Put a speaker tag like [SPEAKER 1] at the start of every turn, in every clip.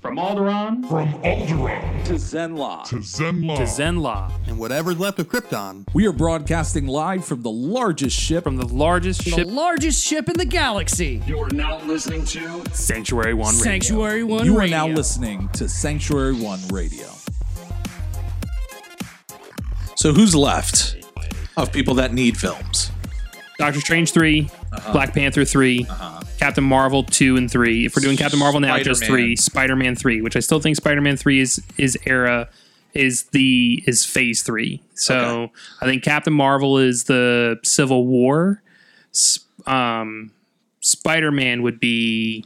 [SPEAKER 1] From Alderaan
[SPEAKER 2] From Alderaan
[SPEAKER 3] to Zenla
[SPEAKER 2] to Zenla
[SPEAKER 4] to Zenla,
[SPEAKER 3] and whatever's left of Krypton.
[SPEAKER 5] We are broadcasting live from the largest ship,
[SPEAKER 4] from the largest
[SPEAKER 6] The
[SPEAKER 4] ship,
[SPEAKER 6] largest ship in the galaxy.
[SPEAKER 1] You're now listening to
[SPEAKER 4] Sanctuary One. Radio.
[SPEAKER 6] Sanctuary One
[SPEAKER 5] You are
[SPEAKER 6] Radio.
[SPEAKER 5] now listening to Sanctuary One Radio.
[SPEAKER 7] So who's left of people that need films?
[SPEAKER 4] Doctor Strange 3
[SPEAKER 6] Uh-huh.
[SPEAKER 4] Black Panther 3 Captain Marvel two and three. If we're doing Captain Marvel now, just
[SPEAKER 7] Spider-Man.
[SPEAKER 4] three. Spider Man three, which I still think Spider Man three is is era is the is phase three. So
[SPEAKER 7] Okay.
[SPEAKER 4] I think Captain Marvel is the Civil War. S- Um, Spider Man would be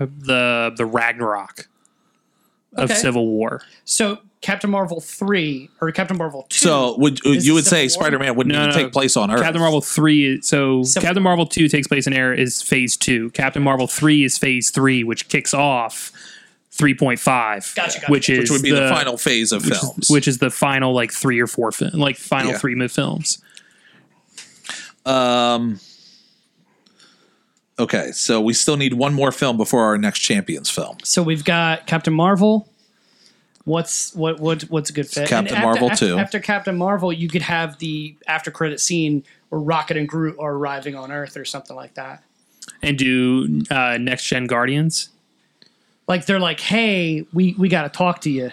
[SPEAKER 4] uh, the the Ragnarok of
[SPEAKER 6] Okay.
[SPEAKER 4] Civil War.
[SPEAKER 6] So Captain Marvel three or Captain Marvel two.
[SPEAKER 7] So would uh,
[SPEAKER 6] Is
[SPEAKER 7] you
[SPEAKER 6] it
[SPEAKER 7] would say
[SPEAKER 6] Civil War?
[SPEAKER 7] Spider-Man wouldn't
[SPEAKER 4] No,
[SPEAKER 7] even
[SPEAKER 4] no,
[SPEAKER 7] take place on Earth?
[SPEAKER 4] Captain Marvel three is so
[SPEAKER 6] Civil-
[SPEAKER 4] Captain Marvel two takes place in air is phase two. Captain Marvel three is phase three, which kicks off three point five,
[SPEAKER 6] Gotcha, gotcha.
[SPEAKER 4] which is
[SPEAKER 7] which would be the, final phase of
[SPEAKER 4] which is-
[SPEAKER 7] films.
[SPEAKER 4] which is the final like three or four film, like final
[SPEAKER 7] Yeah.
[SPEAKER 4] three mid films.
[SPEAKER 7] okay, so we still need one more film before our next Champions film.
[SPEAKER 6] So we've got Captain Marvel. What's what what what's a good fit?
[SPEAKER 7] Captain
[SPEAKER 6] after-
[SPEAKER 7] Marvel
[SPEAKER 6] after,
[SPEAKER 7] too.
[SPEAKER 6] After Captain Marvel, you could have the after credit scene where Rocket and Groot are arriving on Earth or something like that.
[SPEAKER 4] And do uh, next gen Guardians.
[SPEAKER 6] Like they're like, "Hey, we we got to talk to you."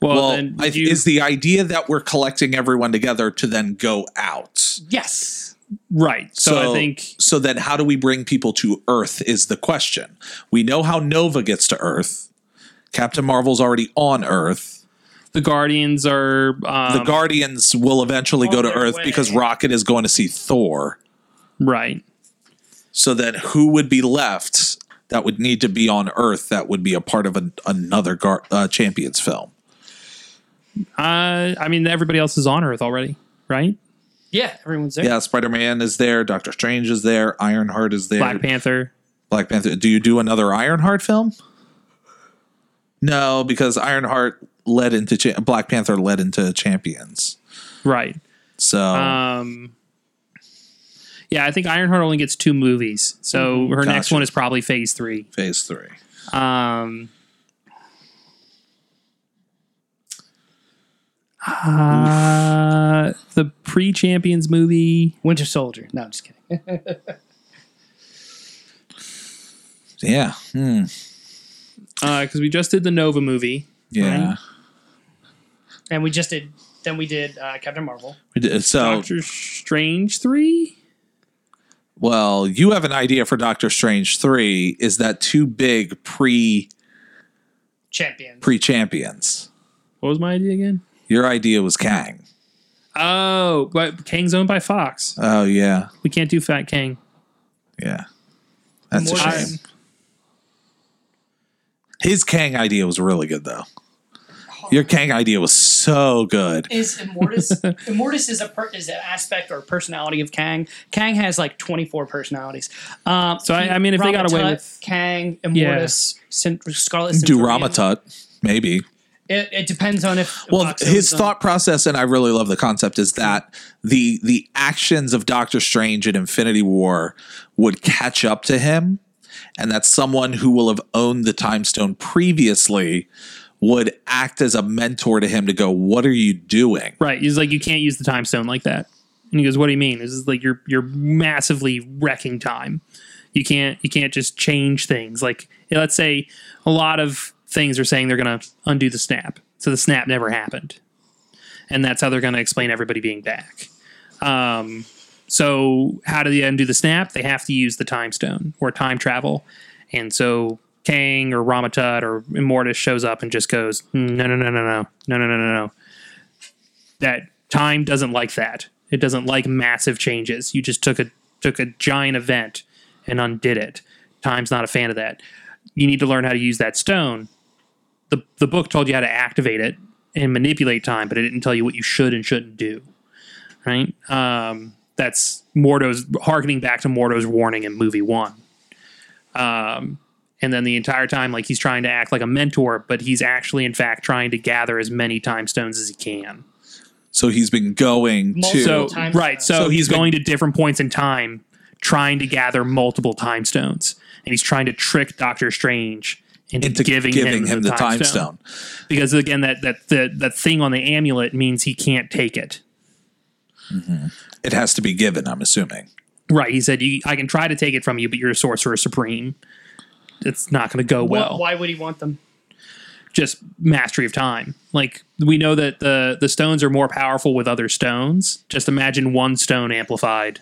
[SPEAKER 4] Well,
[SPEAKER 7] Well,
[SPEAKER 4] then
[SPEAKER 7] I,
[SPEAKER 4] you-
[SPEAKER 7] is the idea that we're collecting everyone together to then go out?
[SPEAKER 6] Yes.
[SPEAKER 4] right. So, I think
[SPEAKER 7] so then how do we bring people to Earth is the question. We know how Nova gets to Earth. Captain Marvel's already on Earth.
[SPEAKER 4] the Guardians are um,
[SPEAKER 7] The Guardians will eventually go
[SPEAKER 6] on
[SPEAKER 7] to
[SPEAKER 6] their
[SPEAKER 7] Earth
[SPEAKER 6] way.
[SPEAKER 7] because Rocket is going to see Thor.
[SPEAKER 4] right.
[SPEAKER 7] So then who would be left that would need to be on Earth that would be a part of an, another Gar- uh, Champions film?
[SPEAKER 4] Uh, I mean, everybody else is on Earth already, right?
[SPEAKER 6] Yeah, everyone's there.
[SPEAKER 7] Yeah, Spider Man is there. Doctor Strange is there. Ironheart is there.
[SPEAKER 4] Black Panther.
[SPEAKER 7] Black Panther. Do you do another Ironheart film? No, because Ironheart led into cha- Black Panther led into Champions.
[SPEAKER 4] Right.
[SPEAKER 7] So
[SPEAKER 4] Um, yeah, I think Ironheart only gets two movies, so her next
[SPEAKER 7] Gotcha.
[SPEAKER 4] one is probably Phase Three.
[SPEAKER 7] phase three.
[SPEAKER 4] Um, uh, the pre-champions movie.
[SPEAKER 6] Winter Soldier. No, I'm just kidding.
[SPEAKER 7] Yeah. Hmm.
[SPEAKER 4] because uh, we just did the Nova movie.
[SPEAKER 7] Yeah.
[SPEAKER 4] Right.
[SPEAKER 6] And we just did then we did uh, Captain Marvel.
[SPEAKER 7] We did- So,
[SPEAKER 4] Doctor Strange three.
[SPEAKER 7] well, you have an idea for Doctor Strange three. Is that two big pre
[SPEAKER 6] Champion.
[SPEAKER 7] pre champions?
[SPEAKER 4] What was my idea again?
[SPEAKER 7] Your idea was Kang.
[SPEAKER 4] Oh, but Kang's owned by Fox.
[SPEAKER 7] Oh yeah,
[SPEAKER 4] We can't do Fat Kang.
[SPEAKER 7] yeah. That's a
[SPEAKER 6] More
[SPEAKER 7] shame.
[SPEAKER 6] than-
[SPEAKER 7] His Kang idea was really good though. Your Kang idea was so good.
[SPEAKER 6] is Immortus Immortus is a per, is an aspect or personality of Kang. Kang has like 24 personalities. Um,
[SPEAKER 4] So I- I mean, if they got away
[SPEAKER 6] Ramatut,
[SPEAKER 4] with-
[SPEAKER 6] Kang, Immortus, Cent- Scarlet,
[SPEAKER 7] Do
[SPEAKER 6] Centurion.
[SPEAKER 7] Ramatut, maybe.
[SPEAKER 6] It, it depends on if
[SPEAKER 7] well
[SPEAKER 6] Fox
[SPEAKER 7] his
[SPEAKER 6] owns them.
[SPEAKER 7] thought process and i really love the concept is that the the actions of doctor strange in infinity war would catch up to him and that someone who will have owned the time stone previously would act as a mentor to him to go what are you doing
[SPEAKER 4] Right. He's like, you can't use the time stone like that. And he goes, What do you mean? This is like you're you're massively wrecking time. You can't you can't just change things. Like yeah, let's say a lot of things are saying they're gonna undo the snap. So the snap never happened. And that's how they're gonna explain everybody being back. Um so how do they undo the snap? They have to use the time stone or time travel. And so Kang or Ramatut or Immortus shows up and just goes, "Mm, No, no, no, no, no, no, no, no, no, no that time doesn't like that. It doesn't like massive changes. You just took a took a giant event and undid it. Time's not a fan of that. You need to learn how to use that stone. The the book told you how to activate it and manipulate time, but it didn't tell you what you should and shouldn't do. Right? Um, that's Mordo's harkening back to Mordo's warning in movie one. Um, and then the entire time, like he's trying to act like a mentor, but he's actually, in fact, trying to gather as many time stones as he can
[SPEAKER 7] so he's been going to
[SPEAKER 6] Multiple
[SPEAKER 4] so
[SPEAKER 6] Multiple time
[SPEAKER 4] right so,
[SPEAKER 6] stones.
[SPEAKER 7] So he's
[SPEAKER 4] he's
[SPEAKER 7] been-
[SPEAKER 4] going to different points in time trying to gather multiple time stones and he's trying to trick doctor strange into,
[SPEAKER 7] into
[SPEAKER 4] giving, him, the, time, stone.
[SPEAKER 7] stone.
[SPEAKER 4] because again that that the that thing on the amulet means he can't take it
[SPEAKER 7] It has to be given, I'm assuming.
[SPEAKER 4] right he said you, i can try to take it from you but you're a sorcerer supreme it's not going to go
[SPEAKER 6] Why-
[SPEAKER 4] well
[SPEAKER 6] why would he want them?
[SPEAKER 4] just mastery of time like we know that the the stones are more powerful with other stones just imagine one stone amplified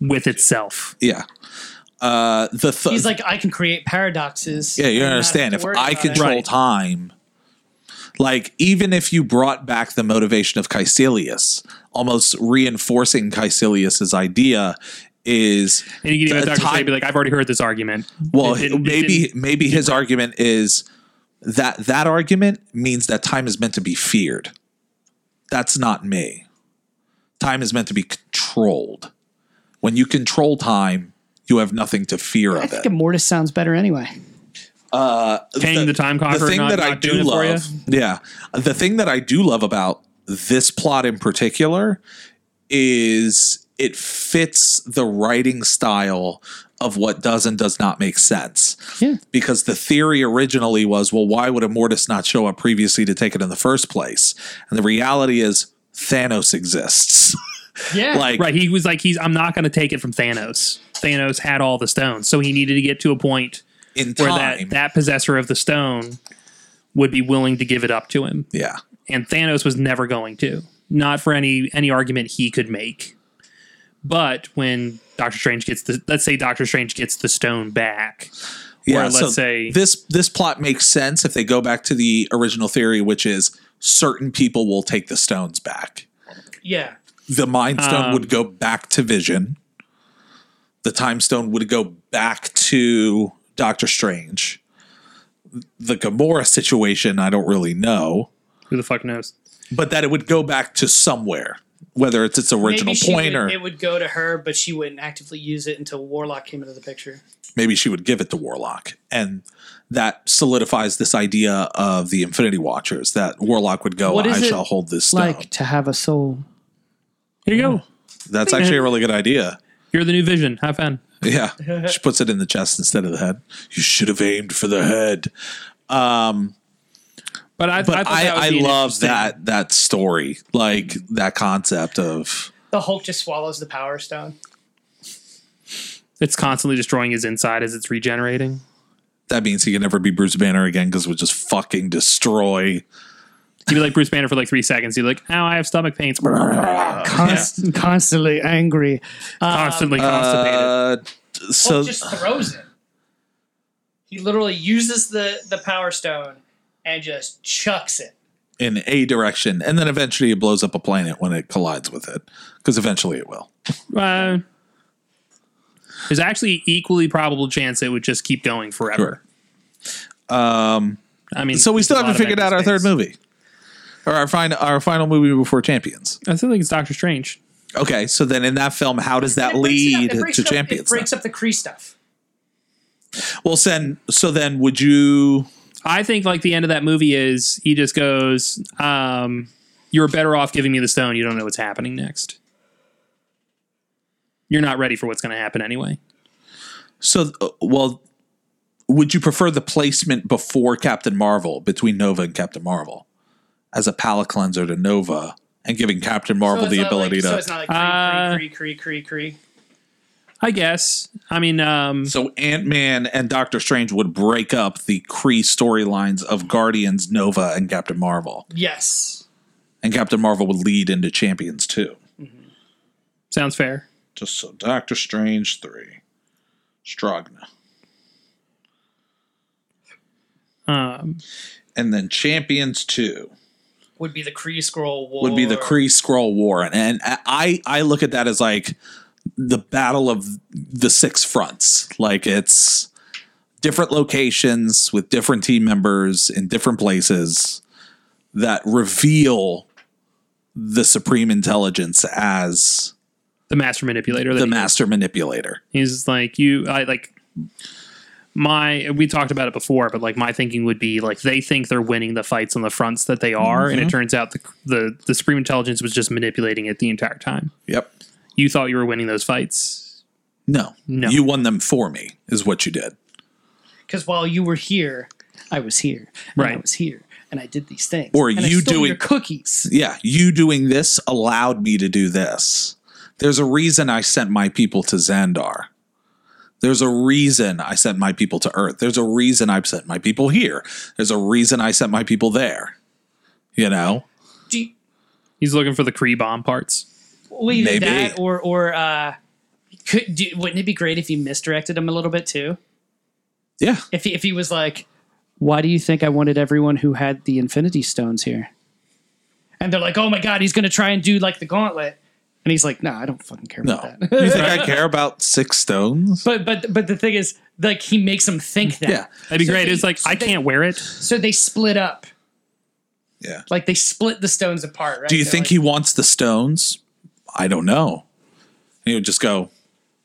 [SPEAKER 4] with itself
[SPEAKER 7] Yeah. Uh, the th-
[SPEAKER 6] He's like, I can create paradoxes.
[SPEAKER 7] Yeah, you
[SPEAKER 6] and not have
[SPEAKER 7] understand.
[SPEAKER 6] to
[SPEAKER 7] If
[SPEAKER 6] worry
[SPEAKER 7] I
[SPEAKER 6] about it."
[SPEAKER 7] control
[SPEAKER 4] Right.
[SPEAKER 7] time, like even if you brought back the motivation of Caecilius, almost reinforcing Caecilius's idea is
[SPEAKER 4] and you can even
[SPEAKER 7] The
[SPEAKER 4] have dr
[SPEAKER 7] time-
[SPEAKER 4] Slade be like i've already heard this argument
[SPEAKER 7] well,
[SPEAKER 4] It didn't- it
[SPEAKER 7] maybe
[SPEAKER 4] didn't-
[SPEAKER 7] maybe his argument is that that argument means that time is meant to be feared. That's not me. Time is meant to be controlled. When you control time, you have nothing to fear
[SPEAKER 6] I
[SPEAKER 7] of
[SPEAKER 6] think
[SPEAKER 7] it.
[SPEAKER 6] Immortus sounds better anyway.
[SPEAKER 4] Kang the Time Conqueror not- not doing it for
[SPEAKER 7] yeah, the thing that I do love about this plot in particular is it fits the writing style of what does and does not make sense.
[SPEAKER 6] Yeah.
[SPEAKER 7] Because the theory originally was, well, why would Immortus not show up previously to take it in the first place? And the reality is Thanos exists.
[SPEAKER 6] Yeah.
[SPEAKER 7] like
[SPEAKER 4] right he was like he's i'm not going to take it from thanos thanos had all the stones so he needed to get to a point
[SPEAKER 7] in
[SPEAKER 4] where
[SPEAKER 7] time.
[SPEAKER 4] that that possessor of the stone would be willing to give it up to him
[SPEAKER 7] yeah.
[SPEAKER 4] and Thanos was never going to, not for any any argument he could make. But when Doctor Strange gets the, let's say Doctor Strange gets the stone back,
[SPEAKER 7] Yeah,
[SPEAKER 4] or let's
[SPEAKER 7] so
[SPEAKER 4] say
[SPEAKER 7] this this plot makes sense if they go back to the original theory, which is certain people will take the stones back.
[SPEAKER 6] yeah.
[SPEAKER 7] The Mind Stone
[SPEAKER 4] Um,
[SPEAKER 7] would go back to Vision. The Time Stone would go back to Doctor Strange. The Gamora situation, I don't really know,
[SPEAKER 4] who the fuck knows?
[SPEAKER 7] but that it would go back to somewhere, whether it's its original
[SPEAKER 6] Maybe she
[SPEAKER 7] point
[SPEAKER 6] would-
[SPEAKER 7] or
[SPEAKER 6] it would go to her, but she wouldn't actively use it until Warlock came into the picture.
[SPEAKER 7] maybe she would give it to Warlock. And that solidifies this idea of the Infinity Watchers that Warlock would go,
[SPEAKER 6] What
[SPEAKER 7] I
[SPEAKER 6] is it
[SPEAKER 7] shall hold this stone.
[SPEAKER 6] to have a soul.
[SPEAKER 4] Here you go.
[SPEAKER 7] That's actually a really good idea.
[SPEAKER 4] You're the new Vision. Have fun.
[SPEAKER 7] Yeah. she puts it in the chest instead of the head. You should have aimed for the head.
[SPEAKER 4] But I,
[SPEAKER 7] But
[SPEAKER 4] I, thought
[SPEAKER 7] I,
[SPEAKER 4] that would
[SPEAKER 7] I,
[SPEAKER 4] be an
[SPEAKER 7] love
[SPEAKER 4] interesting-
[SPEAKER 7] that that story. Like that concept of
[SPEAKER 6] The Hulk just swallows the Power Stone.
[SPEAKER 4] It's constantly destroying his inside as it's regenerating.
[SPEAKER 7] that means he can never be Bruce Banner again because we'll just fucking destroy
[SPEAKER 4] He'd be like Bruce Banner for like three seconds. He'd be like, "Ow, I have stomach pains."
[SPEAKER 6] Const- Constantly angry.
[SPEAKER 4] Constantly constipated.
[SPEAKER 7] Uh,
[SPEAKER 6] Hulk
[SPEAKER 7] so
[SPEAKER 6] just throws it. He literally uses the the Power Stone and just chucks it.
[SPEAKER 7] in a direction, and then eventually it blows up a planet when it collides with it, because eventually it will.
[SPEAKER 4] Uh, there's actually equally probable chance it would just keep going forever. Um, I mean,
[SPEAKER 7] So we still
[SPEAKER 4] there's a
[SPEAKER 7] haven't
[SPEAKER 4] lot of
[SPEAKER 7] figured out our
[SPEAKER 4] empty
[SPEAKER 7] third
[SPEAKER 4] space.
[SPEAKER 7] movie, or our final our final movie before Champions.
[SPEAKER 4] I still think it's Doctor Strange.
[SPEAKER 7] Okay, so then in that film, how does that
[SPEAKER 6] It breaks it up-
[SPEAKER 7] lead
[SPEAKER 6] it breaks
[SPEAKER 7] to
[SPEAKER 6] it up-
[SPEAKER 7] Champions?
[SPEAKER 6] It breaks up the Kree stuff.
[SPEAKER 7] then? Well, then so then would you?
[SPEAKER 4] I think like the end of that movie is he just goes, um, "You're better off giving me the stone. You don't know what's happening next. You're not ready for what's going to happen anyway."
[SPEAKER 7] So uh, well, would you prefer the placement before Captain Marvel between Nova and Captain Marvel as a palate cleanser to Nova and giving Captain Marvel
[SPEAKER 6] So it's
[SPEAKER 7] the
[SPEAKER 6] not
[SPEAKER 7] ability
[SPEAKER 6] like,
[SPEAKER 7] to?
[SPEAKER 6] So it's not like
[SPEAKER 4] Uh,
[SPEAKER 6] Kree, Kree, Kree, Kree, Kree, Kree.
[SPEAKER 4] I guess. I mean, um,
[SPEAKER 7] So Ant Man and Doctor Strange would break up the Kree storylines of Guardians, Nova, and Captain Marvel,
[SPEAKER 6] Yes.
[SPEAKER 7] and Captain Marvel would lead into Champions too.
[SPEAKER 4] sounds fair.
[SPEAKER 7] Just so Doctor Strange three, Strogna,
[SPEAKER 4] Um,
[SPEAKER 7] and then Champions two
[SPEAKER 6] Would be the Kree Scroll War.
[SPEAKER 7] would be the Kree Skrull War, and, and I I look at that as like the battle of the six fronts. Like it's different locations with different team members in different places that reveal the supreme intelligence as
[SPEAKER 4] the master manipulator. that
[SPEAKER 7] the
[SPEAKER 4] he-
[SPEAKER 7] master manipulator.
[SPEAKER 4] He's like, you, I like my, we talked about it before, but like my thinking would be like they think they're winning the fights on the fronts that they are.
[SPEAKER 6] Mm-hmm.
[SPEAKER 4] And it turns out the, the, the Supreme Intelligence was just manipulating it the entire time.
[SPEAKER 7] Yep.
[SPEAKER 4] You thought you were winning those fights.
[SPEAKER 7] No.
[SPEAKER 4] No.
[SPEAKER 7] You won them for me is what you did.
[SPEAKER 6] because while you were here, I was here. and I
[SPEAKER 4] Right.
[SPEAKER 6] was here. And I did these things.
[SPEAKER 7] Or
[SPEAKER 6] and I
[SPEAKER 7] you
[SPEAKER 6] stole
[SPEAKER 7] doing-
[SPEAKER 6] your cookies.
[SPEAKER 7] yeah, you doing this allowed me to do this. There's a reason I sent my people to Xandar. There's a reason I sent my people to Earth. There's a reason I sent my people here. There's a reason I sent my people there. You know?
[SPEAKER 6] Do you,
[SPEAKER 4] He's looking for the Kree bomb parts.
[SPEAKER 6] well, either
[SPEAKER 7] Maybe.
[SPEAKER 6] that or or uh, could do, wouldn't it be great if you misdirected him a little bit too?
[SPEAKER 7] Yeah.
[SPEAKER 6] If he, if he was like, why do you think I wanted everyone who had the Infinity Stones here? And they're like, oh my god, he's gonna try and do like the Gauntlet, and he's like, nah, I don't fucking care
[SPEAKER 7] No.
[SPEAKER 6] about that.
[SPEAKER 7] you think I care about six stones?
[SPEAKER 6] But but but the thing is, like he makes them think that.
[SPEAKER 7] Yeah.
[SPEAKER 4] That'd be
[SPEAKER 6] So
[SPEAKER 4] great.
[SPEAKER 6] they-
[SPEAKER 4] it's like
[SPEAKER 6] so
[SPEAKER 4] I
[SPEAKER 6] they-
[SPEAKER 4] can't wear it.
[SPEAKER 6] So they split up.
[SPEAKER 7] Yeah.
[SPEAKER 6] Like they split the stones apart, right?
[SPEAKER 7] Do you
[SPEAKER 6] They're
[SPEAKER 7] think
[SPEAKER 6] like,
[SPEAKER 7] he wants the stones? I don't know. He would just go,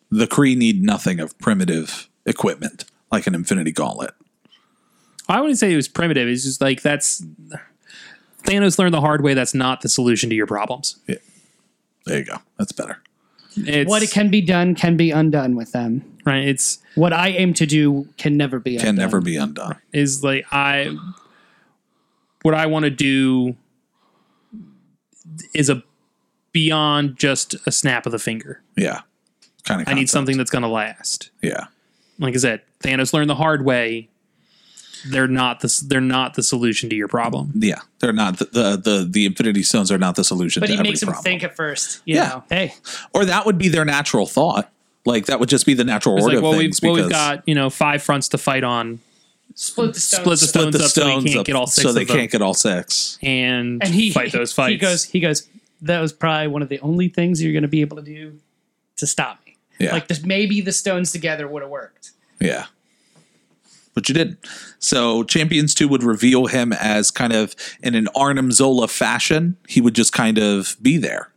[SPEAKER 7] the Kree need nothing of primitive equipment, like an infinity gauntlet.
[SPEAKER 4] I wouldn't say it was primitive. It's just like that's Thanos learned the hard way. That's not the solution to your problems.
[SPEAKER 7] There you go. That's better.
[SPEAKER 4] It's,
[SPEAKER 6] what can be done can be undone with them?
[SPEAKER 4] right? It's
[SPEAKER 6] What I aim to do can never be
[SPEAKER 7] Can
[SPEAKER 6] undone.
[SPEAKER 7] never be undone.
[SPEAKER 4] is like I what I want to do is a beyond just a snap of the finger.
[SPEAKER 7] Yeah. Kind of.
[SPEAKER 4] I need something that's going to last.
[SPEAKER 7] Yeah.
[SPEAKER 4] Like I said, Thanos learned the hard way. They're not the s- they're not the solution to your problem.
[SPEAKER 7] Yeah. They're not the the the, the Infinity Stones are not the solution.
[SPEAKER 6] But
[SPEAKER 7] to
[SPEAKER 6] he
[SPEAKER 7] every
[SPEAKER 6] makes them
[SPEAKER 7] problem.
[SPEAKER 6] think at first. You
[SPEAKER 7] Yeah.
[SPEAKER 6] Know, hey,
[SPEAKER 7] or that would be their natural thought. Like that would just be the natural
[SPEAKER 4] It's
[SPEAKER 7] order
[SPEAKER 4] like well
[SPEAKER 7] of
[SPEAKER 4] we've,
[SPEAKER 7] things
[SPEAKER 4] well
[SPEAKER 7] because
[SPEAKER 4] we've got you know five fronts to fight on.
[SPEAKER 6] split the stones.
[SPEAKER 4] Split the
[SPEAKER 7] split
[SPEAKER 4] stones
[SPEAKER 7] the
[SPEAKER 4] up so we
[SPEAKER 7] stones
[SPEAKER 4] can't
[SPEAKER 7] up
[SPEAKER 4] get all six
[SPEAKER 7] so
[SPEAKER 4] of
[SPEAKER 7] they
[SPEAKER 4] them.
[SPEAKER 7] can't get all six.
[SPEAKER 4] and,
[SPEAKER 6] and he
[SPEAKER 4] fight those fights.
[SPEAKER 6] He goes. He goes. That was probably one of the only things you're going to be able to do to stop me.
[SPEAKER 7] Yeah.
[SPEAKER 6] Like this, maybe the stones together would have worked.
[SPEAKER 7] Yeah. But you didn't. So Champions 2 would reveal him as kind of in an Arnim Zola fashion. He would just kind of be there.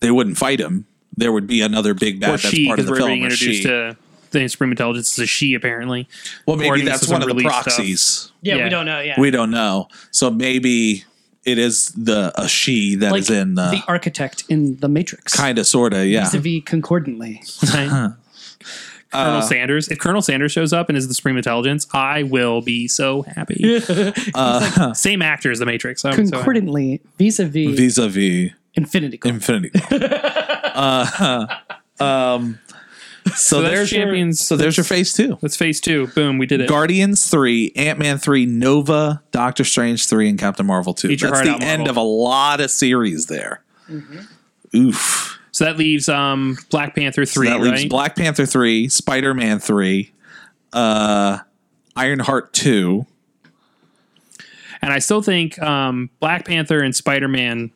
[SPEAKER 7] They wouldn't fight him. There would be another big bad
[SPEAKER 4] or
[SPEAKER 7] Ah, that's
[SPEAKER 4] she
[SPEAKER 7] part
[SPEAKER 4] because
[SPEAKER 7] of the
[SPEAKER 4] we're
[SPEAKER 7] film.
[SPEAKER 4] being
[SPEAKER 7] or
[SPEAKER 4] introduced
[SPEAKER 7] she.
[SPEAKER 4] to the Supreme Intelligence is a she apparently.
[SPEAKER 7] well, maybe
[SPEAKER 4] according to
[SPEAKER 7] that's
[SPEAKER 4] some
[SPEAKER 7] one of the
[SPEAKER 4] release stuff.
[SPEAKER 7] proxies.
[SPEAKER 6] Yeah,
[SPEAKER 4] Yeah.
[SPEAKER 6] we don't know. Yeah,
[SPEAKER 7] We don't know. So maybe it is the a she that is
[SPEAKER 6] like
[SPEAKER 7] in the,
[SPEAKER 6] the architect in the Matrix.
[SPEAKER 7] kind of sort of yeah.
[SPEAKER 6] vis-a-vis concordantly.
[SPEAKER 4] Right?
[SPEAKER 7] Uh,
[SPEAKER 4] Colonel Sanders. If Colonel Sanders shows up and is the Supreme Intelligence, I will be so happy.
[SPEAKER 7] Uh,
[SPEAKER 4] Same actor as the Matrix. I'm so happy.
[SPEAKER 6] concordantly vis-a-vis
[SPEAKER 7] Vis-a-vis
[SPEAKER 6] infinity Gauntlet.
[SPEAKER 7] Infinity. Gauntlet. uh, um so,
[SPEAKER 4] that's
[SPEAKER 7] there's your,
[SPEAKER 4] Champions.
[SPEAKER 7] so there's your phase 2.
[SPEAKER 4] That's phase two. Boom, we did it.
[SPEAKER 7] Guardians 3, Ant-Man 3, Nova, Doctor Strange 3 and Captain Marvel 2.
[SPEAKER 4] Eat your
[SPEAKER 7] That's
[SPEAKER 4] heart
[SPEAKER 7] the
[SPEAKER 4] out, Marvel.
[SPEAKER 7] end of a lot of series there.
[SPEAKER 6] Mm-hmm.
[SPEAKER 7] Oof.
[SPEAKER 4] so that leaves um, Black Panther three,
[SPEAKER 7] that
[SPEAKER 4] right?
[SPEAKER 7] leaves Black Panther 3, Spider-Man 3, uh Ironheart 2.
[SPEAKER 4] and I still think um, Black Panther and Spider Man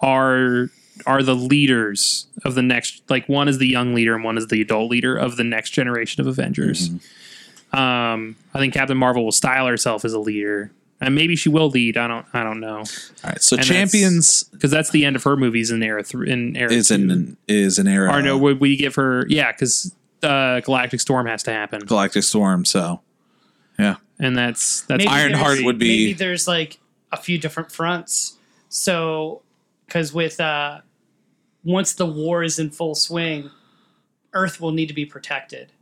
[SPEAKER 4] are are the leaders of the next. Like one is the young leader and one is the adult leader of the next generation of Avengers. Um, I think Captain Marvel will style herself as a leader, and maybe she will lead. I don't. I don't know
[SPEAKER 7] All right. So
[SPEAKER 4] And that's-
[SPEAKER 7] Champions
[SPEAKER 4] because that's the end of her movies in era three. In uh, era
[SPEAKER 7] is
[SPEAKER 4] two.
[SPEAKER 7] an is an era.
[SPEAKER 4] Or no, would we give her? Yeah, because uh, Galactic Storm has to happen,
[SPEAKER 7] Galactic Storm. So, yeah,
[SPEAKER 4] and that's that's
[SPEAKER 6] Maybe
[SPEAKER 7] Ironheart
[SPEAKER 6] there's-
[SPEAKER 7] would be-
[SPEAKER 6] Maybe there's like a few different fronts. So, because with uh, once the war is in full swing, Earth will need to be protected.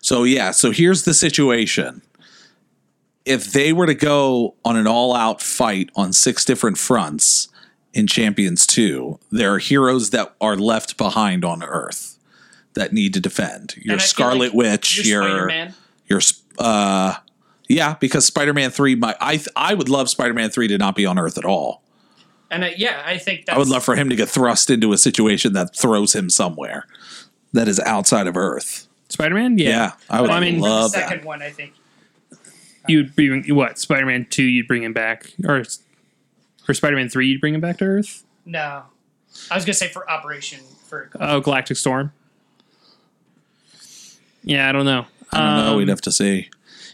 [SPEAKER 7] so yeah, so here's the situation. If they were to go on an all-out fight on six different fronts in Champions Two, there are heroes that are left behind on Earth that need to defend. Your
[SPEAKER 6] And I feel
[SPEAKER 7] Scarlet
[SPEAKER 6] like
[SPEAKER 7] Witch,
[SPEAKER 6] Your
[SPEAKER 7] your
[SPEAKER 6] Spider-Man.
[SPEAKER 7] your uh, yeah, because Spider-Man Three. My I th- I would love Spider-Man Three to not be on Earth at all.
[SPEAKER 6] And I, yeah, I think that's,
[SPEAKER 7] I would love for him to get thrust into a situation that throws him somewhere that is outside of Earth.
[SPEAKER 4] Spider Man. Yeah.
[SPEAKER 7] Yeah, I would
[SPEAKER 4] I mean,
[SPEAKER 6] the
[SPEAKER 7] love
[SPEAKER 6] second
[SPEAKER 7] that.
[SPEAKER 6] one. I think
[SPEAKER 4] you'd bring what Spider Man two, you'd bring him back, or for Spider Man three, you'd bring him back to Earth.
[SPEAKER 6] no. I was gonna say for Operation for
[SPEAKER 7] Uh,
[SPEAKER 4] Oh, Galactic Storm. Yeah, I don't know.
[SPEAKER 7] I don't know.
[SPEAKER 4] Um,
[SPEAKER 7] We'd have to see.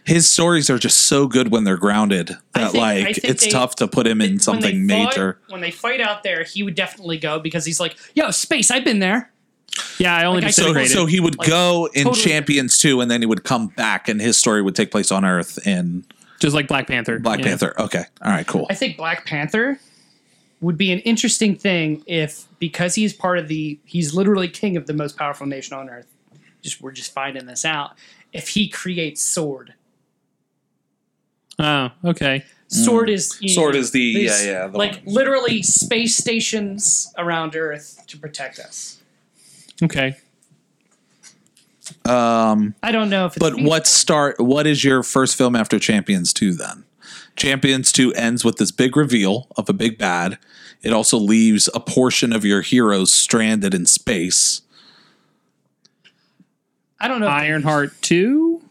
[SPEAKER 7] His stories are just so good when they're grounded that
[SPEAKER 6] think- I
[SPEAKER 7] like
[SPEAKER 6] think
[SPEAKER 7] it's
[SPEAKER 6] they-
[SPEAKER 7] tough to put him in something
[SPEAKER 6] when they fought-
[SPEAKER 7] major.
[SPEAKER 6] when they fight out there, he would definitely go because he's like, "Yo, space! I've been there."
[SPEAKER 4] yeah, I only
[SPEAKER 6] Like, I
[SPEAKER 7] So,
[SPEAKER 4] disintegrated.
[SPEAKER 7] so he would
[SPEAKER 6] Like,
[SPEAKER 7] go in
[SPEAKER 6] totally
[SPEAKER 7] Champions 2 and then he would come back and his story would take place on Earth in
[SPEAKER 4] just like Black Panther.
[SPEAKER 7] Black
[SPEAKER 4] yeah.
[SPEAKER 7] Panther. Okay. All right, cool.
[SPEAKER 6] I think Black Panther would be an interesting thing if because he's part of the he's literally king of the most powerful nation on earth. Just we're just finding this out. If he creates sword
[SPEAKER 4] Oh, okay.
[SPEAKER 6] Sword is you
[SPEAKER 7] Hmm. Sword is the yeah
[SPEAKER 6] these,
[SPEAKER 7] yeah the
[SPEAKER 6] like
[SPEAKER 7] one.
[SPEAKER 6] literally space stations around Earth to protect us.
[SPEAKER 4] Okay.
[SPEAKER 6] I don't know if it's
[SPEAKER 7] But
[SPEAKER 6] feasible.
[SPEAKER 7] what start? What is your first film after Champions Two? Then Champions Two ends with this big reveal of a big bad. It also leaves a portion of your heroes stranded in space.
[SPEAKER 6] I don't know. if-
[SPEAKER 4] Ironheart 2?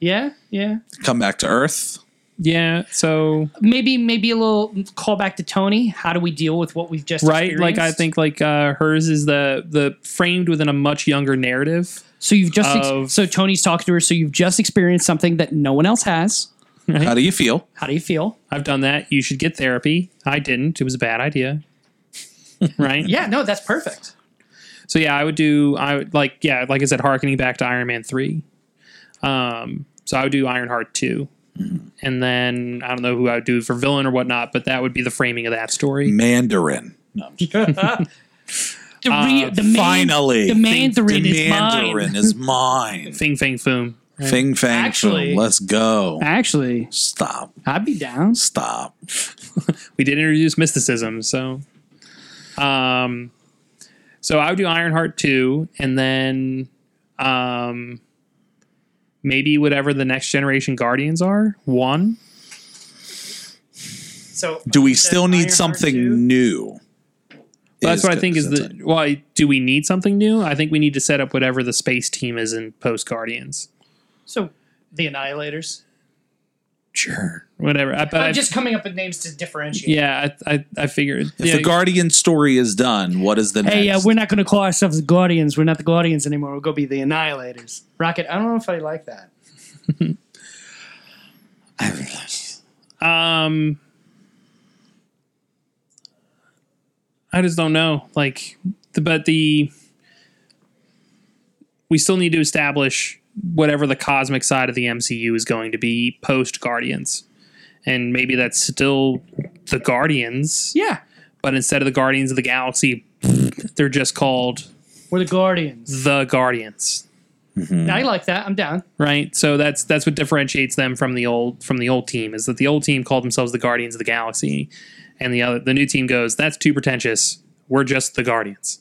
[SPEAKER 6] yeah, yeah.
[SPEAKER 7] Come back to Earth.
[SPEAKER 4] Yeah, so
[SPEAKER 6] Maybe maybe a little callback to Tony. How do we deal with what we've just
[SPEAKER 4] right like I
[SPEAKER 6] experienced?
[SPEAKER 4] think like uh hers is the the framed within a much younger narrative,
[SPEAKER 6] so. You've just ex-
[SPEAKER 4] of-
[SPEAKER 6] so Tony's talking to her. So you've just experienced something that no one else has.
[SPEAKER 7] How do you feel?
[SPEAKER 6] How do you feel?
[SPEAKER 4] I've done that. You should get therapy. I didn't. It was a bad idea. right?
[SPEAKER 6] Yeah, no, that's perfect.
[SPEAKER 4] So yeah, I would do I would like yeah, like I said, harkening back to Iron Man three. Um, so I would do Ironheart 2 and then I don't know who I would do for villain or whatnot, but that would be the framing of that story.
[SPEAKER 7] Mandarin.
[SPEAKER 6] The,
[SPEAKER 4] Uh,
[SPEAKER 6] re- the man-
[SPEAKER 7] Finally,
[SPEAKER 6] the Mandarin
[SPEAKER 7] the
[SPEAKER 6] is mine.
[SPEAKER 7] Mandarin is mine.
[SPEAKER 4] Fing Fang Foom.
[SPEAKER 7] Fing fang.
[SPEAKER 6] Actually-
[SPEAKER 7] Actually, let's go.
[SPEAKER 6] Actually,
[SPEAKER 7] Stop.
[SPEAKER 6] I'd be down.
[SPEAKER 7] Stop.
[SPEAKER 4] We did introduce mysticism, so um, so I would do Ironheart two, and then um, maybe whatever the next generation Guardians are one.
[SPEAKER 6] So
[SPEAKER 7] Do we still need something new?
[SPEAKER 4] But that's
[SPEAKER 7] Is
[SPEAKER 4] what I think is
[SPEAKER 7] that's
[SPEAKER 4] the well. Do we need something new? I think we need to set up whatever the space team is in post Guardians.
[SPEAKER 6] So the Annihilators.
[SPEAKER 7] Sure.
[SPEAKER 4] Whatever. I, but I,
[SPEAKER 6] I'm just coming up with names to differentiate.
[SPEAKER 4] yeah, I I, I figured.
[SPEAKER 7] If
[SPEAKER 4] yeah,
[SPEAKER 7] the Guardian story is done, what is the
[SPEAKER 6] Hey, uh,
[SPEAKER 7] next?
[SPEAKER 6] we're not going to call ourselves the Guardians. We're not the Guardians anymore. We'll go be the Annihilators. Rocket, I don't know if I like that.
[SPEAKER 4] um, I just don't know. Like, the, but the we still need to establish whatever the cosmic side of the MCU is going to be post Guardians, and maybe that's still the Guardians.
[SPEAKER 6] Yeah,
[SPEAKER 4] but instead of the Guardians of the Galaxy, they're just called
[SPEAKER 6] we're the Guardians.
[SPEAKER 4] the Guardians, Hmm.
[SPEAKER 6] I like that. I'm down.
[SPEAKER 4] right? So that's that's what differentiates them from the old from the old team is that the old team called themselves the Guardians of the Galaxy, and the other the new team goes, that's too pretentious. We're just the Guardians.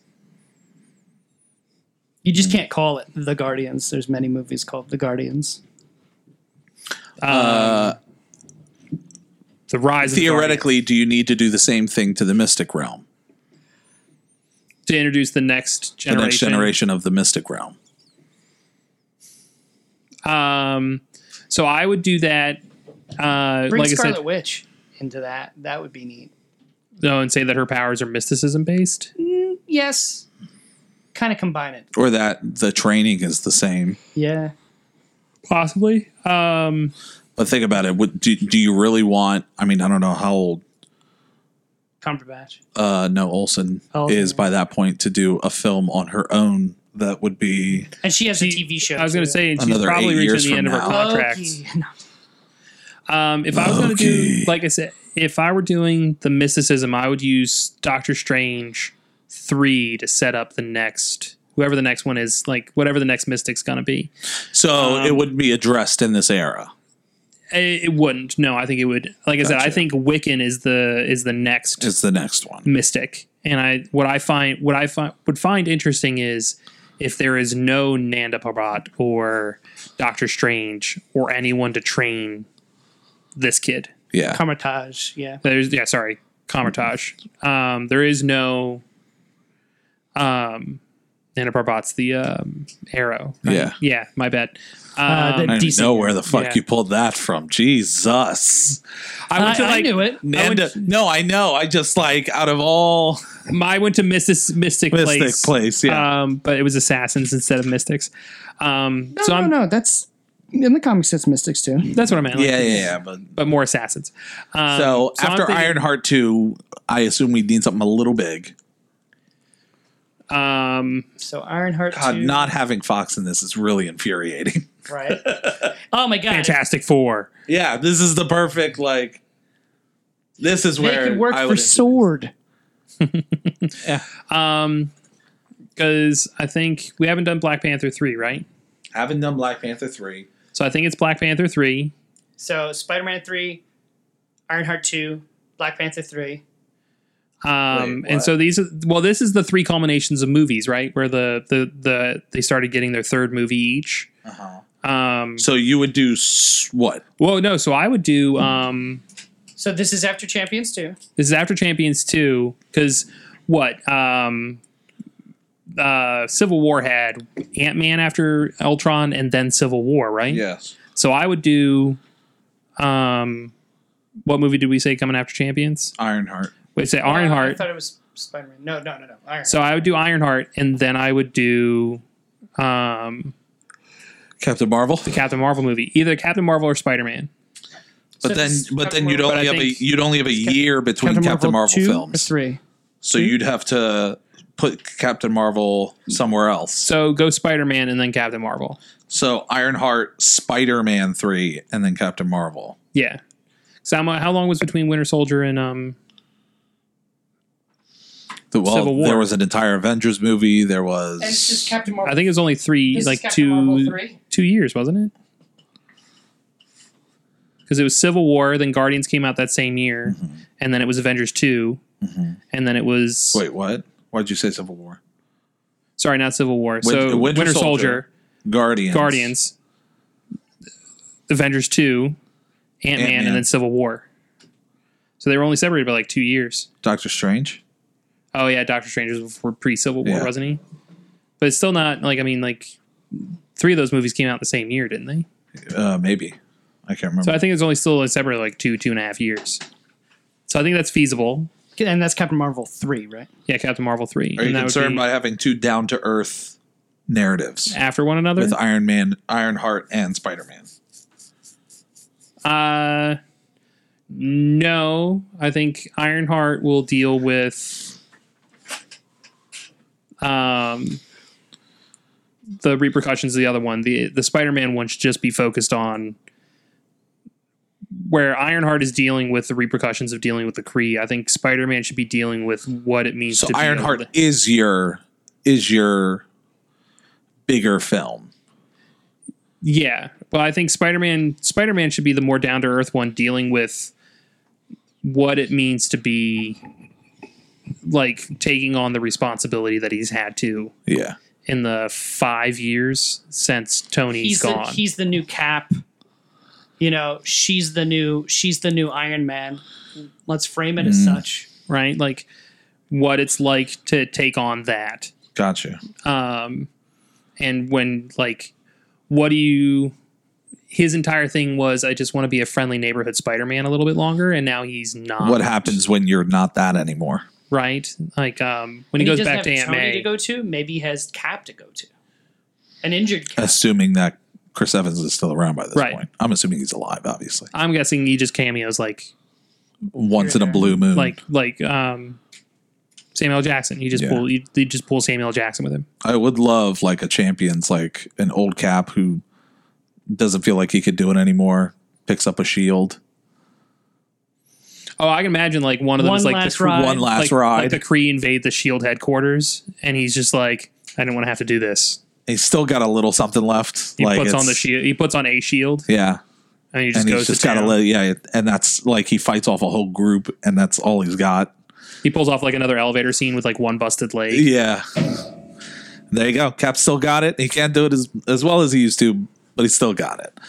[SPEAKER 6] You just can't call it the Guardians. There's many movies called the Guardians.
[SPEAKER 4] The rise of the Guardians.
[SPEAKER 7] Theoretically, do you need to do the same thing to the Mystic Realm?
[SPEAKER 4] to introduce the next
[SPEAKER 7] The
[SPEAKER 4] generation.
[SPEAKER 7] next generation of the Mystic Realm.
[SPEAKER 4] Um, so I would do that. Uh,
[SPEAKER 6] Bring
[SPEAKER 4] like
[SPEAKER 6] Scarlet
[SPEAKER 4] I said,
[SPEAKER 6] Witch into that. That would be neat.
[SPEAKER 4] no, and say that her powers are mysticism based.
[SPEAKER 6] Yes. Kind of combine it.
[SPEAKER 7] Or that the training is the same.
[SPEAKER 6] Yeah.
[SPEAKER 4] Possibly. Um,
[SPEAKER 7] But think about it. Would, do, do you really want? I mean, I don't know how old
[SPEAKER 6] Cumberbatch.
[SPEAKER 7] uh, No Olson
[SPEAKER 6] Olsen,
[SPEAKER 7] is
[SPEAKER 6] yeah.
[SPEAKER 7] by that point to do a film on her own. That would be
[SPEAKER 6] And she has a TV show.
[SPEAKER 4] I was going to
[SPEAKER 6] too.
[SPEAKER 4] say, and she's
[SPEAKER 7] Another
[SPEAKER 4] probably
[SPEAKER 7] eight years
[SPEAKER 4] reaching the
[SPEAKER 7] from
[SPEAKER 4] end of her
[SPEAKER 7] now.
[SPEAKER 4] contract.
[SPEAKER 6] Okay. No.
[SPEAKER 4] Um, if I was going to
[SPEAKER 7] Okay.
[SPEAKER 4] do, like I said, if I were doing the mysticism, I would use Doctor Strange three to set up the next whoever the next one is, like whatever the next mystic's going to be.
[SPEAKER 7] so.
[SPEAKER 4] Um,
[SPEAKER 7] it would be addressed in this era.
[SPEAKER 4] It, it wouldn't. No, I think it would. Like I said, I
[SPEAKER 7] Gotcha.
[SPEAKER 4] think Wiccan is the is the next
[SPEAKER 7] Is the next one?
[SPEAKER 4] mystic. And I what I find what I find would find interesting is if there is no Nanda Parbat or Doctor Strange or anyone to train this kid.
[SPEAKER 7] Yeah.
[SPEAKER 6] Cumberbatch. Yeah.
[SPEAKER 4] There's yeah, sorry, Comertage. Um, there is no um Nana Parbat's the um arrow. right?
[SPEAKER 7] Yeah.
[SPEAKER 4] Yeah, my bad. Um,
[SPEAKER 6] the-
[SPEAKER 7] I don't
[SPEAKER 6] DC.
[SPEAKER 7] even know where the fuck
[SPEAKER 4] Yeah.
[SPEAKER 7] you pulled that from. Jesus.
[SPEAKER 4] I went to
[SPEAKER 6] I- I
[SPEAKER 4] like
[SPEAKER 6] knew it.
[SPEAKER 4] I went,
[SPEAKER 7] Nanda, no, I know. I just like out of all
[SPEAKER 4] my- I went to Mystic Mystic,
[SPEAKER 7] Mystic
[SPEAKER 4] Place.
[SPEAKER 7] Place, yeah.
[SPEAKER 4] Um, but it was assassins instead of mystics. Um, so
[SPEAKER 6] no,
[SPEAKER 4] I'm
[SPEAKER 6] no, no. That's in the comics. That's Mystics too.
[SPEAKER 4] that's what I meant. like,
[SPEAKER 7] yeah, yeah, yeah. But
[SPEAKER 4] But more assassins. Um,
[SPEAKER 7] so,
[SPEAKER 4] I'm
[SPEAKER 7] after
[SPEAKER 4] thinking-
[SPEAKER 7] Ironheart two, I assume we need something a little big.
[SPEAKER 4] um,
[SPEAKER 6] So Ironheart.
[SPEAKER 7] God,
[SPEAKER 6] 2,
[SPEAKER 7] not having Fox in this is really infuriating.
[SPEAKER 6] right. oh my god.
[SPEAKER 4] Fantastic Four.
[SPEAKER 7] yeah, this is the perfect like. This is
[SPEAKER 6] They
[SPEAKER 7] where
[SPEAKER 6] could work
[SPEAKER 7] I
[SPEAKER 6] for
[SPEAKER 7] would-
[SPEAKER 6] Sword.
[SPEAKER 4] Um, because I think we haven't done Black Panther three, right?
[SPEAKER 7] haven't done Black Panther three.
[SPEAKER 4] So I think it's Black Panther three.
[SPEAKER 6] So Spider Man three, Ironheart two, Black Panther three.
[SPEAKER 4] Um,
[SPEAKER 7] Wait,
[SPEAKER 4] and
[SPEAKER 7] what?
[SPEAKER 4] so these, are, well, this is the three culminations of movies, right? Where the the the they started getting their third movie each. Um,
[SPEAKER 7] So you would do s- what?
[SPEAKER 4] well, no, so I would do. Um,
[SPEAKER 6] So this is after Champions two.
[SPEAKER 4] this is after Champions two because what? Um, uh, Civil War had Ant Man after Ultron, and then Civil War, right?
[SPEAKER 7] Yes.
[SPEAKER 4] So I would do. Um, what movie did we say coming after Champions?
[SPEAKER 7] Ironheart.
[SPEAKER 4] We say
[SPEAKER 6] I
[SPEAKER 4] Ironheart.
[SPEAKER 6] thought it was Spider Man. No, no, no, no. Ironheart.
[SPEAKER 4] So I would do Ironheart, and then I would do. Um,
[SPEAKER 7] Captain Marvel.
[SPEAKER 4] the Captain Marvel movie, either Captain Marvel or Spider Man.
[SPEAKER 7] But
[SPEAKER 6] So
[SPEAKER 7] then,
[SPEAKER 6] this-
[SPEAKER 7] but
[SPEAKER 6] Captain
[SPEAKER 7] then you'd
[SPEAKER 6] Marvel-
[SPEAKER 4] But I
[SPEAKER 7] only have a
[SPEAKER 4] think-
[SPEAKER 7] you'd only have a year between Captain, Marvel,
[SPEAKER 6] two
[SPEAKER 7] films,
[SPEAKER 6] or three.
[SPEAKER 7] so you'd have to put Captain Marvel somewhere else.
[SPEAKER 4] So go Spider Man and then Captain Marvel.
[SPEAKER 7] So Ironheart, Spider Man three, and then Captain Marvel.
[SPEAKER 4] Yeah. So I'm, how long was between Winter Soldier and um?
[SPEAKER 7] The, well,
[SPEAKER 4] Civil War.
[SPEAKER 7] there was an entire Avengers movie. There was
[SPEAKER 6] And it's just Captain Marvel.
[SPEAKER 4] I think it was only three,
[SPEAKER 6] This is
[SPEAKER 4] like
[SPEAKER 6] Captain Marvel
[SPEAKER 4] two,
[SPEAKER 6] three?
[SPEAKER 4] two years, wasn't it? Because it was Civil War, then Guardians came out that same year,
[SPEAKER 7] Mm-hmm.
[SPEAKER 4] and then it was Avengers 2 and then it was
[SPEAKER 7] wait, what? Why did you say Civil War?
[SPEAKER 4] sorry, not Civil War.
[SPEAKER 7] Win-
[SPEAKER 4] so
[SPEAKER 7] Winter
[SPEAKER 4] Winter,
[SPEAKER 7] Soldier,
[SPEAKER 4] Soldier,
[SPEAKER 7] Guardians.
[SPEAKER 4] Guardians, Avengers two, Ant Man,
[SPEAKER 7] Ant-Man.
[SPEAKER 4] and then Civil War. So they were only separated by like two years.
[SPEAKER 7] Doctor Strange.
[SPEAKER 4] Oh yeah, Doctor Strange was before pre Civil War,
[SPEAKER 7] Yeah.
[SPEAKER 4] wasn't he? But it's still not like I mean like three of those movies came out the same year, didn't they?
[SPEAKER 7] Uh, maybe I can't remember.
[SPEAKER 4] So I think it's only still like, separated like two two and a half years. So I think that's feasible.
[SPEAKER 6] and that's Captain Marvel three, right?
[SPEAKER 4] Yeah, Captain Marvel three.
[SPEAKER 7] Are you
[SPEAKER 4] and that would
[SPEAKER 7] concerned
[SPEAKER 4] be
[SPEAKER 7] by having two down to earth narratives
[SPEAKER 4] after one another?
[SPEAKER 7] with Iron Man, Ironheart, and Spider Man?
[SPEAKER 4] Uh, no, I think Ironheart will deal with um the repercussions of the other one. The the Spider-Man one should just be focused on where Ironheart is dealing with the repercussions of dealing with the Kree. I think Spider-Man should be dealing with what it means
[SPEAKER 7] So
[SPEAKER 4] to
[SPEAKER 7] Ironheart
[SPEAKER 4] deal with-
[SPEAKER 7] is your is your bigger film.
[SPEAKER 4] Yeah. Well, I think Spider-Man Spider-Man should be the more down-to-earth one dealing with what it means to be like taking on the responsibility that he's had to
[SPEAKER 7] Yeah.
[SPEAKER 4] in the 5 years since Tony's
[SPEAKER 6] he's
[SPEAKER 4] gone.
[SPEAKER 6] The, he's the new Cap. You know, she's the new she's the new Iron Man. Let's frame it
[SPEAKER 4] Mm.
[SPEAKER 6] as such.
[SPEAKER 4] right? Like what it's like to take on that.
[SPEAKER 7] Gotcha.
[SPEAKER 4] um, and when like what do you his entire thing was i just want to be a friendly neighborhood spider-man a little bit longer and now he's not
[SPEAKER 7] What happens when you're not that anymore?
[SPEAKER 4] right like um when he goes
[SPEAKER 6] doesn't
[SPEAKER 4] back to
[SPEAKER 6] have
[SPEAKER 4] aunt
[SPEAKER 6] Tony
[SPEAKER 4] may
[SPEAKER 6] to go to. Maybe he has Cap to go to. An injured Cap.
[SPEAKER 7] Assuming that Chris Evans is still around by this
[SPEAKER 4] Right.
[SPEAKER 7] point. I'm assuming he's alive, obviously.
[SPEAKER 4] i'm guessing he just cameos like
[SPEAKER 7] Once in a
[SPEAKER 6] there.
[SPEAKER 7] blue moon.
[SPEAKER 4] like like um samuel jackson he just
[SPEAKER 7] Yeah.
[SPEAKER 4] pull he, he just pulls samuel jackson with him
[SPEAKER 7] I would love like a champions, like an old cap who doesn't feel like he could do it anymore, picks up a shield.
[SPEAKER 4] oh i can imagine like one of them
[SPEAKER 6] One
[SPEAKER 4] is like
[SPEAKER 6] last
[SPEAKER 4] the,
[SPEAKER 6] ride.
[SPEAKER 7] One
[SPEAKER 4] like,
[SPEAKER 7] last
[SPEAKER 4] like
[SPEAKER 7] ride.
[SPEAKER 4] the kree invade the shield E headquarters and he's just like i don't want to have to do this
[SPEAKER 7] he's still got a little something left.
[SPEAKER 4] he
[SPEAKER 7] like
[SPEAKER 4] puts on
[SPEAKER 7] it's-
[SPEAKER 4] the shield E he puts on a shield
[SPEAKER 7] Yeah.
[SPEAKER 4] and he just
[SPEAKER 7] and
[SPEAKER 4] goes
[SPEAKER 7] he's just
[SPEAKER 4] to
[SPEAKER 7] got to
[SPEAKER 4] town.
[SPEAKER 7] let yeah, and that's like he fights off a whole group, and that's all he's got.
[SPEAKER 4] He pulls off like another elevator scene with like one busted leg.
[SPEAKER 7] Yeah, there you go. Cap still got it. He can't do it as as well as he used to, but he still got it.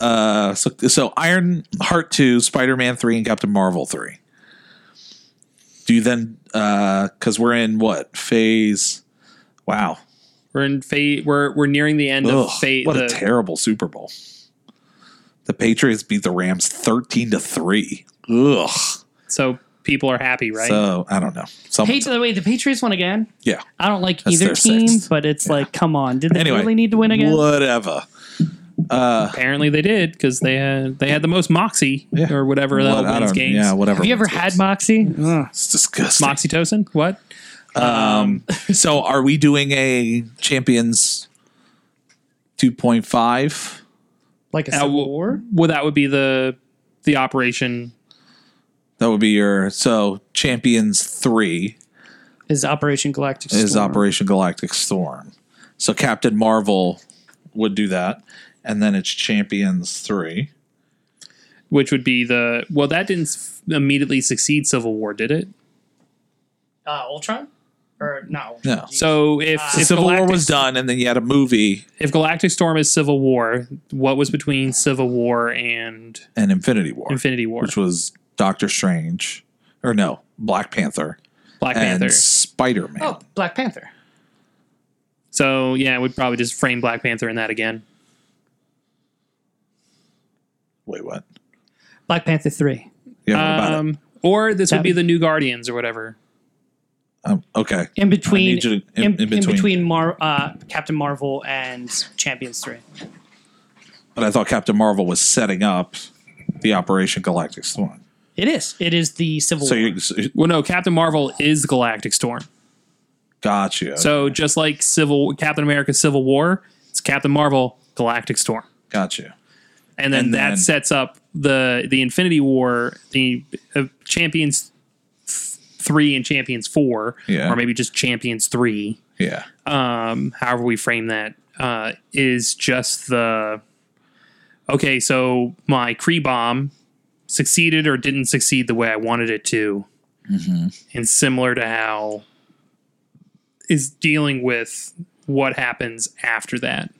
[SPEAKER 7] Uh, so so Iron Heart two, Spider Man three, and Captain Marvel three. Do you then? Because we're in what phase? Wow,
[SPEAKER 4] We're in fate. We're we're nearing the end
[SPEAKER 7] Ugh,
[SPEAKER 4] of fate.
[SPEAKER 7] what
[SPEAKER 4] the,
[SPEAKER 7] a terrible Super Bowl. The Patriots beat the Rams thirteen to three. Ugh.
[SPEAKER 4] so people are happy, right?
[SPEAKER 7] So I don't know.
[SPEAKER 4] Um,
[SPEAKER 7] Someone,
[SPEAKER 6] Hey, by the way, the Patriots won again.
[SPEAKER 7] yeah.
[SPEAKER 6] I don't like
[SPEAKER 7] That's
[SPEAKER 6] either
[SPEAKER 7] their
[SPEAKER 6] team,
[SPEAKER 7] sixth.
[SPEAKER 6] but it's like, come on, did they
[SPEAKER 7] Anyway,
[SPEAKER 6] really need to win again?
[SPEAKER 7] Whatever. Uh,
[SPEAKER 4] Apparently they did because they had they had the most moxie
[SPEAKER 7] Yeah.
[SPEAKER 4] or whatever
[SPEAKER 7] What- I
[SPEAKER 4] that wins
[SPEAKER 7] don't-
[SPEAKER 4] games.
[SPEAKER 7] Yeah, whatever.
[SPEAKER 6] Have you ever
[SPEAKER 7] wins
[SPEAKER 6] had
[SPEAKER 7] games.
[SPEAKER 6] Moxie?
[SPEAKER 7] It's disgusting.
[SPEAKER 4] Moxitocin? What?
[SPEAKER 7] So, are we doing a champions 2.5?
[SPEAKER 6] Like a
[SPEAKER 4] Uh,
[SPEAKER 6] Civil
[SPEAKER 4] well-
[SPEAKER 6] War?
[SPEAKER 4] Well, that would be the the operation.
[SPEAKER 7] That would be your so champions three
[SPEAKER 6] Is Operation Galactic
[SPEAKER 7] is
[SPEAKER 6] Storm.
[SPEAKER 7] Operation Galactic Storm. So Captain Marvel would do that, and then it's champions three.
[SPEAKER 4] which would be the well that didn't s- immediately succeed Civil War, did it?
[SPEAKER 6] Uh, Ultron? Or no?
[SPEAKER 7] No.
[SPEAKER 4] So if,
[SPEAKER 6] Uh,
[SPEAKER 4] if
[SPEAKER 7] Civil War
[SPEAKER 4] Galactic-
[SPEAKER 7] was done, and then you had a movie
[SPEAKER 4] If Galactic Storm is Civil War, what was between Civil War and
[SPEAKER 7] and Infinity War,
[SPEAKER 4] Infinity War?
[SPEAKER 7] which was Doctor Strange, or no, Black Panther
[SPEAKER 4] Black
[SPEAKER 7] and
[SPEAKER 4] Panther.
[SPEAKER 7] Spider Man.
[SPEAKER 6] Oh, Black Panther.
[SPEAKER 4] So yeah, we'd probably just frame Black Panther in that again.
[SPEAKER 7] Wait, what?
[SPEAKER 6] Black Panther 3.
[SPEAKER 7] Yeah, what about it?
[SPEAKER 4] Um, or this would
[SPEAKER 6] That-
[SPEAKER 4] be the new Guardians or whatever.
[SPEAKER 7] Um, okay,
[SPEAKER 6] In between,
[SPEAKER 7] need you to-
[SPEAKER 6] in,
[SPEAKER 7] in- in
[SPEAKER 6] in between,
[SPEAKER 7] between.
[SPEAKER 6] Mar- uh, Captain Marvel and Champions 3.
[SPEAKER 7] but I thought Captain Marvel was setting up the Operation Galactic Storm.
[SPEAKER 6] It is. It is the Civil
[SPEAKER 7] So
[SPEAKER 6] War.
[SPEAKER 7] you so-
[SPEAKER 4] Well, no, Captain Marvel is Galactic Storm.
[SPEAKER 7] got you.
[SPEAKER 4] So just like Civil Captain America Civil War, it's Captain Marvel Galactic Storm.
[SPEAKER 7] got you.
[SPEAKER 4] And then
[SPEAKER 7] And
[SPEAKER 4] that
[SPEAKER 7] then-
[SPEAKER 4] sets up the the Infinity War, the uh, Champions th- 3 and Champions 4
[SPEAKER 7] Yeah.
[SPEAKER 4] or maybe just Champions 3.
[SPEAKER 7] Yeah.
[SPEAKER 4] um, however we frame that, uh, is just the okay. So my Cree bomb succeeded or didn't succeed the way I wanted it to, and similar to how is dealing with what happens after that.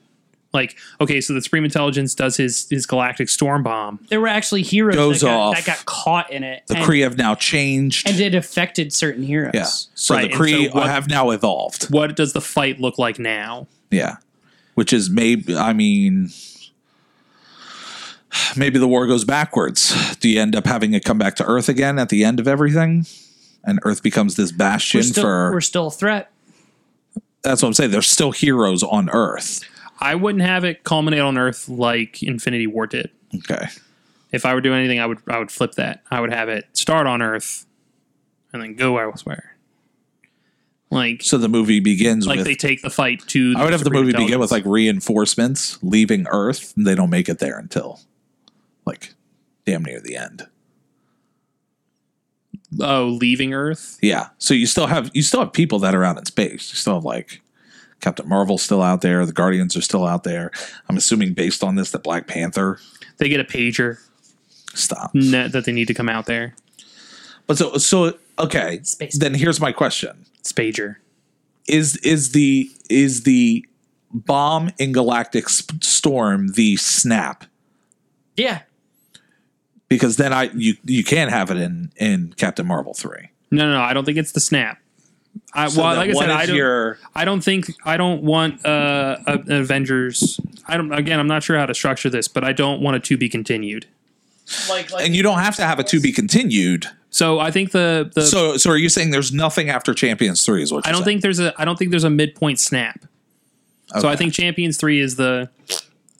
[SPEAKER 4] Like okay, so the Supreme Intelligence does his his Galactic Storm bomb.
[SPEAKER 6] there were actually heroes
[SPEAKER 7] Goes
[SPEAKER 6] that, got,
[SPEAKER 7] off.
[SPEAKER 6] that got caught in it.
[SPEAKER 7] The
[SPEAKER 6] and,
[SPEAKER 7] Kree have now changed.
[SPEAKER 6] and it affected certain heroes.
[SPEAKER 7] yeah. So
[SPEAKER 4] Right, and
[SPEAKER 7] the
[SPEAKER 4] so
[SPEAKER 7] Kree
[SPEAKER 4] what-
[SPEAKER 7] have now evolved.
[SPEAKER 4] What does the fight look like now?
[SPEAKER 7] Yeah. Which is maybe, I mean, maybe the war goes backwards. Do you end up having it come back to Earth again at the end of everything? And Earth becomes this
[SPEAKER 6] We're
[SPEAKER 7] bastion
[SPEAKER 6] still,
[SPEAKER 7] for.
[SPEAKER 6] we're still a threat.
[SPEAKER 7] That's what I'm saying. There's still heroes on Earth.
[SPEAKER 4] I wouldn't have it culminate on Earth like Infinity War did.
[SPEAKER 7] Okay.
[SPEAKER 4] if I were doing anything, I would I would flip that. I would have it start on Earth and then go elsewhere. Like
[SPEAKER 7] So the movie begins
[SPEAKER 4] like
[SPEAKER 7] with.
[SPEAKER 4] they take the fight to.
[SPEAKER 7] I would have the
[SPEAKER 4] Supreme
[SPEAKER 7] movie begin with like
[SPEAKER 4] Intelligence.
[SPEAKER 7] reinforcements leaving Earth, and they don't make it there until like damn near the end.
[SPEAKER 4] oh leaving Earth.
[SPEAKER 7] Yeah. So you still have you still have people that are out in space. You still have like Captain Marvel's still out there. The Guardians are still out there. I'm assuming based on this that Black Panther
[SPEAKER 4] They get a pager
[SPEAKER 7] stop.
[SPEAKER 4] ne- that they need to come out there.
[SPEAKER 7] But so so okay.
[SPEAKER 6] Space.
[SPEAKER 7] Then here's my question:
[SPEAKER 4] It's pager.
[SPEAKER 7] Is is the is the bomb in Galactic Sp- Storm the snap?
[SPEAKER 6] Yeah.
[SPEAKER 7] Because then I you you can have it in in Captain Marvel three.
[SPEAKER 4] No, no, no, I don't think it's the snap. I,
[SPEAKER 7] So
[SPEAKER 4] well,
[SPEAKER 7] that
[SPEAKER 4] like I
[SPEAKER 7] one
[SPEAKER 4] said,
[SPEAKER 7] is
[SPEAKER 4] I don't.
[SPEAKER 7] your-
[SPEAKER 4] I don't think I don't want uh, a- an Avengers. I don't. Again, I'm not sure how to structure this, but I don't want it to be continued.
[SPEAKER 6] Like, like
[SPEAKER 7] and you don't have to have it to be continued.
[SPEAKER 4] So I think the the
[SPEAKER 7] So so are you saying there's nothing after Champions three? Is what
[SPEAKER 4] Uh, I don't think there's a I don't think there's a midpoint snap. So I think Champions three is the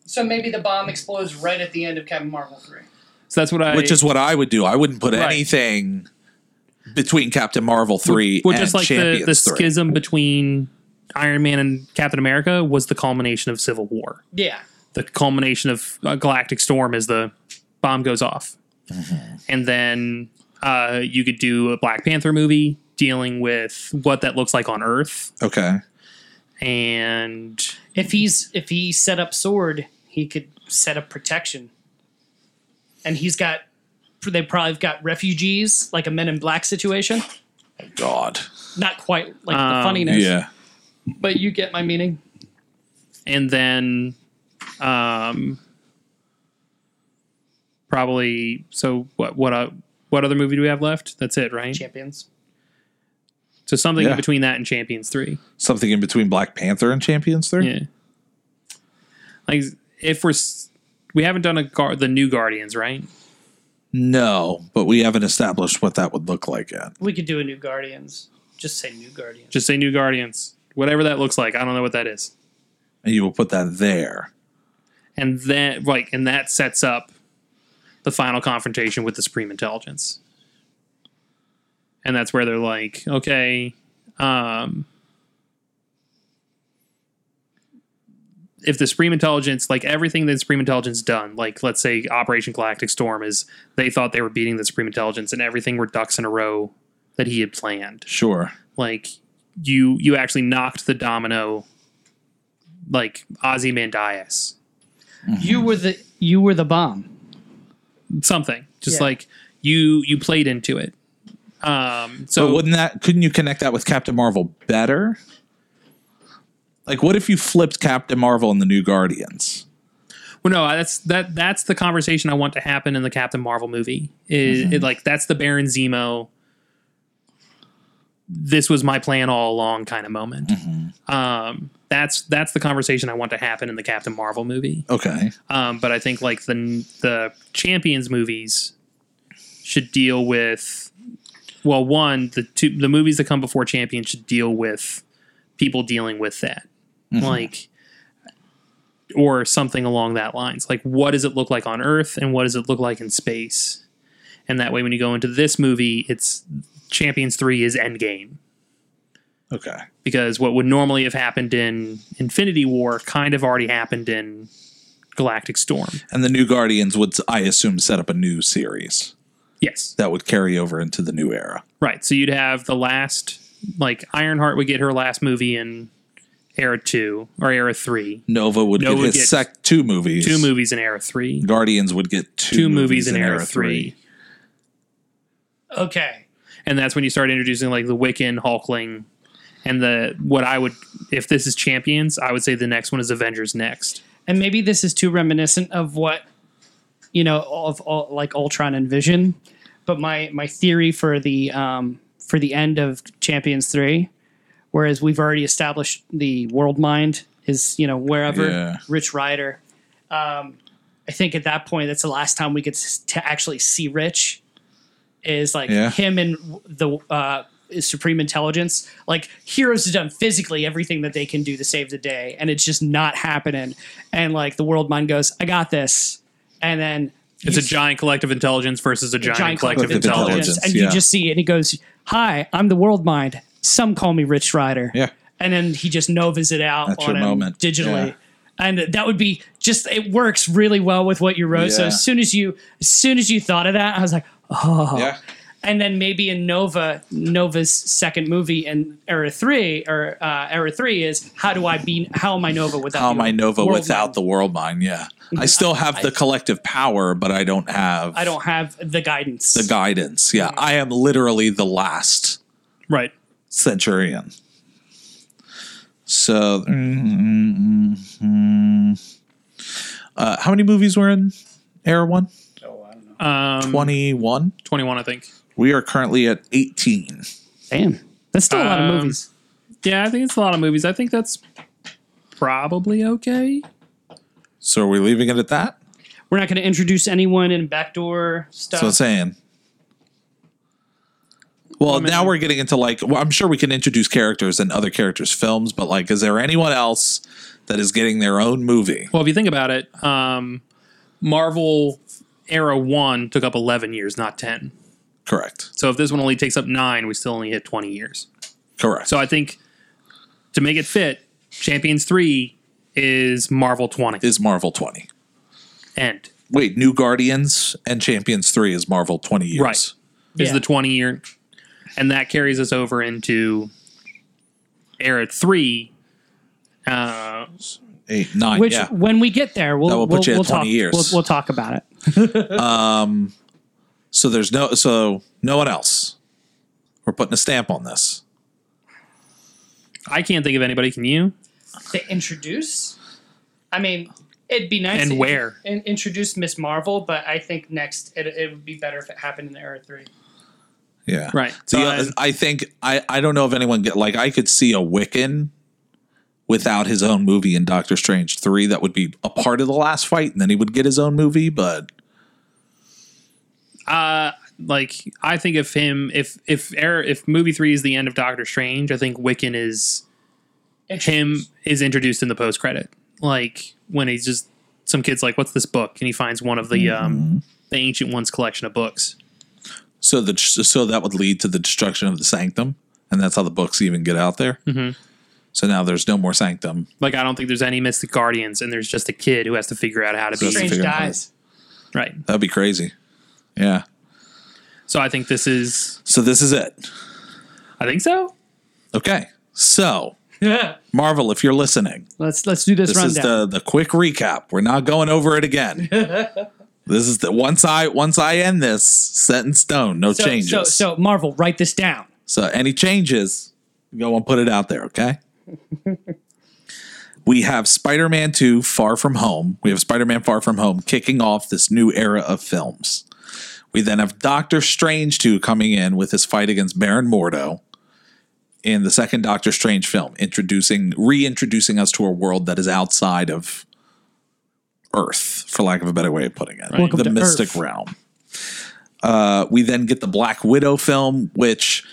[SPEAKER 6] so maybe the bomb explodes right at the end of Captain Marvel 3.
[SPEAKER 4] so that's what I
[SPEAKER 7] which is what I would do. I wouldn't put
[SPEAKER 4] Right.
[SPEAKER 7] anything between Captain Marvel three
[SPEAKER 4] well,
[SPEAKER 7] and
[SPEAKER 4] just like the,
[SPEAKER 7] Champions
[SPEAKER 4] the
[SPEAKER 7] three.
[SPEAKER 4] schism between Iron Man and Captain America was the culmination of Civil War.
[SPEAKER 6] Yeah.
[SPEAKER 4] The culmination of uh, Galactic Storm is the bomb goes off,
[SPEAKER 7] Mm-hmm.
[SPEAKER 4] and then uh, you could do a Black Panther movie dealing with what that looks like on Earth
[SPEAKER 7] Okay,
[SPEAKER 4] and
[SPEAKER 6] If he's if he set up sword, he could set up protection. And he's got they probably have got refugees, like a men in black situation.
[SPEAKER 7] God,
[SPEAKER 6] Not quite like the
[SPEAKER 4] Um,
[SPEAKER 6] funniness.
[SPEAKER 7] yeah,
[SPEAKER 6] But you get my meaning.
[SPEAKER 4] and then um probably so what what uh, what other movie do we have left that's it right
[SPEAKER 6] Champions.
[SPEAKER 4] so something
[SPEAKER 7] Yeah.
[SPEAKER 4] in between that and champions 3
[SPEAKER 7] something in between Black Panther and Champions three.
[SPEAKER 4] yeah like if we're s- we haven't done a gar- the new guardians right
[SPEAKER 7] No, but we haven't established what that would look like yet.
[SPEAKER 6] We could do a new Guardians. Just say new Guardians.
[SPEAKER 4] just say new guardians whatever that looks like i don't know what that is
[SPEAKER 7] And you will put that there.
[SPEAKER 4] and then like and that sets up the final confrontation with the supreme intelligence and that's where they're like okay um if the supreme intelligence like everything that supreme intelligence done like let's say operation galactic storm is they thought they were beating the supreme intelligence and everything were ducks in a row that he had planned
[SPEAKER 7] Sure.
[SPEAKER 4] like you you actually knocked the domino like ozymandias
[SPEAKER 7] Mm-hmm.
[SPEAKER 6] You were the you were the bomb.
[SPEAKER 4] something. Just
[SPEAKER 6] Yeah.
[SPEAKER 4] like you you played into it. Um, so
[SPEAKER 7] But wouldn't that couldn't you connect that with Captain Marvel better? Like what if you flipped Captain Marvel and the New Guardians?
[SPEAKER 4] Well, no, that's that that's the conversation I want to happen in the Captain Marvel movie. Is it, like that's the Baron Zemo. This was my plan all along, kind of moment. Um, that's that's the conversation I want to happen in the Captain Marvel movie.
[SPEAKER 7] Okay.
[SPEAKER 4] Um, but I think like the the Champions movies should deal with well, one the two the movies that come before Champions should deal with people dealing with that, like or something along that lines. Like, what does it look like on Earth, and what does it look like in space? And that way, when you go into this movie, it's Champions three is Endgame
[SPEAKER 7] Okay.
[SPEAKER 4] because what would normally have happened in Infinity War kind of already happened in Galactic Storm.
[SPEAKER 7] And the New Guardians would I assume set up a new series
[SPEAKER 4] Yes.
[SPEAKER 7] that would carry over into the new era.
[SPEAKER 4] Right. So you'd have the last, like Ironheart would get her last movie in Era Two or Era Three,
[SPEAKER 7] Nova would
[SPEAKER 4] Nova
[SPEAKER 7] get his
[SPEAKER 4] gets
[SPEAKER 7] sec two movies.
[SPEAKER 4] two movies in Era Three,
[SPEAKER 7] Guardians would get two,
[SPEAKER 4] two movies in
[SPEAKER 7] Era
[SPEAKER 4] Era Three,
[SPEAKER 6] Okay.
[SPEAKER 4] and that's when you start introducing like the Wiccan, Hulkling, and the what I would if this is Champions, I would say the next one is Avengers next.
[SPEAKER 6] And maybe this is too reminiscent of what you know of all, like Ultron and Vision, but my my theory for the um, for the end of Champions Three, whereas we've already established the world mind is you know wherever
[SPEAKER 7] Yeah.
[SPEAKER 6] Rich Rider. Um, I think at that point that's the last time we get s- to actually see Rich, is like
[SPEAKER 7] Yeah.
[SPEAKER 6] him and w- the. Uh, Supreme Intelligence, like heroes have done physically everything that they can do to save the day, and it's just not happening. And like the world mind goes, "I got this," and then
[SPEAKER 4] It's
[SPEAKER 6] you
[SPEAKER 4] a giant collective intelligence versus a giant, collective, intelligence.
[SPEAKER 7] intelligence,
[SPEAKER 6] and
[SPEAKER 7] yeah.
[SPEAKER 6] you just see it, and he goes, "Hi, I'm the World Mind. Some call me Rich Rider."
[SPEAKER 7] Yeah.
[SPEAKER 6] and then he just novas it out
[SPEAKER 7] That's
[SPEAKER 6] on
[SPEAKER 7] your
[SPEAKER 6] him
[SPEAKER 7] moment.
[SPEAKER 6] digitally.
[SPEAKER 7] Yeah.
[SPEAKER 6] And that would be just it works really well with what you wrote. So
[SPEAKER 7] Yeah.
[SPEAKER 6] as soon as you as soon as you thought of that, I was like, oh.
[SPEAKER 7] Yeah.
[SPEAKER 6] And then maybe in Nova Nova's second movie in Era Three or uh, Era Three is how do I be how am I Nova without
[SPEAKER 7] How am
[SPEAKER 6] you?
[SPEAKER 7] I Oh, Nova
[SPEAKER 6] World
[SPEAKER 7] without
[SPEAKER 6] mind.
[SPEAKER 7] the world mind? Yeah. I still have the collective power, but I don't have
[SPEAKER 6] I don't have the guidance.
[SPEAKER 7] the guidance. Yeah. I am literally the last
[SPEAKER 4] Right.
[SPEAKER 7] centurion. So,
[SPEAKER 4] Mm-hmm,
[SPEAKER 7] uh, how many movies were in Air One?
[SPEAKER 4] Um,
[SPEAKER 7] Twenty-one.
[SPEAKER 4] Twenty-one, I think.
[SPEAKER 7] We are currently at eighteen.
[SPEAKER 6] Damn, that's still a lot
[SPEAKER 4] Um,
[SPEAKER 6] of movies.
[SPEAKER 4] Yeah, I think it's a lot of movies. I think that's probably okay.
[SPEAKER 7] So, are we leaving it at that?
[SPEAKER 6] We're not going to introduce anyone in backdoor
[SPEAKER 7] That's what I'm
[SPEAKER 6] stuff.
[SPEAKER 7] saying. Well,
[SPEAKER 4] mean-
[SPEAKER 7] now we're getting into like, well, I'm sure we can introduce characters in other characters' films, but like, is there anyone else that is getting their own movie?
[SPEAKER 4] Well, if you think about it, um, Marvel Era One took up eleven years, not ten.
[SPEAKER 7] Correct.
[SPEAKER 4] So if this one only takes up nine, we still only hit twenty years.
[SPEAKER 7] Correct.
[SPEAKER 4] So I think to make it fit, Champions Three is Marvel twenty.
[SPEAKER 7] is Marvel 20.
[SPEAKER 4] End
[SPEAKER 7] Wait, New Guardians and Champions 3 is Marvel 20 years.
[SPEAKER 4] Right. is
[SPEAKER 6] Yeah.
[SPEAKER 4] the twenty year, and that carries us over into Era Three. Uh,
[SPEAKER 7] 8, 9,
[SPEAKER 6] Which,
[SPEAKER 7] yeah.
[SPEAKER 6] when we get there, we'll
[SPEAKER 7] That will
[SPEAKER 6] we'll,
[SPEAKER 7] put you at
[SPEAKER 6] we'll
[SPEAKER 7] 20
[SPEAKER 6] talk.
[SPEAKER 7] years.
[SPEAKER 6] We'll, we'll talk about it.
[SPEAKER 7] So there's no, so no one else. We're putting a stamp on this.
[SPEAKER 4] I can't think of anybody. Can you?
[SPEAKER 6] They introduce. I mean, it'd be nice.
[SPEAKER 4] And
[SPEAKER 6] to
[SPEAKER 4] where?
[SPEAKER 6] in- introduce Miss Marvel, but I think next it, it would be better if it happened in Era Three.
[SPEAKER 7] Yeah.
[SPEAKER 4] Right.
[SPEAKER 7] So yeah,
[SPEAKER 4] But-
[SPEAKER 7] I think, I, I don't know if anyone get, like, I could see a Wiccan without his own movie in Doctor Strange 3. That would be a part of the last fight, and then he would get his own movie, but
[SPEAKER 4] uh like I think of him if if Air, if movie three is the end of Doctor Strange, I think Wiccan is him is introduced in the post credit. Like when he's just some kids like, What's this book? And he finds one of the
[SPEAKER 7] Mm-hmm.
[SPEAKER 4] um the ancient ones collection of books.
[SPEAKER 7] so the, so that would lead to the destruction of the Sanctum. And that's how the books even get out there.
[SPEAKER 4] Mm-hmm.
[SPEAKER 7] So now there's no more Sanctum.
[SPEAKER 4] Like I don't think there's any Mystic Guardians and there's just a kid who has to figure out how to be
[SPEAKER 7] Strange
[SPEAKER 6] Strange
[SPEAKER 7] figure out how dies.
[SPEAKER 6] dies.
[SPEAKER 4] right.
[SPEAKER 7] That'd be crazy. Yeah.
[SPEAKER 4] So I think this is
[SPEAKER 7] So this is it.
[SPEAKER 4] I think so.
[SPEAKER 7] Okay. So Marvel, if you're listening,
[SPEAKER 6] Let's let's do this,
[SPEAKER 7] this is
[SPEAKER 6] rundown.
[SPEAKER 7] the the quick recap. We're not going over it again. This is the once I once I end this set in stone, no
[SPEAKER 6] So,
[SPEAKER 7] changes.
[SPEAKER 6] so, so Marvel, write this down.
[SPEAKER 7] So any changes, go and put it out there, okay? we have Spider-Man 2 Far From Home. We have Spider-Man Far From Home kicking off this new era of films. We then have Doctor Strange 2 coming in with his fight against Baron Mordo in the second Doctor Strange film, introducing reintroducing us to a world that is outside of Earth, for lack of a better way of putting it.
[SPEAKER 6] Welcome
[SPEAKER 7] The
[SPEAKER 6] to
[SPEAKER 7] mystic
[SPEAKER 6] Earth.
[SPEAKER 7] realm. Uh, we then get the Black Widow film, which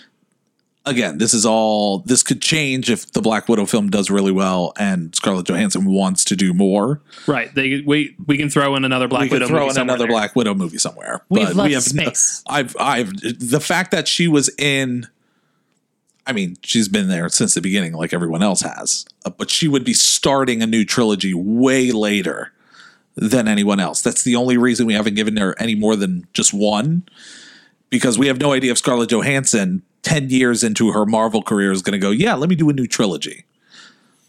[SPEAKER 7] again, this is all this could change if the Black Widow film does really well and Scarlett Johansson wants to do more.
[SPEAKER 4] Right. They we we can throw in another Black
[SPEAKER 7] we could
[SPEAKER 4] Widow.
[SPEAKER 7] throw
[SPEAKER 4] movie
[SPEAKER 7] in
[SPEAKER 4] somewhere
[SPEAKER 7] another
[SPEAKER 4] there.
[SPEAKER 7] Black Widow movie somewhere.
[SPEAKER 6] We've
[SPEAKER 7] but
[SPEAKER 6] left
[SPEAKER 7] we have no-
[SPEAKER 6] space.
[SPEAKER 7] I've I've the fact that she was in I mean, she's been there since the beginning like everyone else has. uh, But she would be starting a new trilogy way later than anyone else. That's the only reason we haven't given her any more than just one because we have no idea if Scarlett Johansson 10 years into her Marvel career is going to go, "Yeah, let me do a new trilogy."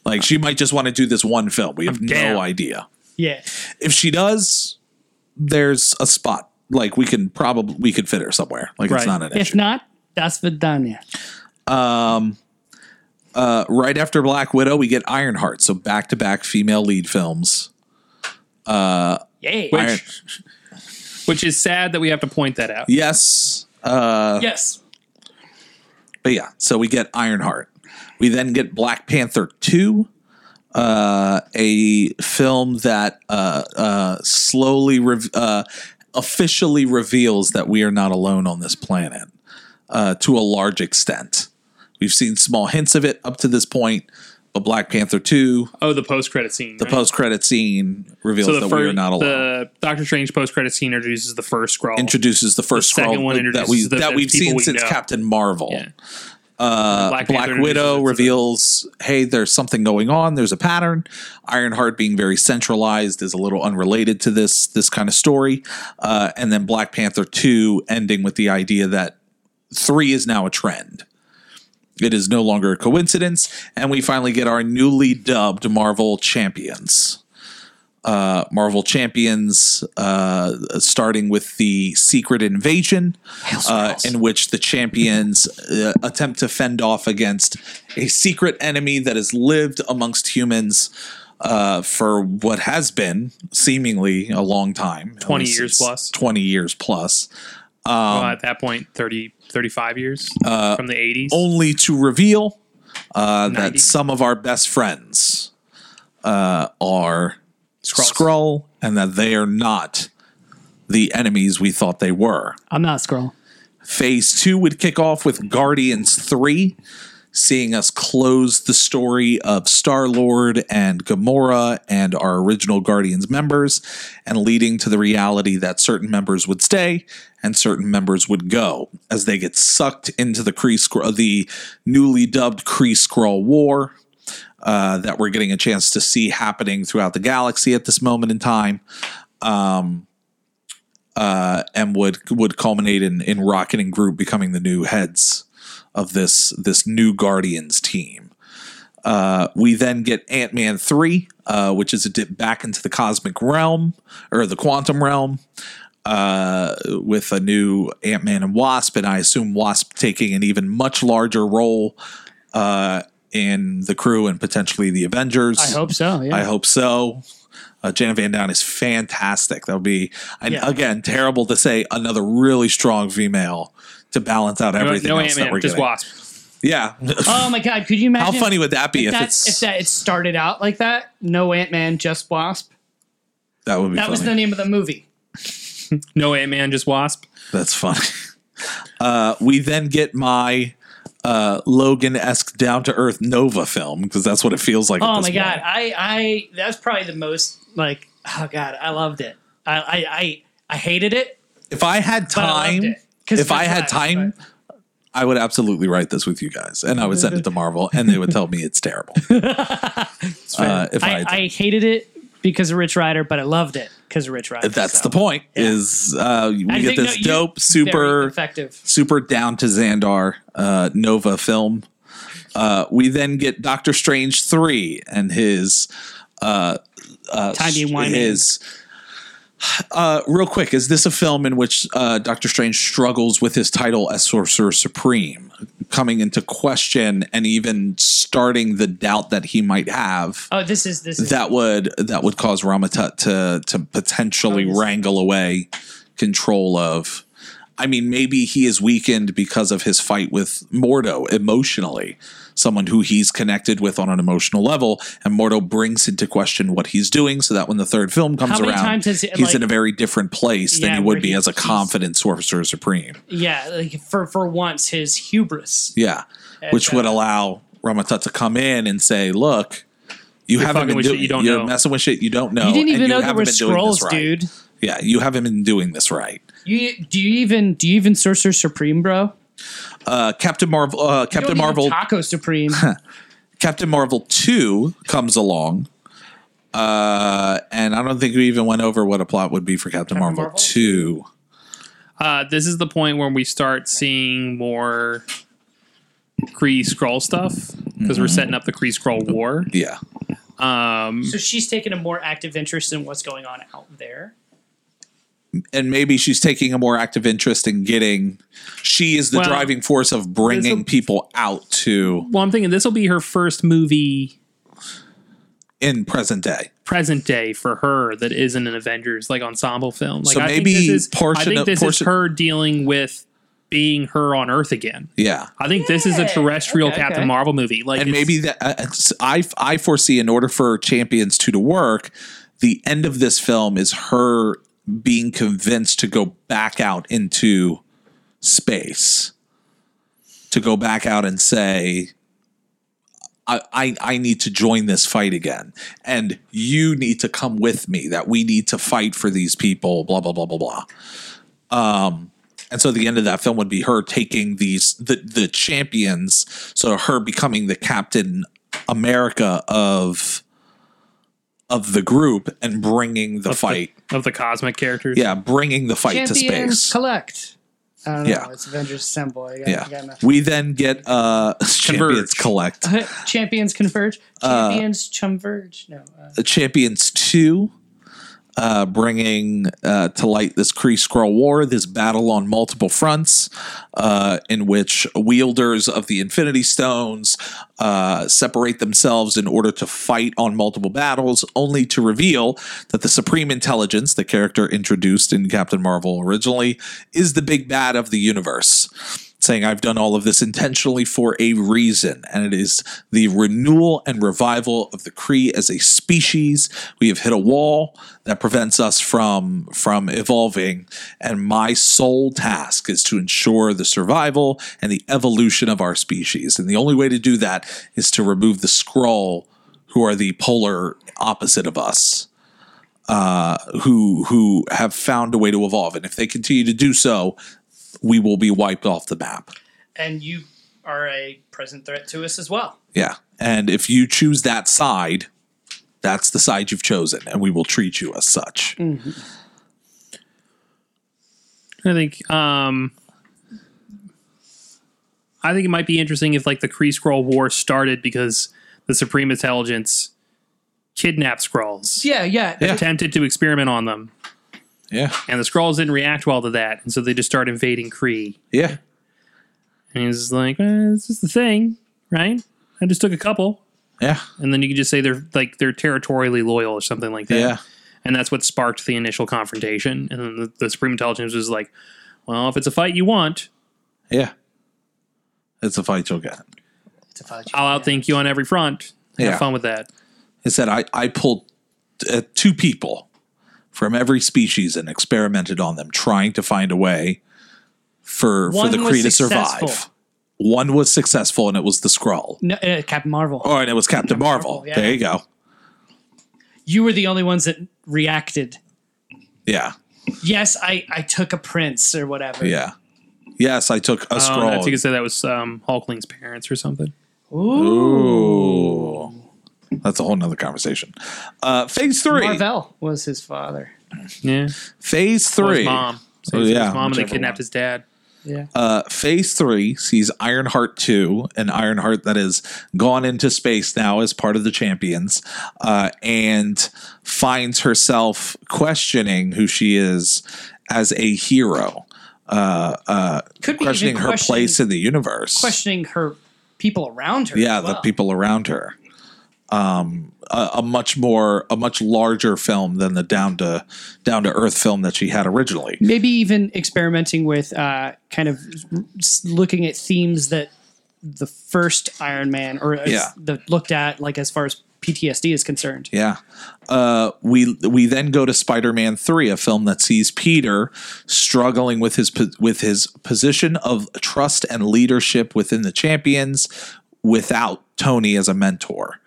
[SPEAKER 7] Like she might just want to do this one film. We have no
[SPEAKER 4] down.
[SPEAKER 7] idea
[SPEAKER 6] Yeah.
[SPEAKER 7] if she does, there's a spot. Like we can probably we could fit her somewhere. Like
[SPEAKER 4] Right.
[SPEAKER 7] it's not an
[SPEAKER 6] If
[SPEAKER 7] issue.
[SPEAKER 6] not, that's Vidania.
[SPEAKER 7] Uh, right after Black Widow, we get Ironheart. So back to back female lead films.
[SPEAKER 6] Yay.
[SPEAKER 7] Iron-
[SPEAKER 4] Which is sad that we have to point that out.
[SPEAKER 7] yes,
[SPEAKER 6] yes.
[SPEAKER 7] but yeah. So we get Ironheart. We then get Black Panther two, uh, a film that uh, uh, slowly rev uh, officially reveals that we are not alone on this planet uh, to a large extent. We've seen small hints of it up to this point, but Black Panther two,
[SPEAKER 4] Oh, the post credit scene.
[SPEAKER 7] the post credit scene reveals
[SPEAKER 4] So the
[SPEAKER 7] that
[SPEAKER 4] first,
[SPEAKER 7] we are not alone.
[SPEAKER 4] the Doctor Strange post credit scene introduces the first scroll.
[SPEAKER 7] introduces the first
[SPEAKER 4] second
[SPEAKER 7] scroll
[SPEAKER 4] one
[SPEAKER 7] that
[SPEAKER 4] introduces
[SPEAKER 7] we
[SPEAKER 4] the-
[SPEAKER 7] that
[SPEAKER 4] the
[SPEAKER 7] we've
[SPEAKER 4] people
[SPEAKER 7] seen
[SPEAKER 4] we
[SPEAKER 7] since
[SPEAKER 4] know.
[SPEAKER 7] Captain Marvel. Uh,
[SPEAKER 4] Yeah.
[SPEAKER 7] Black,
[SPEAKER 4] Panther introduces it
[SPEAKER 7] Widow
[SPEAKER 4] to the-
[SPEAKER 7] reveals, hey, there's something going on. There's a pattern. Ironheart being very centralized is a little unrelated to this this kind of story. Uh, and then Black Panther two ending with the idea that three is now a trend. It is no longer a coincidence, and we finally get our newly dubbed Marvel champions. Uh, Marvel champions, uh, starting with the Secret Invasion, uh, in which the champions uh, attempt to fend off against a secret enemy that has lived amongst humans uh, for what has been seemingly a long time
[SPEAKER 4] 20
[SPEAKER 7] at least
[SPEAKER 4] years
[SPEAKER 7] it's
[SPEAKER 4] plus.
[SPEAKER 7] 20 years plus.
[SPEAKER 4] Well, at that point, 30, 35 years
[SPEAKER 7] Uh,
[SPEAKER 4] from the 80s.
[SPEAKER 7] only to reveal uh,
[SPEAKER 4] 90.
[SPEAKER 7] that some of our best friends uh, are
[SPEAKER 4] Skrulls.
[SPEAKER 7] Skrull and that they are not the enemies we thought they were.
[SPEAKER 6] I'm not scroll.
[SPEAKER 7] Phase two would kick off with Guardians 3, seeing us close the story of Star Lord and Gamora and our original Guardians members, and leading to the reality that certain members would stay and certain members would go as they get sucked into the Kree Skrull, the newly dubbed Kree Skrull War. Uh, that we're getting a chance to see happening throughout the galaxy at this moment in time uh, and would would culminate in in Rocket and Groot becoming the new heads of this this new Guardians team. Uh, we then get Ant Man three, uh, which is a dip back into the cosmic realm or the quantum realm, uh, with a new Ant Man and Wasp, and I assume Wasp taking an even much larger role uh, in the crew and potentially the Avengers.
[SPEAKER 6] I hope so. Yeah.
[SPEAKER 7] I hope so. Uh, Janet Van Down is fantastic. That would be, and
[SPEAKER 6] Yeah.
[SPEAKER 7] again, terrible to say another really strong female to balance out
[SPEAKER 4] no
[SPEAKER 7] everything
[SPEAKER 4] no
[SPEAKER 7] else
[SPEAKER 4] Ant
[SPEAKER 7] that we're
[SPEAKER 4] Man, just
[SPEAKER 7] getting.
[SPEAKER 4] Wasp.
[SPEAKER 7] Yeah.
[SPEAKER 6] Oh my god, could you
[SPEAKER 7] How
[SPEAKER 6] imagine
[SPEAKER 7] funny would that be if,
[SPEAKER 6] that,
[SPEAKER 7] it's
[SPEAKER 6] if that it started out like that? No Ant Man, just Wasp.
[SPEAKER 7] that would be
[SPEAKER 6] That
[SPEAKER 7] funny.
[SPEAKER 6] was the name of the movie.
[SPEAKER 4] No Ant Man, just Wasp.
[SPEAKER 7] That's funny. Uh, we then get my uh, Logan esque down to earth Nova film because that's what it feels like. at
[SPEAKER 6] Oh
[SPEAKER 7] this
[SPEAKER 6] my god,
[SPEAKER 7] point.
[SPEAKER 6] I I that's probably the most like oh god, I loved it. I I I, I hated it,
[SPEAKER 7] If I had
[SPEAKER 6] but I loved
[SPEAKER 7] time,
[SPEAKER 6] it. 'Cause
[SPEAKER 7] if I
[SPEAKER 6] that's
[SPEAKER 7] had
[SPEAKER 6] what I-
[SPEAKER 7] time, I would absolutely write this with you guys, and I would send it to Marvel, and they would tell me it's terrible. uh, if I,
[SPEAKER 6] I,
[SPEAKER 7] had
[SPEAKER 6] I hated it because of Rich Rider, but I loved it because of Rich Rider.
[SPEAKER 7] that's
[SPEAKER 6] so.
[SPEAKER 7] the point. Is uh, we
[SPEAKER 6] I
[SPEAKER 7] get
[SPEAKER 6] think, no,
[SPEAKER 7] this
[SPEAKER 6] you-
[SPEAKER 7] dope,
[SPEAKER 6] Very
[SPEAKER 7] super,
[SPEAKER 6] effective.
[SPEAKER 7] super down to Xandar uh, Nova film. Uh, we then get Doctor Strange three and his
[SPEAKER 6] Timey wimey.
[SPEAKER 7] his Uh, real quick, is this a film in which uh, Doctor Strange struggles with his title as Sorcerer Supreme, coming into question and even starting the doubt that he might have?
[SPEAKER 6] Oh, this is this is
[SPEAKER 7] that would that would cause Ramatut to to potentially wrangle away control of. I mean, maybe he is weakened because of his fight with Mordo emotionally, someone who he's connected with on an emotional level, and Mordo brings into question what he's doing, so that when the third film comes
[SPEAKER 6] many
[SPEAKER 7] around,
[SPEAKER 6] times has it,
[SPEAKER 7] he's
[SPEAKER 6] like-
[SPEAKER 7] in a very different place
[SPEAKER 6] Yeah,
[SPEAKER 7] than he
[SPEAKER 6] where
[SPEAKER 7] would be
[SPEAKER 6] he-
[SPEAKER 7] as a
[SPEAKER 6] he's-
[SPEAKER 7] confident Sorcerer Supreme.
[SPEAKER 6] yeah. Like for for once, his hubris.
[SPEAKER 7] Yeah, which would allow Ramatut to come in and say, "Look, you haven't
[SPEAKER 4] fucking
[SPEAKER 7] been
[SPEAKER 4] with
[SPEAKER 7] doing.
[SPEAKER 4] shit you don't
[SPEAKER 7] you're
[SPEAKER 4] know."
[SPEAKER 7] messing with shit you don't know.
[SPEAKER 6] You didn't
[SPEAKER 7] Oh, and
[SPEAKER 6] even know there
[SPEAKER 7] haven't
[SPEAKER 6] were
[SPEAKER 7] been doing this
[SPEAKER 6] scrolls,
[SPEAKER 7] right.
[SPEAKER 6] dude.
[SPEAKER 7] Yeah, you haven't been doing this right.
[SPEAKER 6] You do you even do you even Sorcerer Supreme, bro?
[SPEAKER 7] Uh, Captain Marvel. Uh,
[SPEAKER 6] You
[SPEAKER 7] Captain
[SPEAKER 6] don't even
[SPEAKER 7] Marvel.
[SPEAKER 6] Taco Supreme.
[SPEAKER 7] Captain Marvel two comes along. Uh, and I don't think we even went over what a plot would be for Captain, Marvel,
[SPEAKER 6] Marvel?
[SPEAKER 7] two.
[SPEAKER 4] Uh, this is the point where we start seeing more Kree Skrull stuff because
[SPEAKER 7] Mm-hmm.
[SPEAKER 4] we're setting up the Kree Skrull War.
[SPEAKER 7] Yeah,
[SPEAKER 4] Um,
[SPEAKER 6] so she's taking a more active interest in what's going on out there.
[SPEAKER 7] and maybe she's taking a more active interest in getting. She is the
[SPEAKER 4] Well,
[SPEAKER 7] driving force of bringing
[SPEAKER 4] a-
[SPEAKER 7] people out to
[SPEAKER 4] well, I'm thinking this will be her first movie
[SPEAKER 7] in present day.
[SPEAKER 4] present day for her that isn't an Avengers like ensemble film. Like
[SPEAKER 7] So
[SPEAKER 4] I
[SPEAKER 7] maybe
[SPEAKER 4] think this is, I
[SPEAKER 7] portion
[SPEAKER 4] think
[SPEAKER 7] of-
[SPEAKER 4] this
[SPEAKER 7] portion-
[SPEAKER 4] is her dealing with being her on Earth again.
[SPEAKER 7] Yeah,
[SPEAKER 4] I think this is a terrestrial
[SPEAKER 6] okay,
[SPEAKER 4] Captain
[SPEAKER 6] okay.
[SPEAKER 4] Marvel movie. Like
[SPEAKER 7] and
[SPEAKER 4] it's-
[SPEAKER 7] maybe that uh, it's- I I foresee in order for Champions two to work, the end of this film is her being convinced to go back out into space, to go back out and say. I, I, I need to join this fight again. And you need to come with me, that we need to fight for these people, blah, blah, blah, blah, blah. Um, And so the end of that film would be her taking these the the champions, so her becoming the Captain America of of the group and bringing the fight.
[SPEAKER 4] of the cosmic characters.
[SPEAKER 7] yeah, bringing the fight to space.
[SPEAKER 6] collect. I don't know.
[SPEAKER 7] Yeah.
[SPEAKER 6] It's Avengers Assemble. You got-
[SPEAKER 7] yeah.
[SPEAKER 6] you got enough.
[SPEAKER 7] We then get uh champions collect.
[SPEAKER 6] Champions converge.
[SPEAKER 7] Uh,
[SPEAKER 6] Champions converge. No. Uh,
[SPEAKER 7] The champions 2 uh bringing uh to light this Kree Skrull war, this battle on multiple fronts. uh, in which wielders of the Infinity Stones uh, separate themselves in order to fight on multiple battles, only to reveal that the Supreme Intelligence, the character introduced in Captain Marvel originally, is the big bad of the universe. Saying, I've done all of this intentionally for a reason, and it is the renewal and revival of the Kree as a species. We have hit a wall that prevents us from from evolving, and my sole task is to ensure the survival and the evolution of our species. And the only way to do that is to remove the scroll, who are the polar opposite of us, uh, who who have found a way to evolve. And if they continue to do so, we will be wiped off the map.
[SPEAKER 6] and you are a present threat to us as well.
[SPEAKER 7] Yeah. And if you choose that side, that's the side you've chosen, and we will treat you as such.
[SPEAKER 6] Mm.
[SPEAKER 4] I think um I think it might be interesting if like the Kree Scroll War started because the Supreme Intelligence kidnapped Skrulls,
[SPEAKER 6] Yeah, yeah.
[SPEAKER 4] attempted to experiment on them,
[SPEAKER 7] Yeah.
[SPEAKER 4] and the Skrulls didn't react well to that, and so they just start invading Kree.
[SPEAKER 7] Yeah.
[SPEAKER 4] And he's like, eh, "This is the thing, right? I just took a couple."
[SPEAKER 7] Yeah.
[SPEAKER 4] And then you can just say they're like they're territorially loyal or something like that.
[SPEAKER 7] Yeah.
[SPEAKER 4] and that's what sparked the initial confrontation. And then the, the Supreme Intelligence was like, "Well, if it's a fight you want,
[SPEAKER 7] Yeah. It's a fight you'll get.
[SPEAKER 4] I'll outthink you on every front. Have
[SPEAKER 7] Yeah.
[SPEAKER 4] fun with that."
[SPEAKER 7] It said, I, I pulled uh, two people from every species and experimented on them, trying to find a way for, for
[SPEAKER 6] One
[SPEAKER 7] the
[SPEAKER 6] was
[SPEAKER 7] Kree to
[SPEAKER 6] successful.
[SPEAKER 7] survive. One was successful, and it was the Skrull.
[SPEAKER 6] No, uh, Captain Marvel.
[SPEAKER 7] Oh, and it was Captain Marvel.
[SPEAKER 6] Marvel, yeah.
[SPEAKER 7] There you go.
[SPEAKER 6] You were the only ones that reacted.
[SPEAKER 7] Yeah.
[SPEAKER 6] Yes, I, I took a prince or whatever.
[SPEAKER 7] Yeah. Yes, I took
[SPEAKER 6] Oh,
[SPEAKER 7] a
[SPEAKER 4] Um, I think
[SPEAKER 7] Skrull.
[SPEAKER 4] you said that was um, Hulkling's parents or something.
[SPEAKER 6] Ooh,
[SPEAKER 7] Ooh. That's a whole nother conversation. Uh, phase three.
[SPEAKER 6] Marvel was his father.
[SPEAKER 4] Yeah,
[SPEAKER 7] Phase
[SPEAKER 4] Or his
[SPEAKER 7] three.
[SPEAKER 4] mom. So
[SPEAKER 7] Oh,
[SPEAKER 4] his- his
[SPEAKER 7] yeah,
[SPEAKER 4] mom, and they
[SPEAKER 7] whichever
[SPEAKER 4] kidnapped
[SPEAKER 7] one.
[SPEAKER 4] his dad.
[SPEAKER 6] Yeah.
[SPEAKER 7] Uh, phase three sees Ironheart 2, an Ironheart that has gone into space now as part of the Champions, uh, and finds herself questioning who she is as a hero, uh, uh,
[SPEAKER 6] Could be even
[SPEAKER 7] questioning her
[SPEAKER 6] question-
[SPEAKER 7] place in the universe.
[SPEAKER 6] questioning her people around her.
[SPEAKER 7] yeah,
[SPEAKER 6] as
[SPEAKER 7] the
[SPEAKER 6] well.
[SPEAKER 7] people around her. Um, a, a much more, a much larger film than the down to down to earth film that she had originally.
[SPEAKER 6] Maybe even experimenting with uh, kind of s- looking at themes that the first Iron Man or as
[SPEAKER 7] Yeah.
[SPEAKER 6] the looked at like as far as PTSD is concerned.
[SPEAKER 7] Yeah. Uh, we we then go to Spider-Man 3, a film that sees Peter struggling with his po- with his position of trust and leadership within the Champions without Tony as a mentor.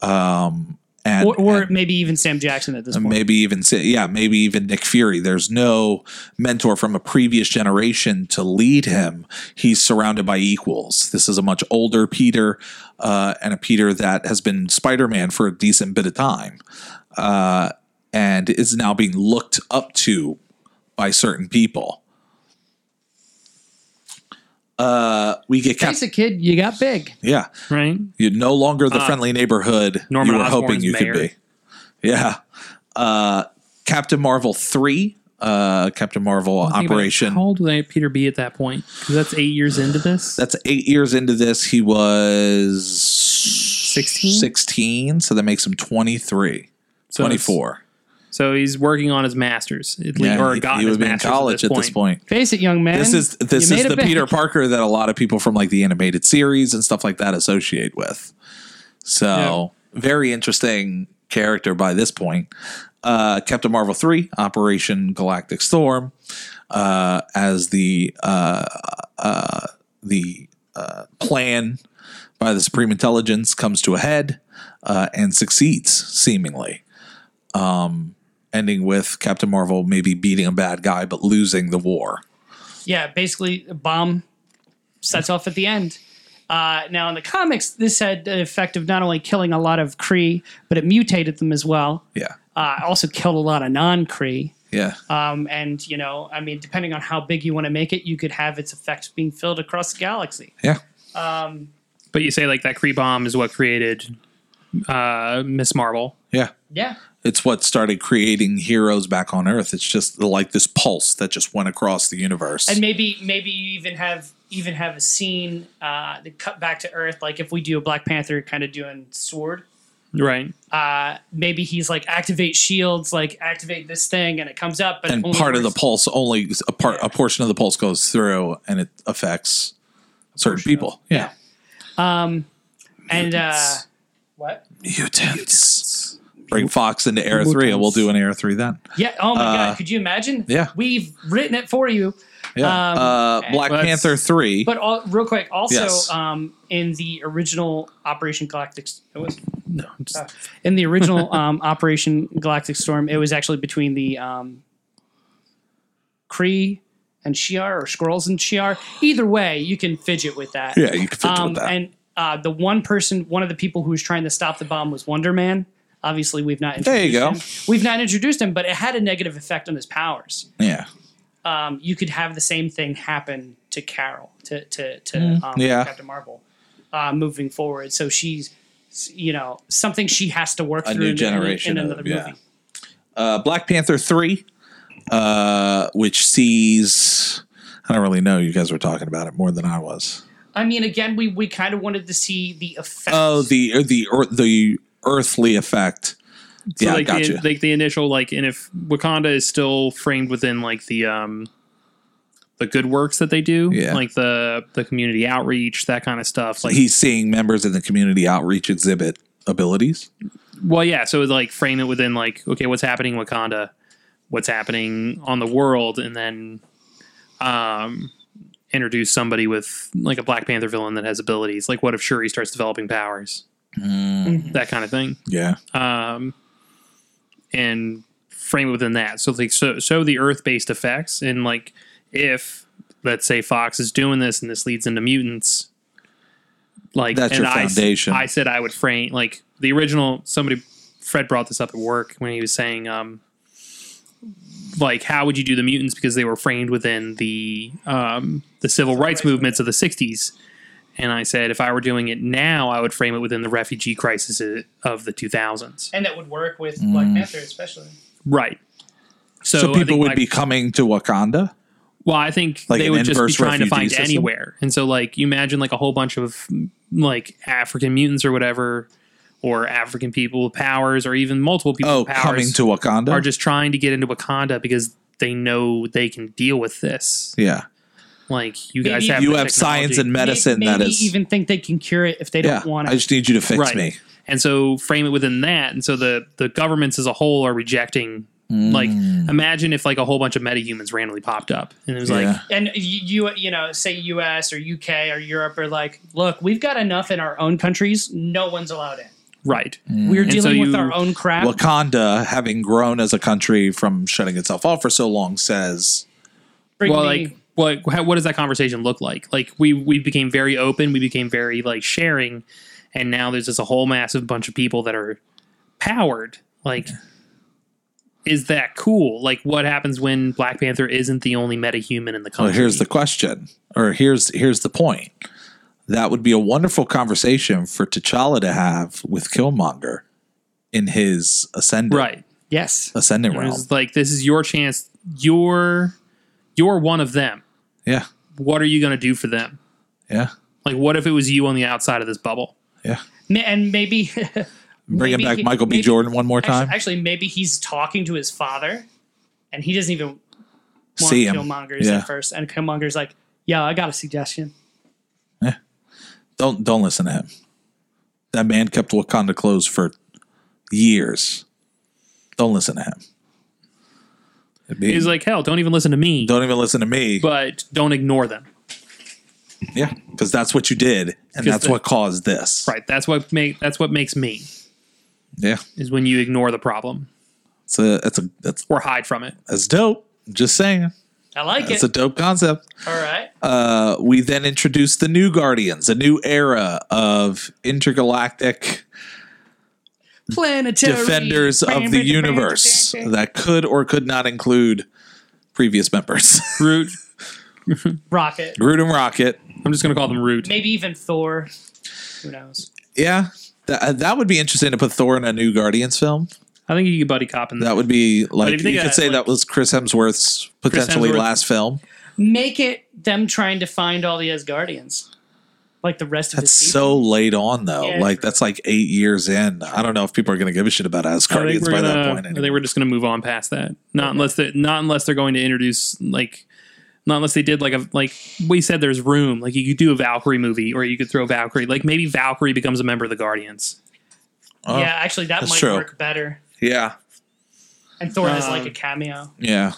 [SPEAKER 7] Um and,
[SPEAKER 6] Or, or
[SPEAKER 7] and
[SPEAKER 6] Uh, maybe even Sam Jackson at this point.
[SPEAKER 7] maybe even say- yeah, maybe even Nick Fury. There's no mentor from a previous generation to lead him. He's surrounded by equals. This is a much older Peter uh, and a Peter that has been Spider-Man for a decent bit of time uh, and is now being looked up to by certain people. Uh, we get Cap-
[SPEAKER 6] Thanks, a kid, you got big.
[SPEAKER 7] yeah.
[SPEAKER 4] right?
[SPEAKER 7] You're no longer the friendly neighborhood
[SPEAKER 4] Uh, Norman
[SPEAKER 7] you were
[SPEAKER 4] Osborn's
[SPEAKER 7] hoping you
[SPEAKER 4] mayor.
[SPEAKER 7] could be. Yeah. Uh, Captain Marvel 3, uh, Captain Marvel Operation.
[SPEAKER 4] How old would Peter be at that point? Because that's eight years into this.
[SPEAKER 7] That's eight years into this. He was 16? 16. So that makes him 23,
[SPEAKER 4] So it's-
[SPEAKER 7] 24.
[SPEAKER 4] So he's working on his masters, at least, or
[SPEAKER 7] he,
[SPEAKER 4] got
[SPEAKER 7] he
[SPEAKER 4] his
[SPEAKER 7] would be in
[SPEAKER 4] masters
[SPEAKER 7] college at this point.
[SPEAKER 6] Face it, young man.
[SPEAKER 7] This is this
[SPEAKER 6] you
[SPEAKER 7] is
[SPEAKER 6] made
[SPEAKER 7] the
[SPEAKER 6] it big.
[SPEAKER 7] Peter Parker that a lot of people from like the animated series and stuff like that associate with. So very interesting character by this point. Uh, Captain Marvel three, Operation Galactic Storm, uh, as the uh, uh, the uh, plan by the Supreme Intelligence comes to a head uh, and succeeds seemingly Um, ending with Captain Marvel maybe beating a bad guy but losing the war.
[SPEAKER 6] yeah, basically a bomb sets off at the end. Uh, now in the comics, this had the effect of not only killing a lot of Kree, but it mutated them as well.
[SPEAKER 7] Yeah.
[SPEAKER 6] Uh, also killed a lot of non-Kree.
[SPEAKER 7] Yeah.
[SPEAKER 6] Um, and you know, I mean, depending on how big you want to make it, you could have its effects being filled across the galaxy.
[SPEAKER 7] yeah.
[SPEAKER 4] But you say like that Kree bomb is what created uh, Miss Marvel.
[SPEAKER 7] Yeah.
[SPEAKER 6] Yeah.
[SPEAKER 7] It's what started creating heroes back on Earth. It's just like this pulse that just went across the universe.
[SPEAKER 6] and maybe maybe you even have even have a scene uh, that cut back to Earth, like if we do a Black Panther kind of doing sword.
[SPEAKER 4] Right.
[SPEAKER 6] Uh, maybe he's like activate shields, like activate this thing, and it comes up. But it
[SPEAKER 7] and
[SPEAKER 6] only
[SPEAKER 7] part of the
[SPEAKER 6] works-
[SPEAKER 7] pulse only a part
[SPEAKER 6] Yeah.
[SPEAKER 7] a portion of the pulse goes through and it affects certain people. Yeah.
[SPEAKER 6] and uh, what?
[SPEAKER 7] Mutants. Bring Fox into Air 3 and we'll do an Air 3 then.
[SPEAKER 6] Yeah. Oh my
[SPEAKER 7] Uh,
[SPEAKER 6] god! Could you imagine?
[SPEAKER 7] yeah.
[SPEAKER 6] We've written it for you.
[SPEAKER 7] Yeah.
[SPEAKER 6] Um,
[SPEAKER 7] uh, Black
[SPEAKER 4] Let's-
[SPEAKER 7] Panther 3.
[SPEAKER 6] But all, real quick, also
[SPEAKER 7] Yes.
[SPEAKER 6] um, in the original Operation Galactic, it was uh,
[SPEAKER 4] No. Just,
[SPEAKER 6] in the original um, Operation Galactic Storm, it was actually between the um, Kree and Shi'ar, or Skrulls and Shi'ar. Either way, you can fidget with that.
[SPEAKER 7] yeah, you can fit
[SPEAKER 6] Um,
[SPEAKER 7] with that.
[SPEAKER 6] And uh, the one person, one of the people who was trying to stop the bomb was Wonder Man. Obviously, we've not
[SPEAKER 7] There
[SPEAKER 6] introduced
[SPEAKER 7] you go.
[SPEAKER 6] him. We've not introduced him, but it had a negative effect on his powers.
[SPEAKER 7] yeah.
[SPEAKER 6] Um, you could have the same thing happen to Carol, to to, to um,
[SPEAKER 7] yeah.
[SPEAKER 6] Captain Marvel, uh, moving forward. So she's, you know, something she has to work
[SPEAKER 7] A
[SPEAKER 6] through
[SPEAKER 7] new
[SPEAKER 6] in- in-
[SPEAKER 7] generation
[SPEAKER 6] in,
[SPEAKER 7] of-
[SPEAKER 6] another
[SPEAKER 7] yeah.
[SPEAKER 6] movie.
[SPEAKER 7] uh, Black Panther 3, uh, which sees. I don't really know. You guys were talking about it more than I was.
[SPEAKER 6] I mean, again, we we kind of wanted to see the effect.
[SPEAKER 7] Oh, the uh, the ear- the earthly effect.
[SPEAKER 4] so
[SPEAKER 7] yeah, I
[SPEAKER 4] like
[SPEAKER 7] got
[SPEAKER 4] the,
[SPEAKER 7] you.
[SPEAKER 4] Like the initial like, and if Wakanda is still framed within like the um the good works that they do,
[SPEAKER 7] Yeah.
[SPEAKER 4] like the the community outreach, that kind of stuff. Like,
[SPEAKER 7] He's seeing members in the community outreach exhibit abilities.
[SPEAKER 4] well, yeah. So like frame it within like, okay, what's happening in Wakanda, what's happening on the world, and then um introduce somebody with like a Black Panther villain that has abilities. Like, what if Shuri starts developing powers?
[SPEAKER 7] Hmm.
[SPEAKER 4] That kind of thing.
[SPEAKER 7] Yeah,
[SPEAKER 4] um, and frame it within that. So like so so the Earth based effects and like if let's say Fox is doing this and this leads into mutants, like
[SPEAKER 7] That's
[SPEAKER 4] and
[SPEAKER 7] your
[SPEAKER 4] I s-
[SPEAKER 7] foundation.
[SPEAKER 4] I, said I would frame like the original. Somebody Fred brought this up at work when he was saying um, like how would you do the mutants because they were framed within the um, the civil rights movements of the 60s and i said if i were doing it now i would frame it within the refugee crisis i- of the 2000s
[SPEAKER 6] and that would work with Black
[SPEAKER 7] Mm.
[SPEAKER 6] Panther especially.
[SPEAKER 4] right so,
[SPEAKER 7] So,
[SPEAKER 4] I
[SPEAKER 7] people
[SPEAKER 4] think,
[SPEAKER 7] would
[SPEAKER 4] like-
[SPEAKER 7] be coming to Wakanda.
[SPEAKER 4] well i think
[SPEAKER 7] like
[SPEAKER 4] they
[SPEAKER 7] an
[SPEAKER 4] would just be
[SPEAKER 7] inverse
[SPEAKER 4] trying to
[SPEAKER 7] refugee
[SPEAKER 4] find
[SPEAKER 7] system?
[SPEAKER 4] anywhere and so like you imagine like a whole bunch of like african mutants or whatever or african people with powers or even multiple people
[SPEAKER 7] Oh,
[SPEAKER 4] with powers
[SPEAKER 7] coming to Wakanda.
[SPEAKER 4] are just trying to get into wakanda because they know they can deal with this
[SPEAKER 7] yeah,
[SPEAKER 4] Like you
[SPEAKER 6] Maybe
[SPEAKER 4] guys have
[SPEAKER 7] you
[SPEAKER 4] the
[SPEAKER 7] have science
[SPEAKER 4] technology.
[SPEAKER 7] and medicine.
[SPEAKER 6] Maybe
[SPEAKER 7] that is,
[SPEAKER 6] even think they can cure it if they
[SPEAKER 7] yeah.
[SPEAKER 6] don't want
[SPEAKER 7] I
[SPEAKER 6] to.
[SPEAKER 7] just need you to fix
[SPEAKER 4] Right.
[SPEAKER 7] me.
[SPEAKER 4] and so frame it within that. And so the the governments as a whole are rejecting. Like
[SPEAKER 7] Mm.
[SPEAKER 4] imagine if like a whole bunch of metahumans randomly popped up and it was like
[SPEAKER 7] Yeah.
[SPEAKER 6] And you, you, you know, say U.S. or U.K. or Europe are like, look, we've got enough in our own countries. No one's allowed
[SPEAKER 7] Mm.
[SPEAKER 6] in.
[SPEAKER 4] right.
[SPEAKER 6] We're
[SPEAKER 4] so
[SPEAKER 6] dealing with
[SPEAKER 4] you-
[SPEAKER 6] our own crap.
[SPEAKER 7] Wakanda, having grown as a country from shutting itself off for so long, says
[SPEAKER 6] Bring
[SPEAKER 4] Well,
[SPEAKER 6] me-
[SPEAKER 4] like what how, what does that conversation look like? Like we we became very open. We became very like sharing, and now there's just a whole massive bunch of people that are powered. Like. Is that cool? Like, what happens when Black Panther isn't the only metahuman in the country?
[SPEAKER 7] Well, here's the question, or here's here's the point. That would be a wonderful conversation for T'Challa to have with Killmonger in his ascendant
[SPEAKER 4] right.
[SPEAKER 6] yes,
[SPEAKER 7] ascendant
[SPEAKER 4] It
[SPEAKER 7] realm.
[SPEAKER 4] was like this is your chance. You're you're one of them.
[SPEAKER 7] Yeah,
[SPEAKER 4] What are you going to do for them?
[SPEAKER 7] yeah,
[SPEAKER 4] Like, what if it was you on the outside of this bubble?
[SPEAKER 7] yeah.
[SPEAKER 6] Ma- and maybe
[SPEAKER 7] Bring him
[SPEAKER 6] Maybe
[SPEAKER 7] back,
[SPEAKER 6] he-
[SPEAKER 7] Michael B.
[SPEAKER 6] maybe-
[SPEAKER 7] Jordan, one more time.
[SPEAKER 6] actually, actually, maybe he's talking to his father, and he doesn't even want
[SPEAKER 7] See him.
[SPEAKER 6] Killmonger's
[SPEAKER 7] Yeah.
[SPEAKER 6] at first. And Killmonger's like, "Yeah, I got a suggestion."
[SPEAKER 7] Don't don't listen to him. That man kept Wakanda closed for years. Don't listen to him. It'd be-
[SPEAKER 4] He's like, hell, don't even listen to me,
[SPEAKER 7] Mm. don't even listen to me.
[SPEAKER 4] but don't ignore them.
[SPEAKER 7] yeah, because that's what you did, and
[SPEAKER 4] 'Cause
[SPEAKER 7] that's
[SPEAKER 4] the-
[SPEAKER 7] what caused this.
[SPEAKER 4] Right. That's what make that's what makes me
[SPEAKER 7] Yeah,
[SPEAKER 4] is when you ignore the problem
[SPEAKER 7] it's a it's a that's
[SPEAKER 4] or hide from it.
[SPEAKER 7] that's dope. Just saying.
[SPEAKER 6] I like
[SPEAKER 7] That's
[SPEAKER 6] it.
[SPEAKER 7] a dope concept.
[SPEAKER 6] All right.
[SPEAKER 7] Uh, we then introduced the new Guardians, a new era of intergalactic
[SPEAKER 6] Planetary
[SPEAKER 7] defenders of the universe that could or could not include previous members.
[SPEAKER 4] Root.
[SPEAKER 6] Rocket.
[SPEAKER 7] Groot and Rocket.
[SPEAKER 4] I'm just going to call them Root.
[SPEAKER 6] Maybe even Thor. Who knows?
[SPEAKER 7] Yeah. That, that would be interesting to put Thor in a new Guardians film.
[SPEAKER 4] I think you could buddy cop in that.
[SPEAKER 7] That would be like
[SPEAKER 4] if
[SPEAKER 7] you
[SPEAKER 4] you think
[SPEAKER 7] could
[SPEAKER 4] of-
[SPEAKER 7] say
[SPEAKER 4] like-
[SPEAKER 7] that was Chris Hemsworth's potentially
[SPEAKER 4] Hemsworth-
[SPEAKER 7] last film.
[SPEAKER 6] Make it them trying to find all the Asgardians, like the rest of
[SPEAKER 7] That's
[SPEAKER 6] his
[SPEAKER 7] so late on though.
[SPEAKER 6] Yeah,
[SPEAKER 7] like
[SPEAKER 6] true.
[SPEAKER 7] that's like eight years in. I don't know if people are gonna give a shit about
[SPEAKER 4] I think,
[SPEAKER 7] Asgardians
[SPEAKER 4] we're
[SPEAKER 7] by that
[SPEAKER 4] gonna,
[SPEAKER 7] point.
[SPEAKER 4] I think
[SPEAKER 7] Anyway.
[SPEAKER 4] we're just going to move on past that. Not unless that. Not unless they're going to introduce like. Not unless they did like a like we said. There's room. Like you could do a Valkyrie movie, or you could throw Valkyrie. Like maybe Valkyrie becomes a member of the Guardians.
[SPEAKER 7] Oh,
[SPEAKER 6] yeah, actually, that
[SPEAKER 7] that's
[SPEAKER 6] might
[SPEAKER 7] true.
[SPEAKER 6] work better.
[SPEAKER 7] yeah.
[SPEAKER 6] And Thor has like
[SPEAKER 4] Um,
[SPEAKER 6] a cameo.
[SPEAKER 7] Yeah.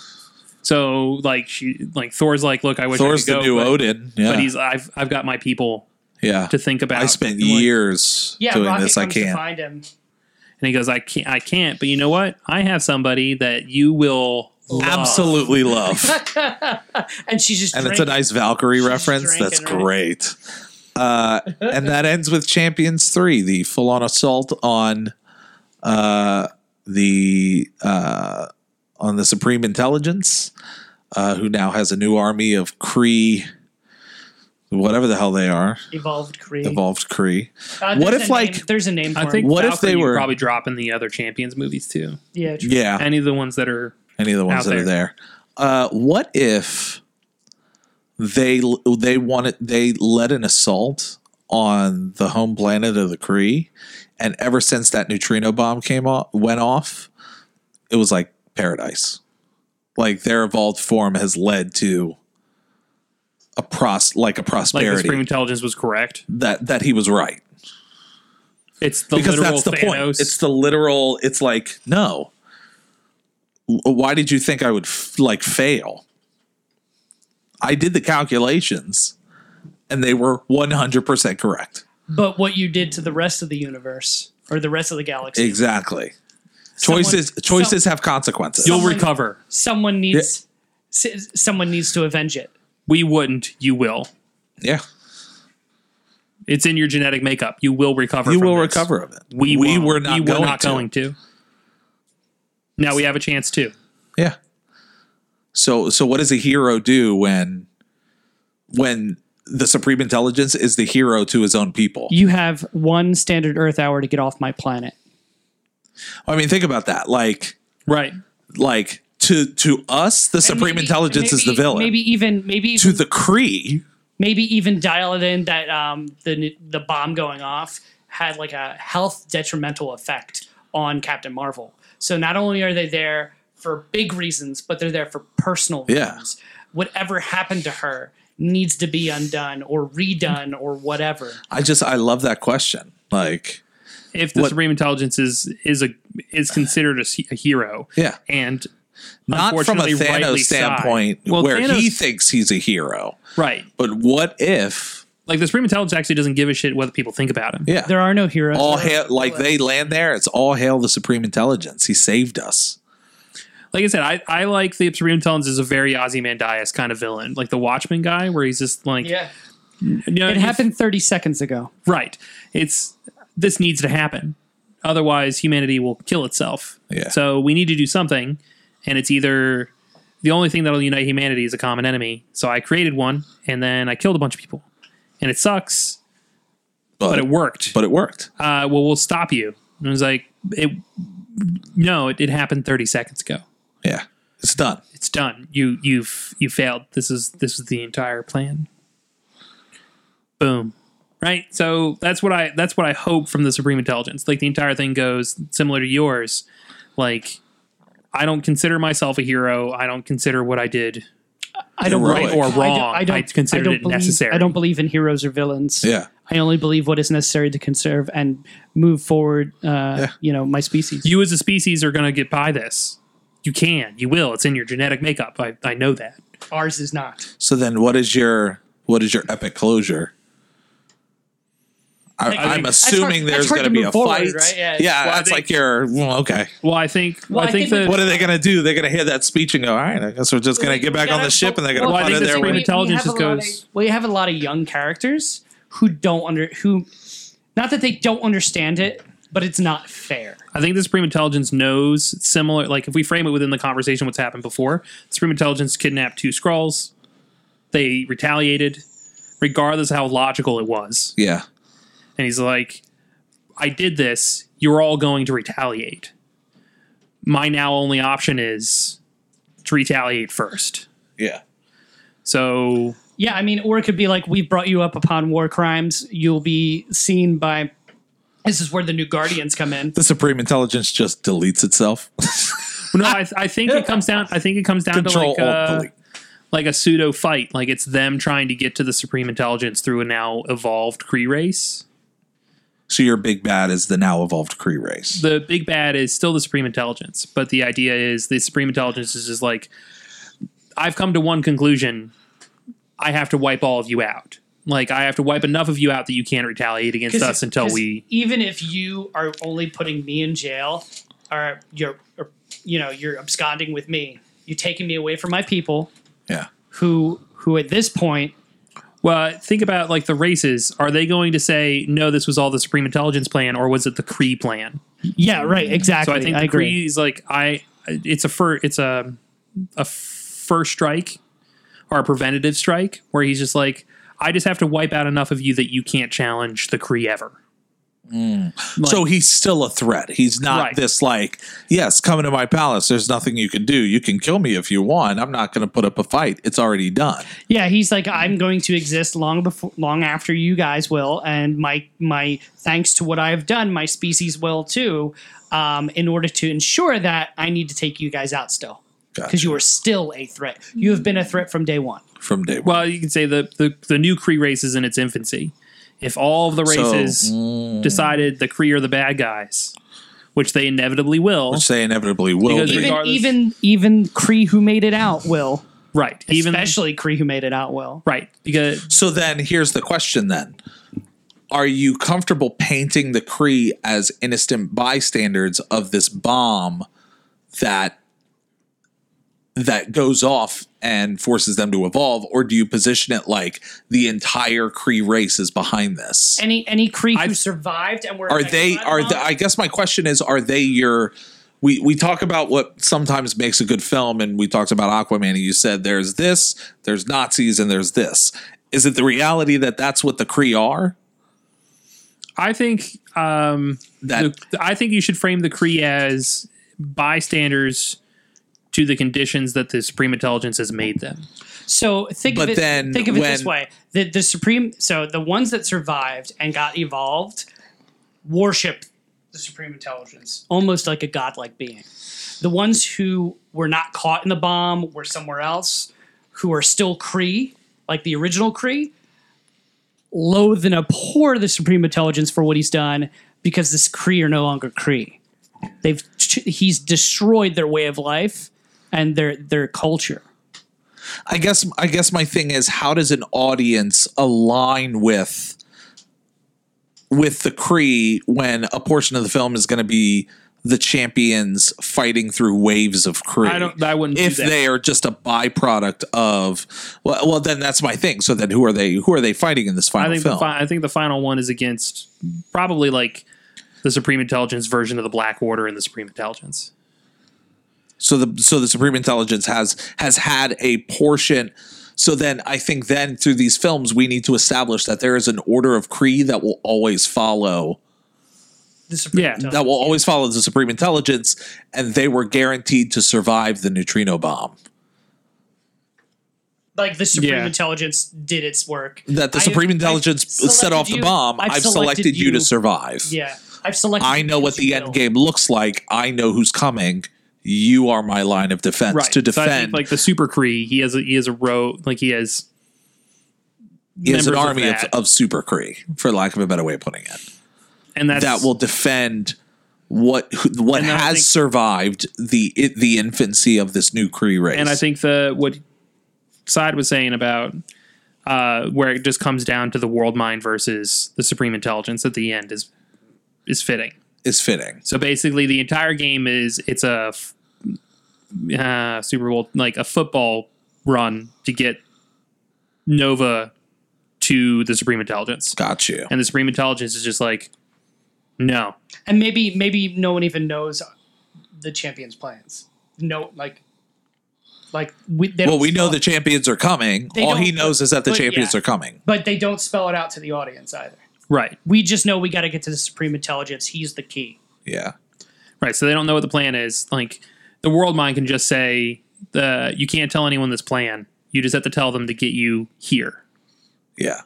[SPEAKER 4] So like she like Thor's like, look, I wish
[SPEAKER 7] Thor's
[SPEAKER 4] I could
[SPEAKER 7] the
[SPEAKER 4] go,
[SPEAKER 7] new
[SPEAKER 4] but,
[SPEAKER 7] Odin. Yeah.
[SPEAKER 4] but he's I've I've got my people
[SPEAKER 7] yeah.
[SPEAKER 4] to think about.
[SPEAKER 7] I spent
[SPEAKER 4] And, like-
[SPEAKER 7] years
[SPEAKER 6] Yeah,
[SPEAKER 7] doing
[SPEAKER 6] Rocket
[SPEAKER 7] this. I
[SPEAKER 6] comes to
[SPEAKER 7] can't.
[SPEAKER 6] find him.
[SPEAKER 4] and he goes, I can't I can't, but you know what? I have somebody that you will love.
[SPEAKER 7] Absolutely love.
[SPEAKER 6] and she's just
[SPEAKER 7] and it's a
[SPEAKER 6] drinking.
[SPEAKER 7] nice Valkyrie reference.
[SPEAKER 6] drinking,
[SPEAKER 7] That's
[SPEAKER 6] right?
[SPEAKER 7] great. Uh, and that ends with Champions 3, the full on assault on uh, the uh, on the Supreme Intelligence, uh, who now has a new army of Kree, whatever the hell they are,
[SPEAKER 6] evolved Kree.
[SPEAKER 7] evolved Kree.
[SPEAKER 6] Uh,
[SPEAKER 7] What
[SPEAKER 6] there's
[SPEAKER 7] if,
[SPEAKER 6] a
[SPEAKER 7] like-
[SPEAKER 6] name- there's a name for
[SPEAKER 4] I think
[SPEAKER 6] him.
[SPEAKER 7] What if
[SPEAKER 4] Valkyrie
[SPEAKER 7] they
[SPEAKER 4] you
[SPEAKER 7] were- Ah.
[SPEAKER 4] probably drop in the other champions movies too.
[SPEAKER 6] Yeah, true.
[SPEAKER 7] Yeah.
[SPEAKER 4] Any of the ones that are
[SPEAKER 7] any of the ones
[SPEAKER 4] out
[SPEAKER 7] that are there. Uh, what if they they wanted they led an assault on the home planet of the Kree, and ever since that neutrino bomb came off, went off, it was like paradise. Like their evolved form has led to a pros like a
[SPEAKER 4] like the
[SPEAKER 7] prosperity
[SPEAKER 4] Supreme Intelligence was correct.
[SPEAKER 7] that that he was right
[SPEAKER 4] It's the
[SPEAKER 7] because
[SPEAKER 4] literal
[SPEAKER 7] that's the
[SPEAKER 4] Thanos.
[SPEAKER 7] point. It's the literal. It's like no. W- Why did you think I would f- like fail? I did the calculations, and they were one hundred percent correct.
[SPEAKER 6] But what you did to the rest of the universe or the rest of the galaxy.
[SPEAKER 7] Exactly.
[SPEAKER 6] Someone-
[SPEAKER 7] choices choices have consequences.
[SPEAKER 4] You'll
[SPEAKER 6] Someone-
[SPEAKER 4] recover.
[SPEAKER 6] someone needs s- someone needs to avenge it.
[SPEAKER 4] We wouldn't, you will.
[SPEAKER 7] yeah,
[SPEAKER 4] It's in your genetic makeup. You will recover.
[SPEAKER 7] you
[SPEAKER 4] from
[SPEAKER 7] will
[SPEAKER 4] this.
[SPEAKER 7] recover of it.
[SPEAKER 4] We, won't.
[SPEAKER 7] were not
[SPEAKER 4] we
[SPEAKER 7] going
[SPEAKER 4] were not
[SPEAKER 7] to.
[SPEAKER 4] going to. Now we have a chance too.
[SPEAKER 7] Yeah. So so what does a hero do when when the supreme intelligence is the hero to his own people?
[SPEAKER 6] You have one standard Earth hour to get off my planet.
[SPEAKER 7] I mean, think about that. Like
[SPEAKER 4] Right.
[SPEAKER 7] like to to us, the supreme
[SPEAKER 6] Maybe-
[SPEAKER 7] intelligence is the
[SPEAKER 6] maybe-
[SPEAKER 7] villain.
[SPEAKER 6] Maybe even maybe
[SPEAKER 7] to
[SPEAKER 6] even,
[SPEAKER 7] the Cree,
[SPEAKER 6] maybe even dial it in that um, the the bomb going off had like a health detrimental effect on Captain Marvel. So not only are they there for big reasons, but they're there for personal
[SPEAKER 7] Yeah.
[SPEAKER 6] reasons. Whatever happened to her needs to be undone or redone or whatever.
[SPEAKER 7] I just I love that question. Like,
[SPEAKER 4] If the
[SPEAKER 7] What-
[SPEAKER 4] supreme intelligence is is a is considered a, s- a hero,
[SPEAKER 7] yeah,
[SPEAKER 4] and
[SPEAKER 7] not from a
[SPEAKER 4] unfortunately rightly
[SPEAKER 7] Thanos
[SPEAKER 4] side-
[SPEAKER 7] standpoint
[SPEAKER 4] Well,
[SPEAKER 7] where he
[SPEAKER 4] Thanos-
[SPEAKER 7] thinks he's a hero,
[SPEAKER 4] right,
[SPEAKER 7] but what if?
[SPEAKER 4] like the supreme intelligence actually doesn't give a shit what people think about him.
[SPEAKER 7] Yeah,
[SPEAKER 6] There are no heroes.
[SPEAKER 7] all hail like they land there. It's all hail the supreme intelligence. He saved us.
[SPEAKER 4] Like I said, I, I like the supreme intelligence is a very Ozymandias kind of villain, like the Watchman guy, where he's just like,
[SPEAKER 6] yeah.
[SPEAKER 4] you know,
[SPEAKER 6] It
[SPEAKER 4] he's-
[SPEAKER 6] happened 30 seconds ago.
[SPEAKER 4] Right. It's this needs to happen. Otherwise, humanity will kill itself.
[SPEAKER 7] Yeah.
[SPEAKER 4] So we need to do something, and it's either the only thing that'll unite humanity is a common enemy. So I created one, and then I killed a bunch of people, and it sucks,
[SPEAKER 7] But,
[SPEAKER 4] but it worked.
[SPEAKER 7] But it worked.
[SPEAKER 4] uh, well, we'll stop you. And it was like, it, no, it, it happened thirty seconds ago.
[SPEAKER 7] Yeah, it's done.
[SPEAKER 4] It's done. You you've you failed. This is this is the entire plan. Boom. Right? So that's what I that's what I hope from the Supreme Intelligence. Like the entire thing goes similar to yours. Like I don't consider myself a hero. I don't consider what I did
[SPEAKER 6] I don't
[SPEAKER 7] Heroic.
[SPEAKER 6] believe-
[SPEAKER 4] right or
[SPEAKER 6] I don't-
[SPEAKER 4] wrong. I, considered
[SPEAKER 6] don't
[SPEAKER 4] it
[SPEAKER 6] believe-
[SPEAKER 4] necessary.
[SPEAKER 6] I don't believe in heroes or villains.
[SPEAKER 7] Yeah,
[SPEAKER 6] I only believe what is necessary to conserve and move forward. Uh, You know, my species.
[SPEAKER 4] you as a species are going to get by this. You can. You will. It's in your genetic makeup. I, I know that.
[SPEAKER 6] Ours is not.
[SPEAKER 7] So then, what is your what is your epic closure? I,
[SPEAKER 4] hard-
[SPEAKER 7] I'm
[SPEAKER 4] that's
[SPEAKER 7] assuming
[SPEAKER 6] hard
[SPEAKER 7] there's
[SPEAKER 6] to
[SPEAKER 7] going to be
[SPEAKER 6] move
[SPEAKER 7] a
[SPEAKER 6] forward,
[SPEAKER 7] fight.
[SPEAKER 6] right?
[SPEAKER 7] Yeah,
[SPEAKER 6] Yeah.
[SPEAKER 4] Well, I
[SPEAKER 7] that's
[SPEAKER 4] think-
[SPEAKER 7] like your well, okay.
[SPEAKER 4] Well, I think well, I,
[SPEAKER 6] I
[SPEAKER 4] think,
[SPEAKER 6] think
[SPEAKER 4] that
[SPEAKER 7] What are they going to do? They're going to hear that speech and go, "All right, I guess we're just going to get back on the ship and they're going to
[SPEAKER 4] well, I
[SPEAKER 7] put
[SPEAKER 4] think
[SPEAKER 7] it
[SPEAKER 4] the
[SPEAKER 7] there."
[SPEAKER 4] Supreme
[SPEAKER 7] with-
[SPEAKER 4] Intelligence
[SPEAKER 6] have
[SPEAKER 4] just
[SPEAKER 6] a lot
[SPEAKER 4] goes-
[SPEAKER 6] of- well, you have a lot of young characters who don't under who, not that they don't understand it, but it's not fair.
[SPEAKER 4] I think the Supreme Intelligence knows similar. Like if we frame it within the conversation, what's happened before? The Supreme Intelligence kidnapped two scrolls. They retaliated, regardless of how logical it was.
[SPEAKER 7] Yeah,
[SPEAKER 4] And he's like, "I did this. You're all going to retaliate. My now only option is to retaliate first.
[SPEAKER 7] yeah,
[SPEAKER 4] So
[SPEAKER 6] Yeah, I mean, or it could be like we brought you up upon war crimes. You'll be seen by. This is where the new guardians come in.
[SPEAKER 7] the Supreme Intelligence just deletes itself.
[SPEAKER 4] no, I, I think it comes down. I think it comes down
[SPEAKER 7] Control
[SPEAKER 4] to like
[SPEAKER 7] Alt
[SPEAKER 4] uh,
[SPEAKER 7] Delete.
[SPEAKER 4] like a pseudo fight. Like it's them trying to get to the Supreme Intelligence through a now evolved Kree race."
[SPEAKER 7] So your big bad is the now evolved Kree race.
[SPEAKER 4] the big bad is still the supreme intelligence but the idea is the supreme intelligence is just like i've come to one conclusion i have to wipe all of you out like i have to wipe enough of you out that you can't retaliate against us until
[SPEAKER 6] 'cause
[SPEAKER 4] we
[SPEAKER 6] even if you are only putting me in jail or you're or, you know you're absconding with me you're taking me away from my people
[SPEAKER 7] yeah,
[SPEAKER 6] who who at this point
[SPEAKER 4] well think about like the races are they going to say no this was all the supreme intelligence plan or was it the cree plan
[SPEAKER 6] yeah right exactly
[SPEAKER 4] so i think the cree is like i it's a fir- it's a a first strike or a preventative strike where he's just like i just have to wipe out enough of you that you can't challenge the cree ever
[SPEAKER 7] so he's still a threat. He's not
[SPEAKER 4] Right.
[SPEAKER 7] this like, yes, come into my palace. There's nothing you can do. You can kill me if you want. I'm not going to put up a fight. It's already done.
[SPEAKER 6] yeah he's like i'm going to exist long before long after you guys will and my my thanks to what i have done my species will too um, in order to ensure that i need to take you guys out still because
[SPEAKER 7] Gotcha.
[SPEAKER 6] you are still a threat you have been a threat from day one
[SPEAKER 7] from day one.
[SPEAKER 4] Well, you can say the the, the new Kree race is in its infancy. If all of the
[SPEAKER 7] So, mm.
[SPEAKER 4] races decided the Kree are the bad guys, which they inevitably will,
[SPEAKER 7] Which they inevitably will
[SPEAKER 4] Because
[SPEAKER 7] be.
[SPEAKER 4] Even-
[SPEAKER 6] even
[SPEAKER 4] regardless-
[SPEAKER 6] even even Cree who made it out will,
[SPEAKER 4] right? Even
[SPEAKER 6] especially Cree who made it out will.
[SPEAKER 4] right because
[SPEAKER 7] so then here's the question then. Are you comfortable painting the Cree as innocent bystanders of this bomb that that goes off and forces them to evolve, or do you position it like the entire Cree race is behind this?
[SPEAKER 6] Any any Cree who
[SPEAKER 4] I've-
[SPEAKER 6] survived and were
[SPEAKER 7] are
[SPEAKER 6] affected
[SPEAKER 7] they
[SPEAKER 6] by the
[SPEAKER 7] are
[SPEAKER 6] bomb?
[SPEAKER 7] the, I guess my question is are they your we we talk about what sometimes makes a good film, and we talked about Aquaman. And you said there's this, there's Nazis, and there's this. Is it the reality that that's what the Kree are?
[SPEAKER 4] I think um,
[SPEAKER 7] That
[SPEAKER 4] the- I think you should frame the Kree as bystanders to the conditions that the Supreme Intelligence has made them.
[SPEAKER 6] So think
[SPEAKER 7] But
[SPEAKER 6] of it.
[SPEAKER 7] then
[SPEAKER 6] think of it this
[SPEAKER 7] when-
[SPEAKER 6] way: the the supreme. So the ones that survived and got evolved worship the supreme intelligence almost like a godlike being. The ones who were not caught in the bomb were somewhere else, who are still Cree, like the original Cree, loathe and abhor the supreme intelligence for what he's done because this Cree are no longer Cree. They've he's destroyed their way of life and their their culture.
[SPEAKER 7] I guess I guess my thing is how does an audience align with with the Cree when a portion of the film is going to be the champions fighting through waves of Cree?
[SPEAKER 4] I don't. I wouldn't.
[SPEAKER 7] if
[SPEAKER 4] do that.
[SPEAKER 7] they are just a byproduct of well, well, then that's my thing. So then who are they? Who are they fighting in this
[SPEAKER 4] I
[SPEAKER 7] final
[SPEAKER 4] think
[SPEAKER 7] film?
[SPEAKER 4] the fi- I think the final one is against probably like the Supreme Intelligence version of the Black Order and the Supreme Intelligence.
[SPEAKER 7] so the so the Supreme Intelligence has has had a portion. So then I think then through these films we need to establish that there is an order of Cree that will always follow.
[SPEAKER 6] The supreme
[SPEAKER 4] Yeah.
[SPEAKER 6] Intelligence.
[SPEAKER 7] that will always follow the supreme intelligence and they were guaranteed to survive the neutrino bomb
[SPEAKER 6] like the supreme
[SPEAKER 4] Yeah.
[SPEAKER 6] intelligence did its work.
[SPEAKER 7] that the
[SPEAKER 6] I have-
[SPEAKER 7] supreme
[SPEAKER 6] I've
[SPEAKER 7] intelligence set
[SPEAKER 6] selected
[SPEAKER 7] off the
[SPEAKER 6] you-
[SPEAKER 7] bomb i've, selected, you, to survive
[SPEAKER 6] Yeah, I've selected.
[SPEAKER 7] i know
[SPEAKER 6] you
[SPEAKER 7] what
[SPEAKER 6] to
[SPEAKER 7] the end
[SPEAKER 6] kill.
[SPEAKER 7] game looks like i know who's coming you are my line of defense to
[SPEAKER 4] So I
[SPEAKER 7] defend
[SPEAKER 4] think, like the Super Kree, he has a, he has a row like he has
[SPEAKER 7] he has an
[SPEAKER 4] members of
[SPEAKER 7] army of,
[SPEAKER 4] that.
[SPEAKER 7] of, super kree for lack of a better way of putting it
[SPEAKER 4] and that's
[SPEAKER 7] that will defend what who- what
[SPEAKER 4] And I
[SPEAKER 7] has
[SPEAKER 4] think-
[SPEAKER 7] survived the it, the infancy of this new kree race
[SPEAKER 4] and I think the what side was saying about uh, where it just comes down to the world mind versus the supreme intelligence at the end is is fitting.
[SPEAKER 7] is fitting
[SPEAKER 4] So basically, the entire game is it's a f- uh, Super Bowl like a football run to get Nova to the Supreme Intelligence,
[SPEAKER 7] got you
[SPEAKER 4] and the Supreme Intelligence is just like, no,
[SPEAKER 6] and maybe maybe no one even knows the champions' plans. No, like, like we, they
[SPEAKER 7] well
[SPEAKER 6] don't
[SPEAKER 7] we know
[SPEAKER 4] uh,
[SPEAKER 6] spell
[SPEAKER 7] the
[SPEAKER 6] it-
[SPEAKER 7] champions are coming
[SPEAKER 6] They
[SPEAKER 7] all he
[SPEAKER 6] don't-
[SPEAKER 7] knows is that the
[SPEAKER 6] but-
[SPEAKER 7] champions
[SPEAKER 6] yeah.
[SPEAKER 7] are coming
[SPEAKER 6] but they don't spell it out to the audience either.
[SPEAKER 4] right,
[SPEAKER 6] We just know we got to get to the supreme intelligence. He's the key.
[SPEAKER 7] yeah
[SPEAKER 4] right. So they don't know what the plan is. Like the world mind can just say the you can't tell anyone this plan. You just have to tell them to get you here.
[SPEAKER 7] yeah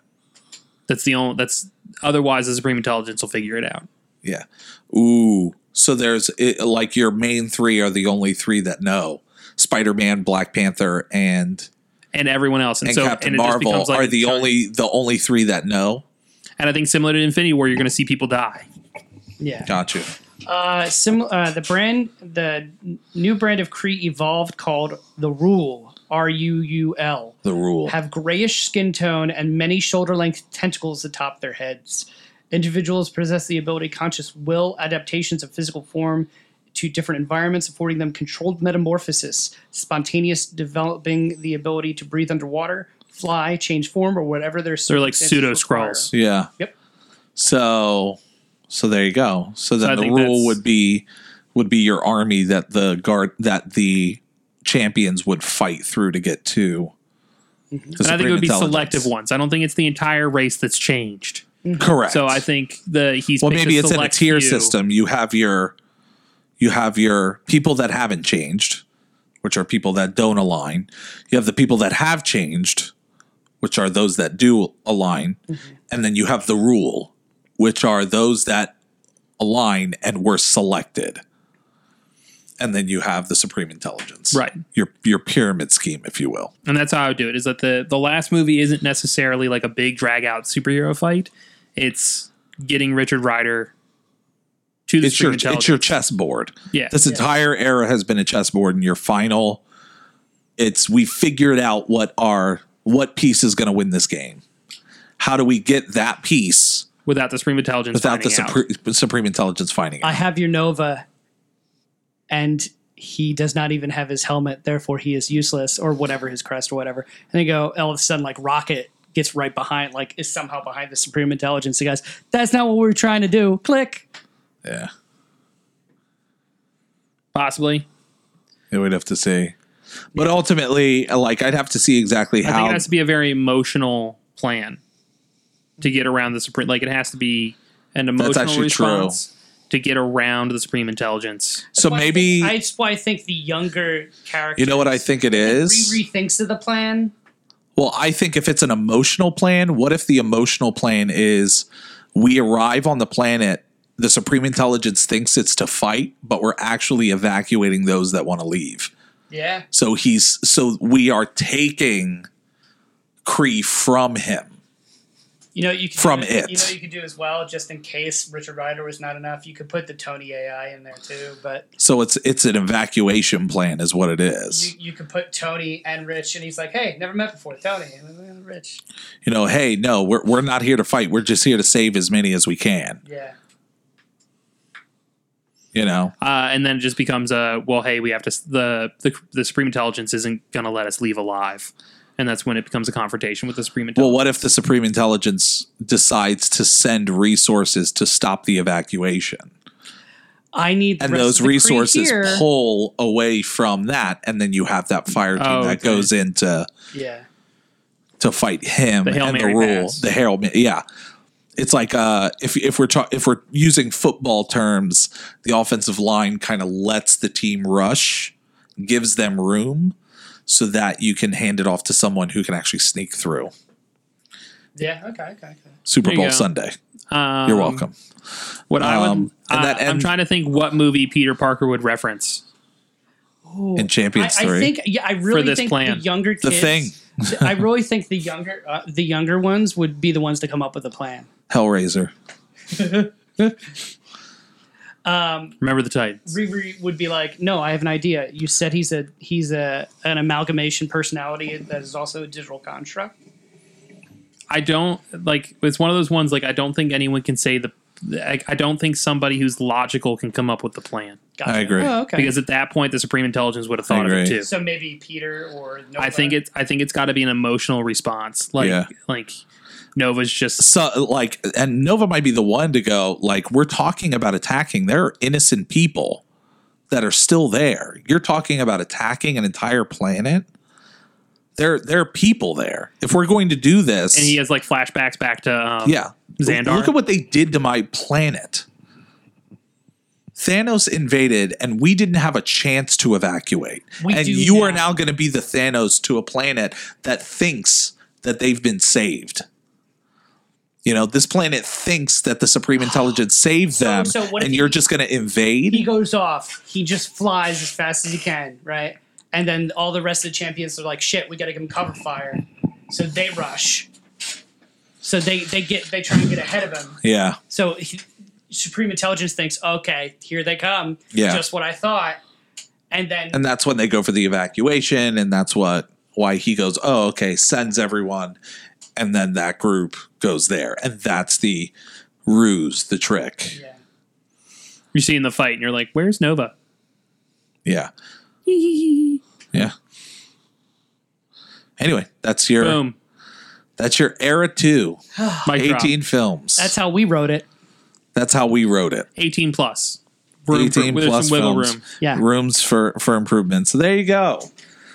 [SPEAKER 4] That's the only. That's otherwise the Supreme Intelligence will figure it out.
[SPEAKER 7] yeah ooh so there's it, like your main three are the only three that know spider-man black panther and
[SPEAKER 4] And everyone else, and,
[SPEAKER 7] and
[SPEAKER 4] so
[SPEAKER 7] captain
[SPEAKER 4] and it just
[SPEAKER 7] marvel
[SPEAKER 4] becomes like
[SPEAKER 7] are
[SPEAKER 4] a
[SPEAKER 7] the
[SPEAKER 4] giant-
[SPEAKER 7] only the only three that know
[SPEAKER 4] And I think similar to Infinity War, you're going to see people die.
[SPEAKER 6] Yeah.
[SPEAKER 7] got you
[SPEAKER 6] Uh, sim- uh, the brand, the n- new brand of Cree evolved called the Rule. R U U L.
[SPEAKER 7] the rule
[SPEAKER 6] have grayish skin tone and many shoulder length tentacles atop their heads. Individuals possess the ability to conscious will adaptations of physical form to different environments, affording them controlled metamorphosis, spontaneous developing the ability to breathe underwater, fly, change form, or whatever their
[SPEAKER 4] They're like
[SPEAKER 6] circumstances
[SPEAKER 4] pseudo
[SPEAKER 6] require.
[SPEAKER 4] scrolls.
[SPEAKER 7] yeah
[SPEAKER 6] Yep.
[SPEAKER 7] so so there you go so
[SPEAKER 4] I
[SPEAKER 7] then the
[SPEAKER 4] think
[SPEAKER 7] rule
[SPEAKER 4] that's-
[SPEAKER 7] would be would be your army that the guard that the champions would fight through to get to the
[SPEAKER 4] Mm-hmm. And I think
[SPEAKER 7] Supreme
[SPEAKER 4] it would be
[SPEAKER 7] Intelligence.
[SPEAKER 4] selective ones. I don't think it's the entire race that's changed.
[SPEAKER 7] correct
[SPEAKER 4] So I think the he's
[SPEAKER 7] well
[SPEAKER 4] picked
[SPEAKER 7] maybe it's in a
[SPEAKER 4] select
[SPEAKER 7] tier
[SPEAKER 4] few.
[SPEAKER 7] system you have your you have your people that haven't changed which are people that don't align you have the people that have changed which are those that do align and then you have the rule which are those that align and were selected and then you have the supreme intelligence
[SPEAKER 4] Right.
[SPEAKER 7] your your pyramid scheme if you will
[SPEAKER 4] and that's how I would do it. Is that the the last movie isn't necessarily like a big drag out superhero fight. It's getting Richard Ryder to the
[SPEAKER 7] it's
[SPEAKER 4] Supreme
[SPEAKER 7] your it's your
[SPEAKER 4] Intelligence.
[SPEAKER 7] chessboard
[SPEAKER 4] yeah,
[SPEAKER 7] This entire era has been a chessboard, and your final, it's we figured out what our what piece is going to win this game. How do we get that piece
[SPEAKER 4] without the Supreme Intelligence.
[SPEAKER 7] without the
[SPEAKER 4] finding out.
[SPEAKER 7] Supre- supreme intelligence finding
[SPEAKER 6] I
[SPEAKER 7] out?
[SPEAKER 6] have your Nova, and he does not even have his helmet, therefore he is useless, or whatever his crest or whatever. And they go, all of a sudden, like Rocket gets right behind, like is somehow behind the Supreme Intelligence. The guys, that's not what we are trying to do. Click.
[SPEAKER 7] Yeah.
[SPEAKER 4] possibly.
[SPEAKER 7] Yeah, we'd have to see. But ultimately, like I'd have to see exactly
[SPEAKER 4] I think
[SPEAKER 7] how
[SPEAKER 4] it has to be a very emotional plan to get around the Supreme. Like it has to be an emotional
[SPEAKER 7] actually true.
[SPEAKER 4] response to get around the Supreme Intelligence.
[SPEAKER 7] So
[SPEAKER 6] Why I
[SPEAKER 7] maybe
[SPEAKER 6] think- that's why I think the younger character.
[SPEAKER 7] you know what I think it is.
[SPEAKER 6] Riri thinks of the plan.
[SPEAKER 7] Well, I think if it's an emotional plan, what if the emotional plan is we arrive on the planet, the Supreme Intelligence thinks it's to fight, but we're actually evacuating those that want to leave.
[SPEAKER 6] Yeah.
[SPEAKER 7] So he's so we are taking Cree from him.
[SPEAKER 6] You know you could
[SPEAKER 7] From
[SPEAKER 6] do,
[SPEAKER 7] it.
[SPEAKER 6] You know you could do as well, just in case Richard Rider was not enough. You could put the Tony AI in there too, but
[SPEAKER 7] So it's it's an evacuation plan, is what it
[SPEAKER 6] you,
[SPEAKER 7] is.
[SPEAKER 6] you could put Tony and Rich, and he's like, "Hey, never met before, Tony and Rich."
[SPEAKER 7] You know, hey, no, we're we're not here to fight. We're just here to save as many as we can.
[SPEAKER 6] Yeah.
[SPEAKER 7] You know.
[SPEAKER 4] Uh, and then it just becomes a well, hey, we have to the the, the Supreme Intelligence isn't going to let us leave alive, and that's when it becomes a confrontation with the Supreme
[SPEAKER 7] Well,
[SPEAKER 4] Intelligence.
[SPEAKER 7] what if the Supreme Intelligence decides to send resources to stop the evacuation?
[SPEAKER 6] I need the
[SPEAKER 7] and
[SPEAKER 6] rest
[SPEAKER 7] those
[SPEAKER 6] of the Kree
[SPEAKER 7] resources
[SPEAKER 6] here.
[SPEAKER 7] pull away from that, and then you have that fire team
[SPEAKER 4] Oh,
[SPEAKER 7] that
[SPEAKER 4] okay.
[SPEAKER 7] goes in to,
[SPEAKER 6] Yeah.
[SPEAKER 7] to fight him
[SPEAKER 4] The Hail
[SPEAKER 7] and
[SPEAKER 4] Mary
[SPEAKER 7] the rule,
[SPEAKER 4] pass.
[SPEAKER 7] the Hail Ma- Yeah, it's like uh, if if we're ta- if we're using football terms, the offensive line kind of lets the team rush, gives them room, so that you can hand it off to someone who can actually sneak through.
[SPEAKER 6] Yeah. Okay. Okay. okay.
[SPEAKER 7] Super
[SPEAKER 4] There you
[SPEAKER 7] Bowl
[SPEAKER 4] go.
[SPEAKER 7] Sunday.
[SPEAKER 4] um,
[SPEAKER 7] You're welcome.
[SPEAKER 4] What I would,
[SPEAKER 7] Um, and
[SPEAKER 4] uh,
[SPEAKER 7] that
[SPEAKER 4] I'm
[SPEAKER 7] end-
[SPEAKER 4] trying to think what movie Peter Parker would reference.
[SPEAKER 7] In Champions
[SPEAKER 6] I, I
[SPEAKER 7] Three.
[SPEAKER 6] think. Yeah. I really
[SPEAKER 4] this
[SPEAKER 6] think
[SPEAKER 4] plan.
[SPEAKER 6] the younger kids,
[SPEAKER 7] The thing.
[SPEAKER 6] I really think the younger uh, the younger ones would be the ones to come up with a plan.
[SPEAKER 7] Hellraiser.
[SPEAKER 4] Remember the Titans.
[SPEAKER 6] Riri would be like, "No, I have an idea. You said he's a he's a an amalgamation personality that is also a digital construct."
[SPEAKER 4] I don't like it's one of those ones like I don't think anyone can say the I, I don't think somebody who's logical can come up with the plan
[SPEAKER 6] Gotcha.
[SPEAKER 7] I agree.
[SPEAKER 6] Oh, okay.
[SPEAKER 4] because at that point the Supreme Intelligence would have thought of
[SPEAKER 7] agree.
[SPEAKER 4] it too.
[SPEAKER 6] so uh, maybe Peter or Nova.
[SPEAKER 4] I think it's I think it's got to be an emotional response like
[SPEAKER 7] Yeah.
[SPEAKER 4] like Nova's just
[SPEAKER 7] so like and nova might be the one to go like we're talking about attacking there are innocent people that are still there you're talking about attacking an entire planet there there are people there if we're going to do this
[SPEAKER 4] and he has like flashbacks back to um,
[SPEAKER 7] yeah
[SPEAKER 4] Xandar.
[SPEAKER 7] look at what they did to my planet thanos invaded and we didn't have a chance to evacuate
[SPEAKER 6] We
[SPEAKER 7] and
[SPEAKER 6] do
[SPEAKER 7] you are
[SPEAKER 6] now.
[SPEAKER 7] now going to be the thanos to a planet that thinks that they've been saved you know this planet thinks that the supreme intelligence saved them
[SPEAKER 6] so what if
[SPEAKER 7] and
[SPEAKER 6] he-
[SPEAKER 7] you're just going to invade
[SPEAKER 6] he goes off. He just flies as fast as he can, right? And then all the rest of the champions are like, "Shit, we got to give him cover fire." So they rush. So they they get they try and get ahead of him.
[SPEAKER 7] yeah
[SPEAKER 6] So he, Supreme Intelligence thinks, "Okay, here they come."
[SPEAKER 7] Yeah.
[SPEAKER 6] Just what I thought. And then
[SPEAKER 7] and that's when they go for the evacuation and that's what why he goes oh okay sends everyone and then that group goes there and that's the ruse the trick
[SPEAKER 6] yeah.
[SPEAKER 4] you're seeing the fight and you're like where's Nova?
[SPEAKER 7] yeah yeah anyway that's your
[SPEAKER 4] Boom.
[SPEAKER 7] that's your era 2
[SPEAKER 4] Mic drop.
[SPEAKER 7] 18 films
[SPEAKER 6] That's how we wrote it.
[SPEAKER 7] that's how we wrote it
[SPEAKER 4] 18 plus. Room for-
[SPEAKER 7] 18
[SPEAKER 4] there's
[SPEAKER 7] plus
[SPEAKER 4] some wiggle
[SPEAKER 7] films.
[SPEAKER 4] room.
[SPEAKER 6] Yeah.
[SPEAKER 7] Rooms for for improvement. So there you go.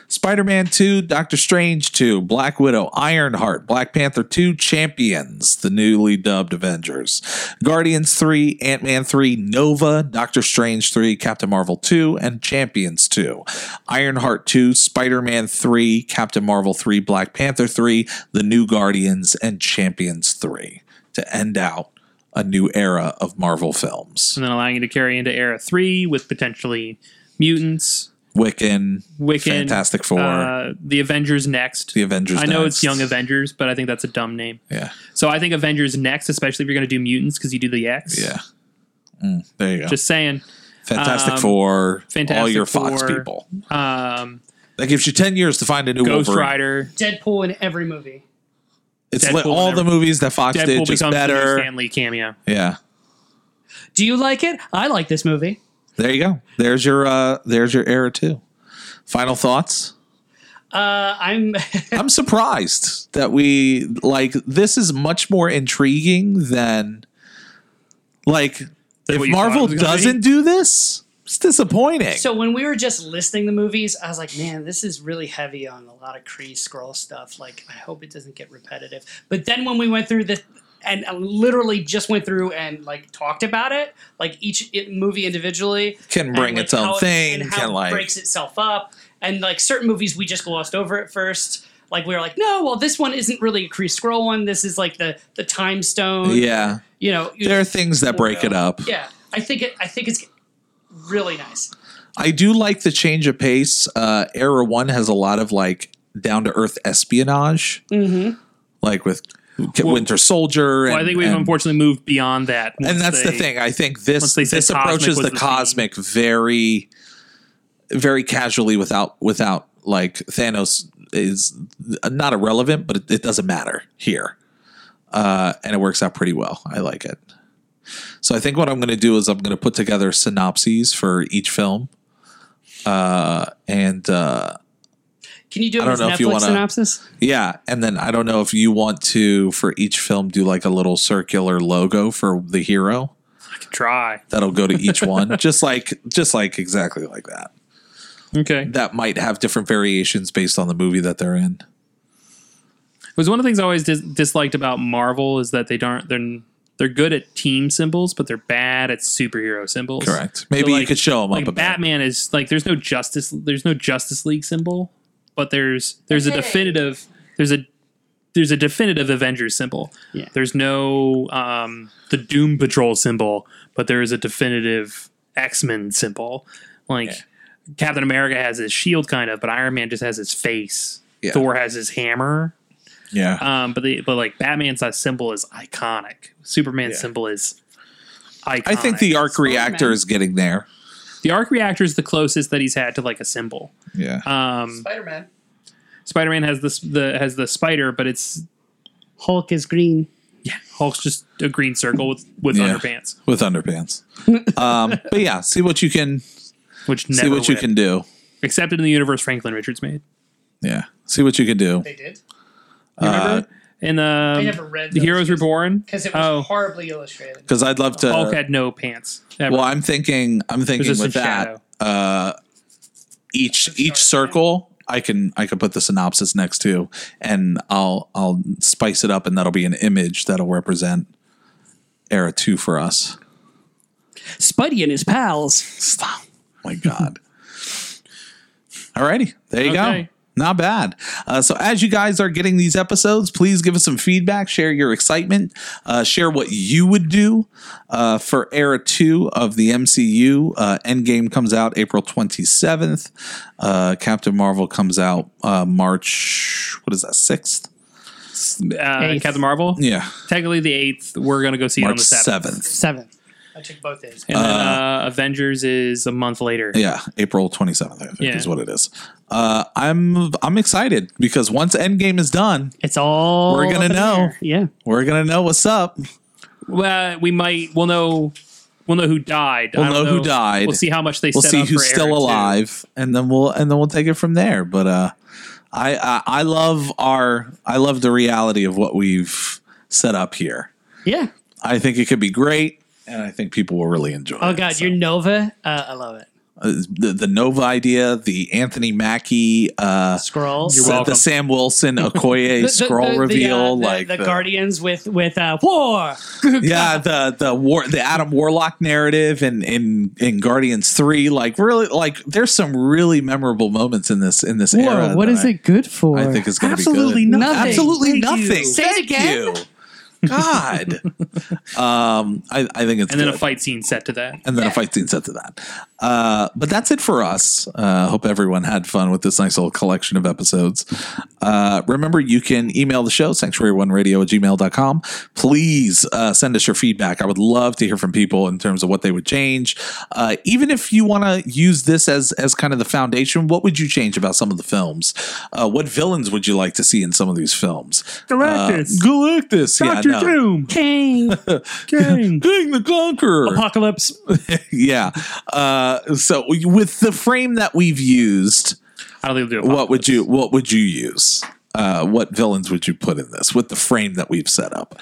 [SPEAKER 7] Spider-Man 2, Doctor Strange 2, Black Widow, Ironheart, Black Panther 2, Champions, the newly dubbed Avengers, Guardians 3, Ant-Man 3, Nova, Doctor Strange 3, Captain Marvel 2, and Champions 2. Ironheart 2, Spider-Man 3, Captain Marvel 3, Black Panther 3, The New Guardians, and Champions 3 to end out a new era of Marvel films.
[SPEAKER 4] And then allowing you to carry into era 3 with potentially mutants,
[SPEAKER 7] Wiccan,
[SPEAKER 4] Wiccan,
[SPEAKER 7] Fantastic Four,
[SPEAKER 4] uh, the Avengers next.
[SPEAKER 7] the Avengers.
[SPEAKER 4] I know
[SPEAKER 7] next.
[SPEAKER 4] it's Young Avengers, but I think that's a dumb name.
[SPEAKER 7] Yeah,
[SPEAKER 4] So I think Avengers next, especially if you're going to do mutants because you do the X.
[SPEAKER 7] yeah. Mm, there you go.
[SPEAKER 4] Just saying.
[SPEAKER 7] Fantastic
[SPEAKER 4] um,
[SPEAKER 7] Four, all
[SPEAKER 4] Fantastic
[SPEAKER 7] your Fox
[SPEAKER 4] Four,
[SPEAKER 7] people.
[SPEAKER 4] Um,
[SPEAKER 7] That gives you ten years to find a new
[SPEAKER 4] Ghost
[SPEAKER 7] Wolverine.
[SPEAKER 4] Rider.
[SPEAKER 6] Deadpool in every movie.
[SPEAKER 7] It's
[SPEAKER 4] Deadpool
[SPEAKER 7] li- all
[SPEAKER 4] and
[SPEAKER 7] the movies that Fox
[SPEAKER 4] Deadpool
[SPEAKER 7] did just
[SPEAKER 4] becomes the new
[SPEAKER 7] better.
[SPEAKER 4] Stan Lee cameo.
[SPEAKER 7] Yeah,
[SPEAKER 6] Do you like it? I like this movie.
[SPEAKER 7] there you go. There's your uh there's your era too. Final thoughts.
[SPEAKER 6] Uh, I'm
[SPEAKER 7] I'm surprised that we like this is much more intriguing than like
[SPEAKER 4] what
[SPEAKER 7] if
[SPEAKER 4] you thought it
[SPEAKER 7] Marvel
[SPEAKER 4] was gonna be?
[SPEAKER 7] doesn't do this, It's disappointing.
[SPEAKER 6] So when we were just listing the movies, I was like, man, this is really heavy on a lot of Kree scroll stuff. Like, I hope it doesn't get repetitive. But then when we went through this and I literally just went through and like talked about it, like each i- movie individually
[SPEAKER 7] Can
[SPEAKER 6] and,
[SPEAKER 7] bring
[SPEAKER 6] like,
[SPEAKER 7] its own
[SPEAKER 6] how it-
[SPEAKER 7] thing,
[SPEAKER 6] and how
[SPEAKER 7] can,
[SPEAKER 6] it
[SPEAKER 7] like-
[SPEAKER 6] breaks itself up, and like certain movies we just glossed over at first. Like we were like, no, well, this one isn't really a Kree scroll one. This is like the the time stone.
[SPEAKER 7] yeah.
[SPEAKER 6] you know,
[SPEAKER 7] There are things that break it up.
[SPEAKER 6] yeah. I think it. I think it's really nice.
[SPEAKER 7] I do like the change of pace. Uh, Era One has a lot of like down to earth espionage, mm-hmm. like with K- Winter Soldier. And,
[SPEAKER 4] Well, I think we've
[SPEAKER 7] and,
[SPEAKER 4] unfortunately moved beyond that.
[SPEAKER 7] and
[SPEAKER 4] once
[SPEAKER 7] that's the
[SPEAKER 4] they-
[SPEAKER 7] thing. I think
[SPEAKER 4] once
[SPEAKER 7] this
[SPEAKER 4] they said
[SPEAKER 7] this
[SPEAKER 4] cosmic
[SPEAKER 7] approaches
[SPEAKER 4] was
[SPEAKER 7] the
[SPEAKER 4] the theme.
[SPEAKER 7] cosmic very, very casually without without like Thanos is not irrelevant, but it, it doesn't matter here, uh, and it works out pretty well. I like it. So I think what I'm going to do is I'm going to put together synopses for each film, uh, and. Uh,
[SPEAKER 6] Can you do
[SPEAKER 7] I
[SPEAKER 6] it
[SPEAKER 7] don't
[SPEAKER 6] as
[SPEAKER 7] know
[SPEAKER 6] Netflix
[SPEAKER 7] if you wanna-
[SPEAKER 6] synopsis?
[SPEAKER 7] Yeah, and then I don't know if you want to for each film do like a little circular logo for the hero
[SPEAKER 4] Try.
[SPEAKER 7] that'll go to each one, just like just like exactly like that.
[SPEAKER 4] Okay.
[SPEAKER 7] That might have different variations based on the movie that they're in.
[SPEAKER 4] It was one of the things I always dis- disliked about Marvel is that they don't they're they're good at team symbols, but they're bad at superhero symbols.
[SPEAKER 7] Correct. Maybe you could show 'em up
[SPEAKER 4] like
[SPEAKER 7] a bit.
[SPEAKER 4] Batman is like there's no justice there's no Justice League symbol, but there's there's a definitive there's a there's a definitive Avengers symbol.
[SPEAKER 6] Yeah.
[SPEAKER 4] There's no um, the Doom Patrol symbol, but there is a definitive X Men symbol. Like Captain America has his shield, kind of, but Iron Man just has his face.
[SPEAKER 7] Yeah.
[SPEAKER 4] Thor has his hammer.
[SPEAKER 7] Yeah.
[SPEAKER 4] Um, but the but like Batman's uh, symbol is iconic. Superman's
[SPEAKER 7] Yeah.
[SPEAKER 4] symbol is iconic.
[SPEAKER 7] I think the arc reactor
[SPEAKER 6] Spider-Man.
[SPEAKER 7] is getting there.
[SPEAKER 4] the arc reactor is the closest that he's had to like a symbol.
[SPEAKER 7] Yeah.
[SPEAKER 4] Um,
[SPEAKER 6] Spider Man.
[SPEAKER 4] Spider Man has this the has the spider, but it's
[SPEAKER 6] Hulk is green.
[SPEAKER 4] Hulk's just a green circle with with
[SPEAKER 7] Yeah.
[SPEAKER 4] underpants,
[SPEAKER 7] With underpants. um, but yeah, see what you can
[SPEAKER 4] which never
[SPEAKER 7] see what you
[SPEAKER 4] win.
[SPEAKER 7] can do.
[SPEAKER 4] accepted in the universe Franklin Richards made.
[SPEAKER 7] Yeah. See what you can do. Uh,
[SPEAKER 6] They did
[SPEAKER 4] You remember in the
[SPEAKER 6] never read
[SPEAKER 4] Um, the
[SPEAKER 6] those
[SPEAKER 4] Heroes
[SPEAKER 6] because-
[SPEAKER 4] Reborn
[SPEAKER 6] because it was
[SPEAKER 4] oh
[SPEAKER 6] horribly illustrated.
[SPEAKER 7] Because I'd love to
[SPEAKER 4] Hulk had no pants. ever.
[SPEAKER 7] Well, I'm thinking. I'm thinking
[SPEAKER 4] just
[SPEAKER 7] with
[SPEAKER 4] in
[SPEAKER 7] that. Uh, each each circle, I can I can put the synopsis next to, and I'll I'll spice it up, and that'll be an image that'll represent era two for us.
[SPEAKER 6] Spidey and his pals.
[SPEAKER 7] Stop! My God. Alrighty, there you
[SPEAKER 4] Okay.
[SPEAKER 7] go. Not bad. Uh, so, as you guys are getting these episodes, please give us some feedback, share your excitement, uh, share what you would do uh, for Era 2 of the MCU. Uh, Endgame comes out April 27th. Uh, Captain Marvel comes out uh, March, what is that, 6th?
[SPEAKER 4] uh,
[SPEAKER 6] Eighth.
[SPEAKER 4] Captain Marvel,
[SPEAKER 7] Yeah,
[SPEAKER 4] technically the eighth. We're gonna go see it on
[SPEAKER 7] March
[SPEAKER 4] the seventh.
[SPEAKER 7] 7th.
[SPEAKER 6] Seven. I took both days.
[SPEAKER 4] And then uh, Avengers is a month later.
[SPEAKER 7] Yeah, April 27th, I think
[SPEAKER 4] Yeah.
[SPEAKER 7] is what it is. Uh, I'm I'm excited because once Endgame is done,
[SPEAKER 6] It's all
[SPEAKER 7] We're gonna
[SPEAKER 6] up in the
[SPEAKER 7] know.
[SPEAKER 6] air. Yeah.
[SPEAKER 7] we're gonna know what's up.
[SPEAKER 4] Well, we might. We'll know. We'll know who died. I
[SPEAKER 7] We'll
[SPEAKER 4] don't
[SPEAKER 7] know who died.
[SPEAKER 4] We'll see how much they.
[SPEAKER 7] we'll
[SPEAKER 4] set
[SPEAKER 7] see
[SPEAKER 4] up
[SPEAKER 7] who's
[SPEAKER 4] for
[SPEAKER 7] still
[SPEAKER 4] Aaron, too.
[SPEAKER 7] alive, and then we'll and then we'll take it from there. But uh, I, I I love our I love the reality of what we've set up here.
[SPEAKER 6] Yeah.
[SPEAKER 7] I think it could be great, and I think people will really enjoy.
[SPEAKER 6] Oh
[SPEAKER 7] it.
[SPEAKER 6] God,
[SPEAKER 7] So,
[SPEAKER 6] you're Nova. Uh, I love it.
[SPEAKER 7] uh, the the Nova idea, the Anthony Mackie, uh,
[SPEAKER 6] Scrolls.
[SPEAKER 4] You're
[SPEAKER 7] the-
[SPEAKER 4] welcome.
[SPEAKER 7] the Sam Wilson Okoye scroll reveal, like
[SPEAKER 6] uh, the, Guardians with with uh, war.
[SPEAKER 7] yeah, the the war the Adam Warlock narrative and in in Guardians three, like really like there's some really memorable moments in this in this era.
[SPEAKER 6] War. What
[SPEAKER 7] that
[SPEAKER 6] is
[SPEAKER 7] I-
[SPEAKER 6] it good for?
[SPEAKER 7] I think it's going to be
[SPEAKER 4] Absolutely
[SPEAKER 7] good.
[SPEAKER 4] nothing.
[SPEAKER 6] Nothing.
[SPEAKER 7] Absolutely
[SPEAKER 4] Thank you.
[SPEAKER 7] nothing.
[SPEAKER 6] Say it
[SPEAKER 7] Thank
[SPEAKER 6] again.
[SPEAKER 7] you. God. um, I, I think it's
[SPEAKER 4] And then a
[SPEAKER 7] good.
[SPEAKER 4] fight scene set to that.
[SPEAKER 7] And then a fight scene set to that. Uh, but that's it for us. Uh, hope everyone had fun with this nice little collection of episodes. Uh, remember, you can email the show, sanctuary1radio at gmail.com. Please uh, send us your feedback. I would love to hear from people in terms of what they would change. Uh, even if you want to use this as, as kind of the foundation, what would you change about some of the films? Uh, what villains would you like to see in some of these films?
[SPEAKER 4] Galactus.
[SPEAKER 7] Uh, Galactus.
[SPEAKER 4] Doctor
[SPEAKER 7] yeah, no.
[SPEAKER 4] Doom.
[SPEAKER 6] King
[SPEAKER 4] King.
[SPEAKER 7] King the Conqueror
[SPEAKER 6] apocalypse.
[SPEAKER 7] yeah. Uh, so with the frame that we've used,
[SPEAKER 4] I don't think we'll do it.
[SPEAKER 7] what would you what would you use? Uh, what villains would you put in this with the frame that we've set up?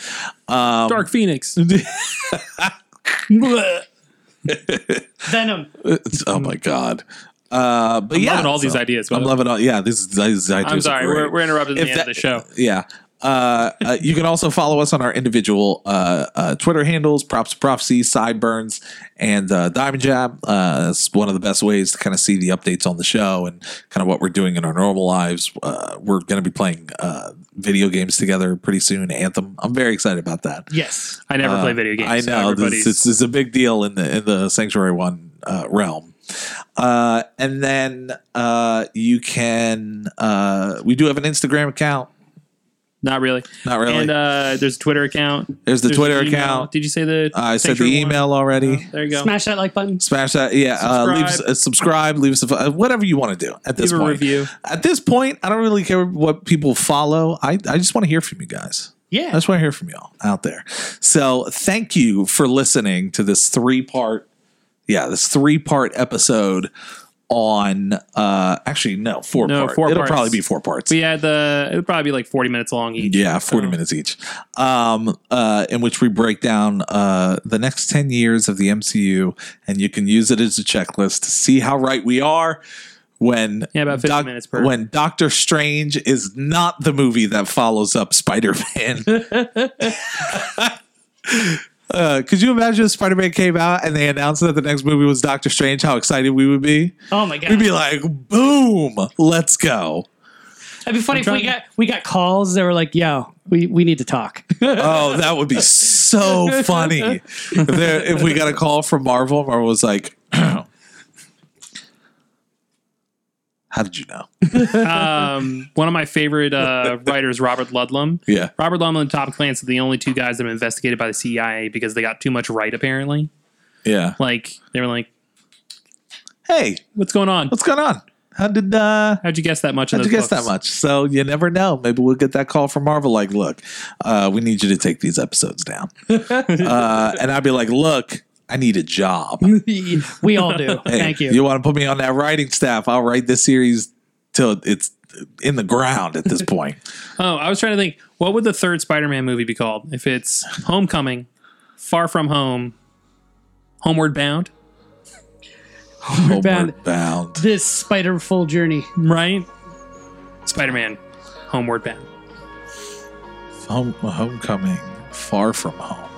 [SPEAKER 7] Um,
[SPEAKER 4] Dark Phoenix.
[SPEAKER 6] Venom.
[SPEAKER 7] It's- oh my god. Uh, but yeah,
[SPEAKER 4] Hmm. loving all these ideas, by
[SPEAKER 7] I'm
[SPEAKER 4] the
[SPEAKER 7] loving all. Yeah, these, these ideas.
[SPEAKER 4] I'm
[SPEAKER 7] are
[SPEAKER 4] sorry,
[SPEAKER 7] great.
[SPEAKER 4] we're, we're interrupting the
[SPEAKER 7] If
[SPEAKER 4] end
[SPEAKER 7] that-
[SPEAKER 4] of the show.
[SPEAKER 7] Yeah. Uh, uh, you can also follow us on our individual uh, uh, Twitter handles, Props to Prophecy, Sideburns, and uh, Diamond Jab. Uh, it's one of the best ways to kind of see the updates on the show and kind of what we're doing in our normal lives. Uh, we're going to be playing uh, video games together pretty soon. Anthem. I'm very excited about that.
[SPEAKER 6] Yes.
[SPEAKER 4] I never play video games.
[SPEAKER 7] Uh, I
[SPEAKER 4] so
[SPEAKER 7] know this,
[SPEAKER 4] everybody's-
[SPEAKER 7] this is a big deal in the in the Sanctuary One uh, realm. Uh, and then uh, you can uh, we do have an Instagram account.
[SPEAKER 4] not really.
[SPEAKER 7] Not really.
[SPEAKER 4] And uh, there's a Twitter account.
[SPEAKER 7] There's the
[SPEAKER 4] an
[SPEAKER 7] Twitter
[SPEAKER 4] email.
[SPEAKER 7] account.
[SPEAKER 4] Did you say the?
[SPEAKER 7] Uh, I said the
[SPEAKER 4] Sanctuary one?
[SPEAKER 7] email already.
[SPEAKER 4] There you go.
[SPEAKER 6] Smash that like button.
[SPEAKER 7] Smash that. Yeah. Uh, leave us,
[SPEAKER 4] Subscribe.
[SPEAKER 7] uh, subscribe. Leave us a, uh, whatever you want to do at this
[SPEAKER 4] Leave a
[SPEAKER 7] point.
[SPEAKER 4] review.
[SPEAKER 7] At this point, I don't really care what people follow. I, I just want to hear from you guys. I
[SPEAKER 6] Yeah.
[SPEAKER 7] just want to hear from y'all out there. So thank you for listening to this three part. Yeah, this three part episode on uh actually no four
[SPEAKER 4] No,
[SPEAKER 7] part.
[SPEAKER 4] four
[SPEAKER 7] It'll
[SPEAKER 4] parts.
[SPEAKER 7] probably be four parts.
[SPEAKER 4] We had the. It would probably be like 40 minutes long each.
[SPEAKER 7] Yeah, 40 minutes each. Um, uh, in which we break down uh, the next 10 years of the MCU, and you can use it as a checklist to see how right we are when
[SPEAKER 4] Yeah, about 50 minutes per.
[SPEAKER 7] when Doctor Strange is not the movie that follows up Spider-Man. Uh, could you imagine if Spider-Man came out and they announced that the next movie was Doctor Strange? How excited we would be!
[SPEAKER 6] Oh my god.
[SPEAKER 7] We'd be like, "Boom, let's go!"
[SPEAKER 6] It'd be funny if we got we got calls that were like, "Yo, we, we need to talk."
[SPEAKER 7] Oh, that would be so funny. If, there, if we got a call from Marvel, Marvel was like, How did you know?
[SPEAKER 4] um, one of my favorite uh, writers, Robert Ludlum.
[SPEAKER 7] Yeah.
[SPEAKER 4] Robert Ludlum and Tom Clancy are the only two guys that have been investigated by the CIA because they got too much right. Apparently,
[SPEAKER 7] Yeah.
[SPEAKER 4] like they were like,
[SPEAKER 7] Hey,
[SPEAKER 4] "What's going on?
[SPEAKER 7] what's going on? How did uh
[SPEAKER 4] How'd you guess that much?" in
[SPEAKER 7] how'd you
[SPEAKER 4] those
[SPEAKER 7] guess that
[SPEAKER 4] books?"
[SPEAKER 7] much? So you never know. Maybe we'll get that call from Marvel like, look, uh, we need you to take these episodes down. uh, and I'd be like, look, I need a job.
[SPEAKER 6] we all do.
[SPEAKER 7] Hey,
[SPEAKER 6] Thank you.
[SPEAKER 7] You want to put me on that writing staff? I'll write this series till it's in the ground at this point.
[SPEAKER 4] Oh, I was trying to think. What would the third Spider-Man movie be called? If it's Homecoming, Far From Home, Homeward Bound,
[SPEAKER 7] Homeward
[SPEAKER 6] bound.
[SPEAKER 7] bound.
[SPEAKER 6] this spiderful journey.
[SPEAKER 4] right? Spider-Man, Homeward Bound.
[SPEAKER 7] Home, homecoming, far from home.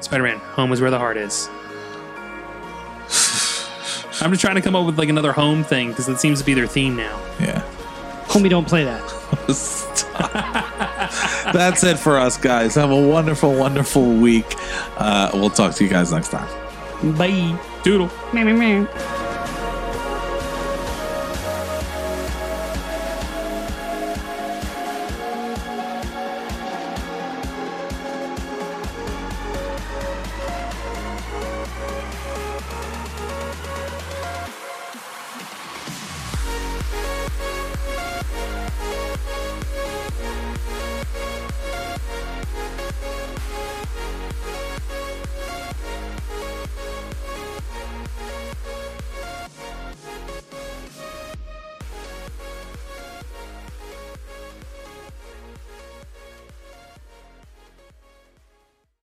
[SPEAKER 4] Spider-Man, home is where the heart is. I'm just trying to come up with like another home thing because it seems to be their theme now.
[SPEAKER 7] Yeah.
[SPEAKER 6] Homie, don't play that.
[SPEAKER 7] Stop. That's it for us, guys. Have a wonderful, wonderful week. Uh, we'll talk to you guys next time.
[SPEAKER 6] Bye.
[SPEAKER 4] Doodle.
[SPEAKER 6] Meow, meow, meow.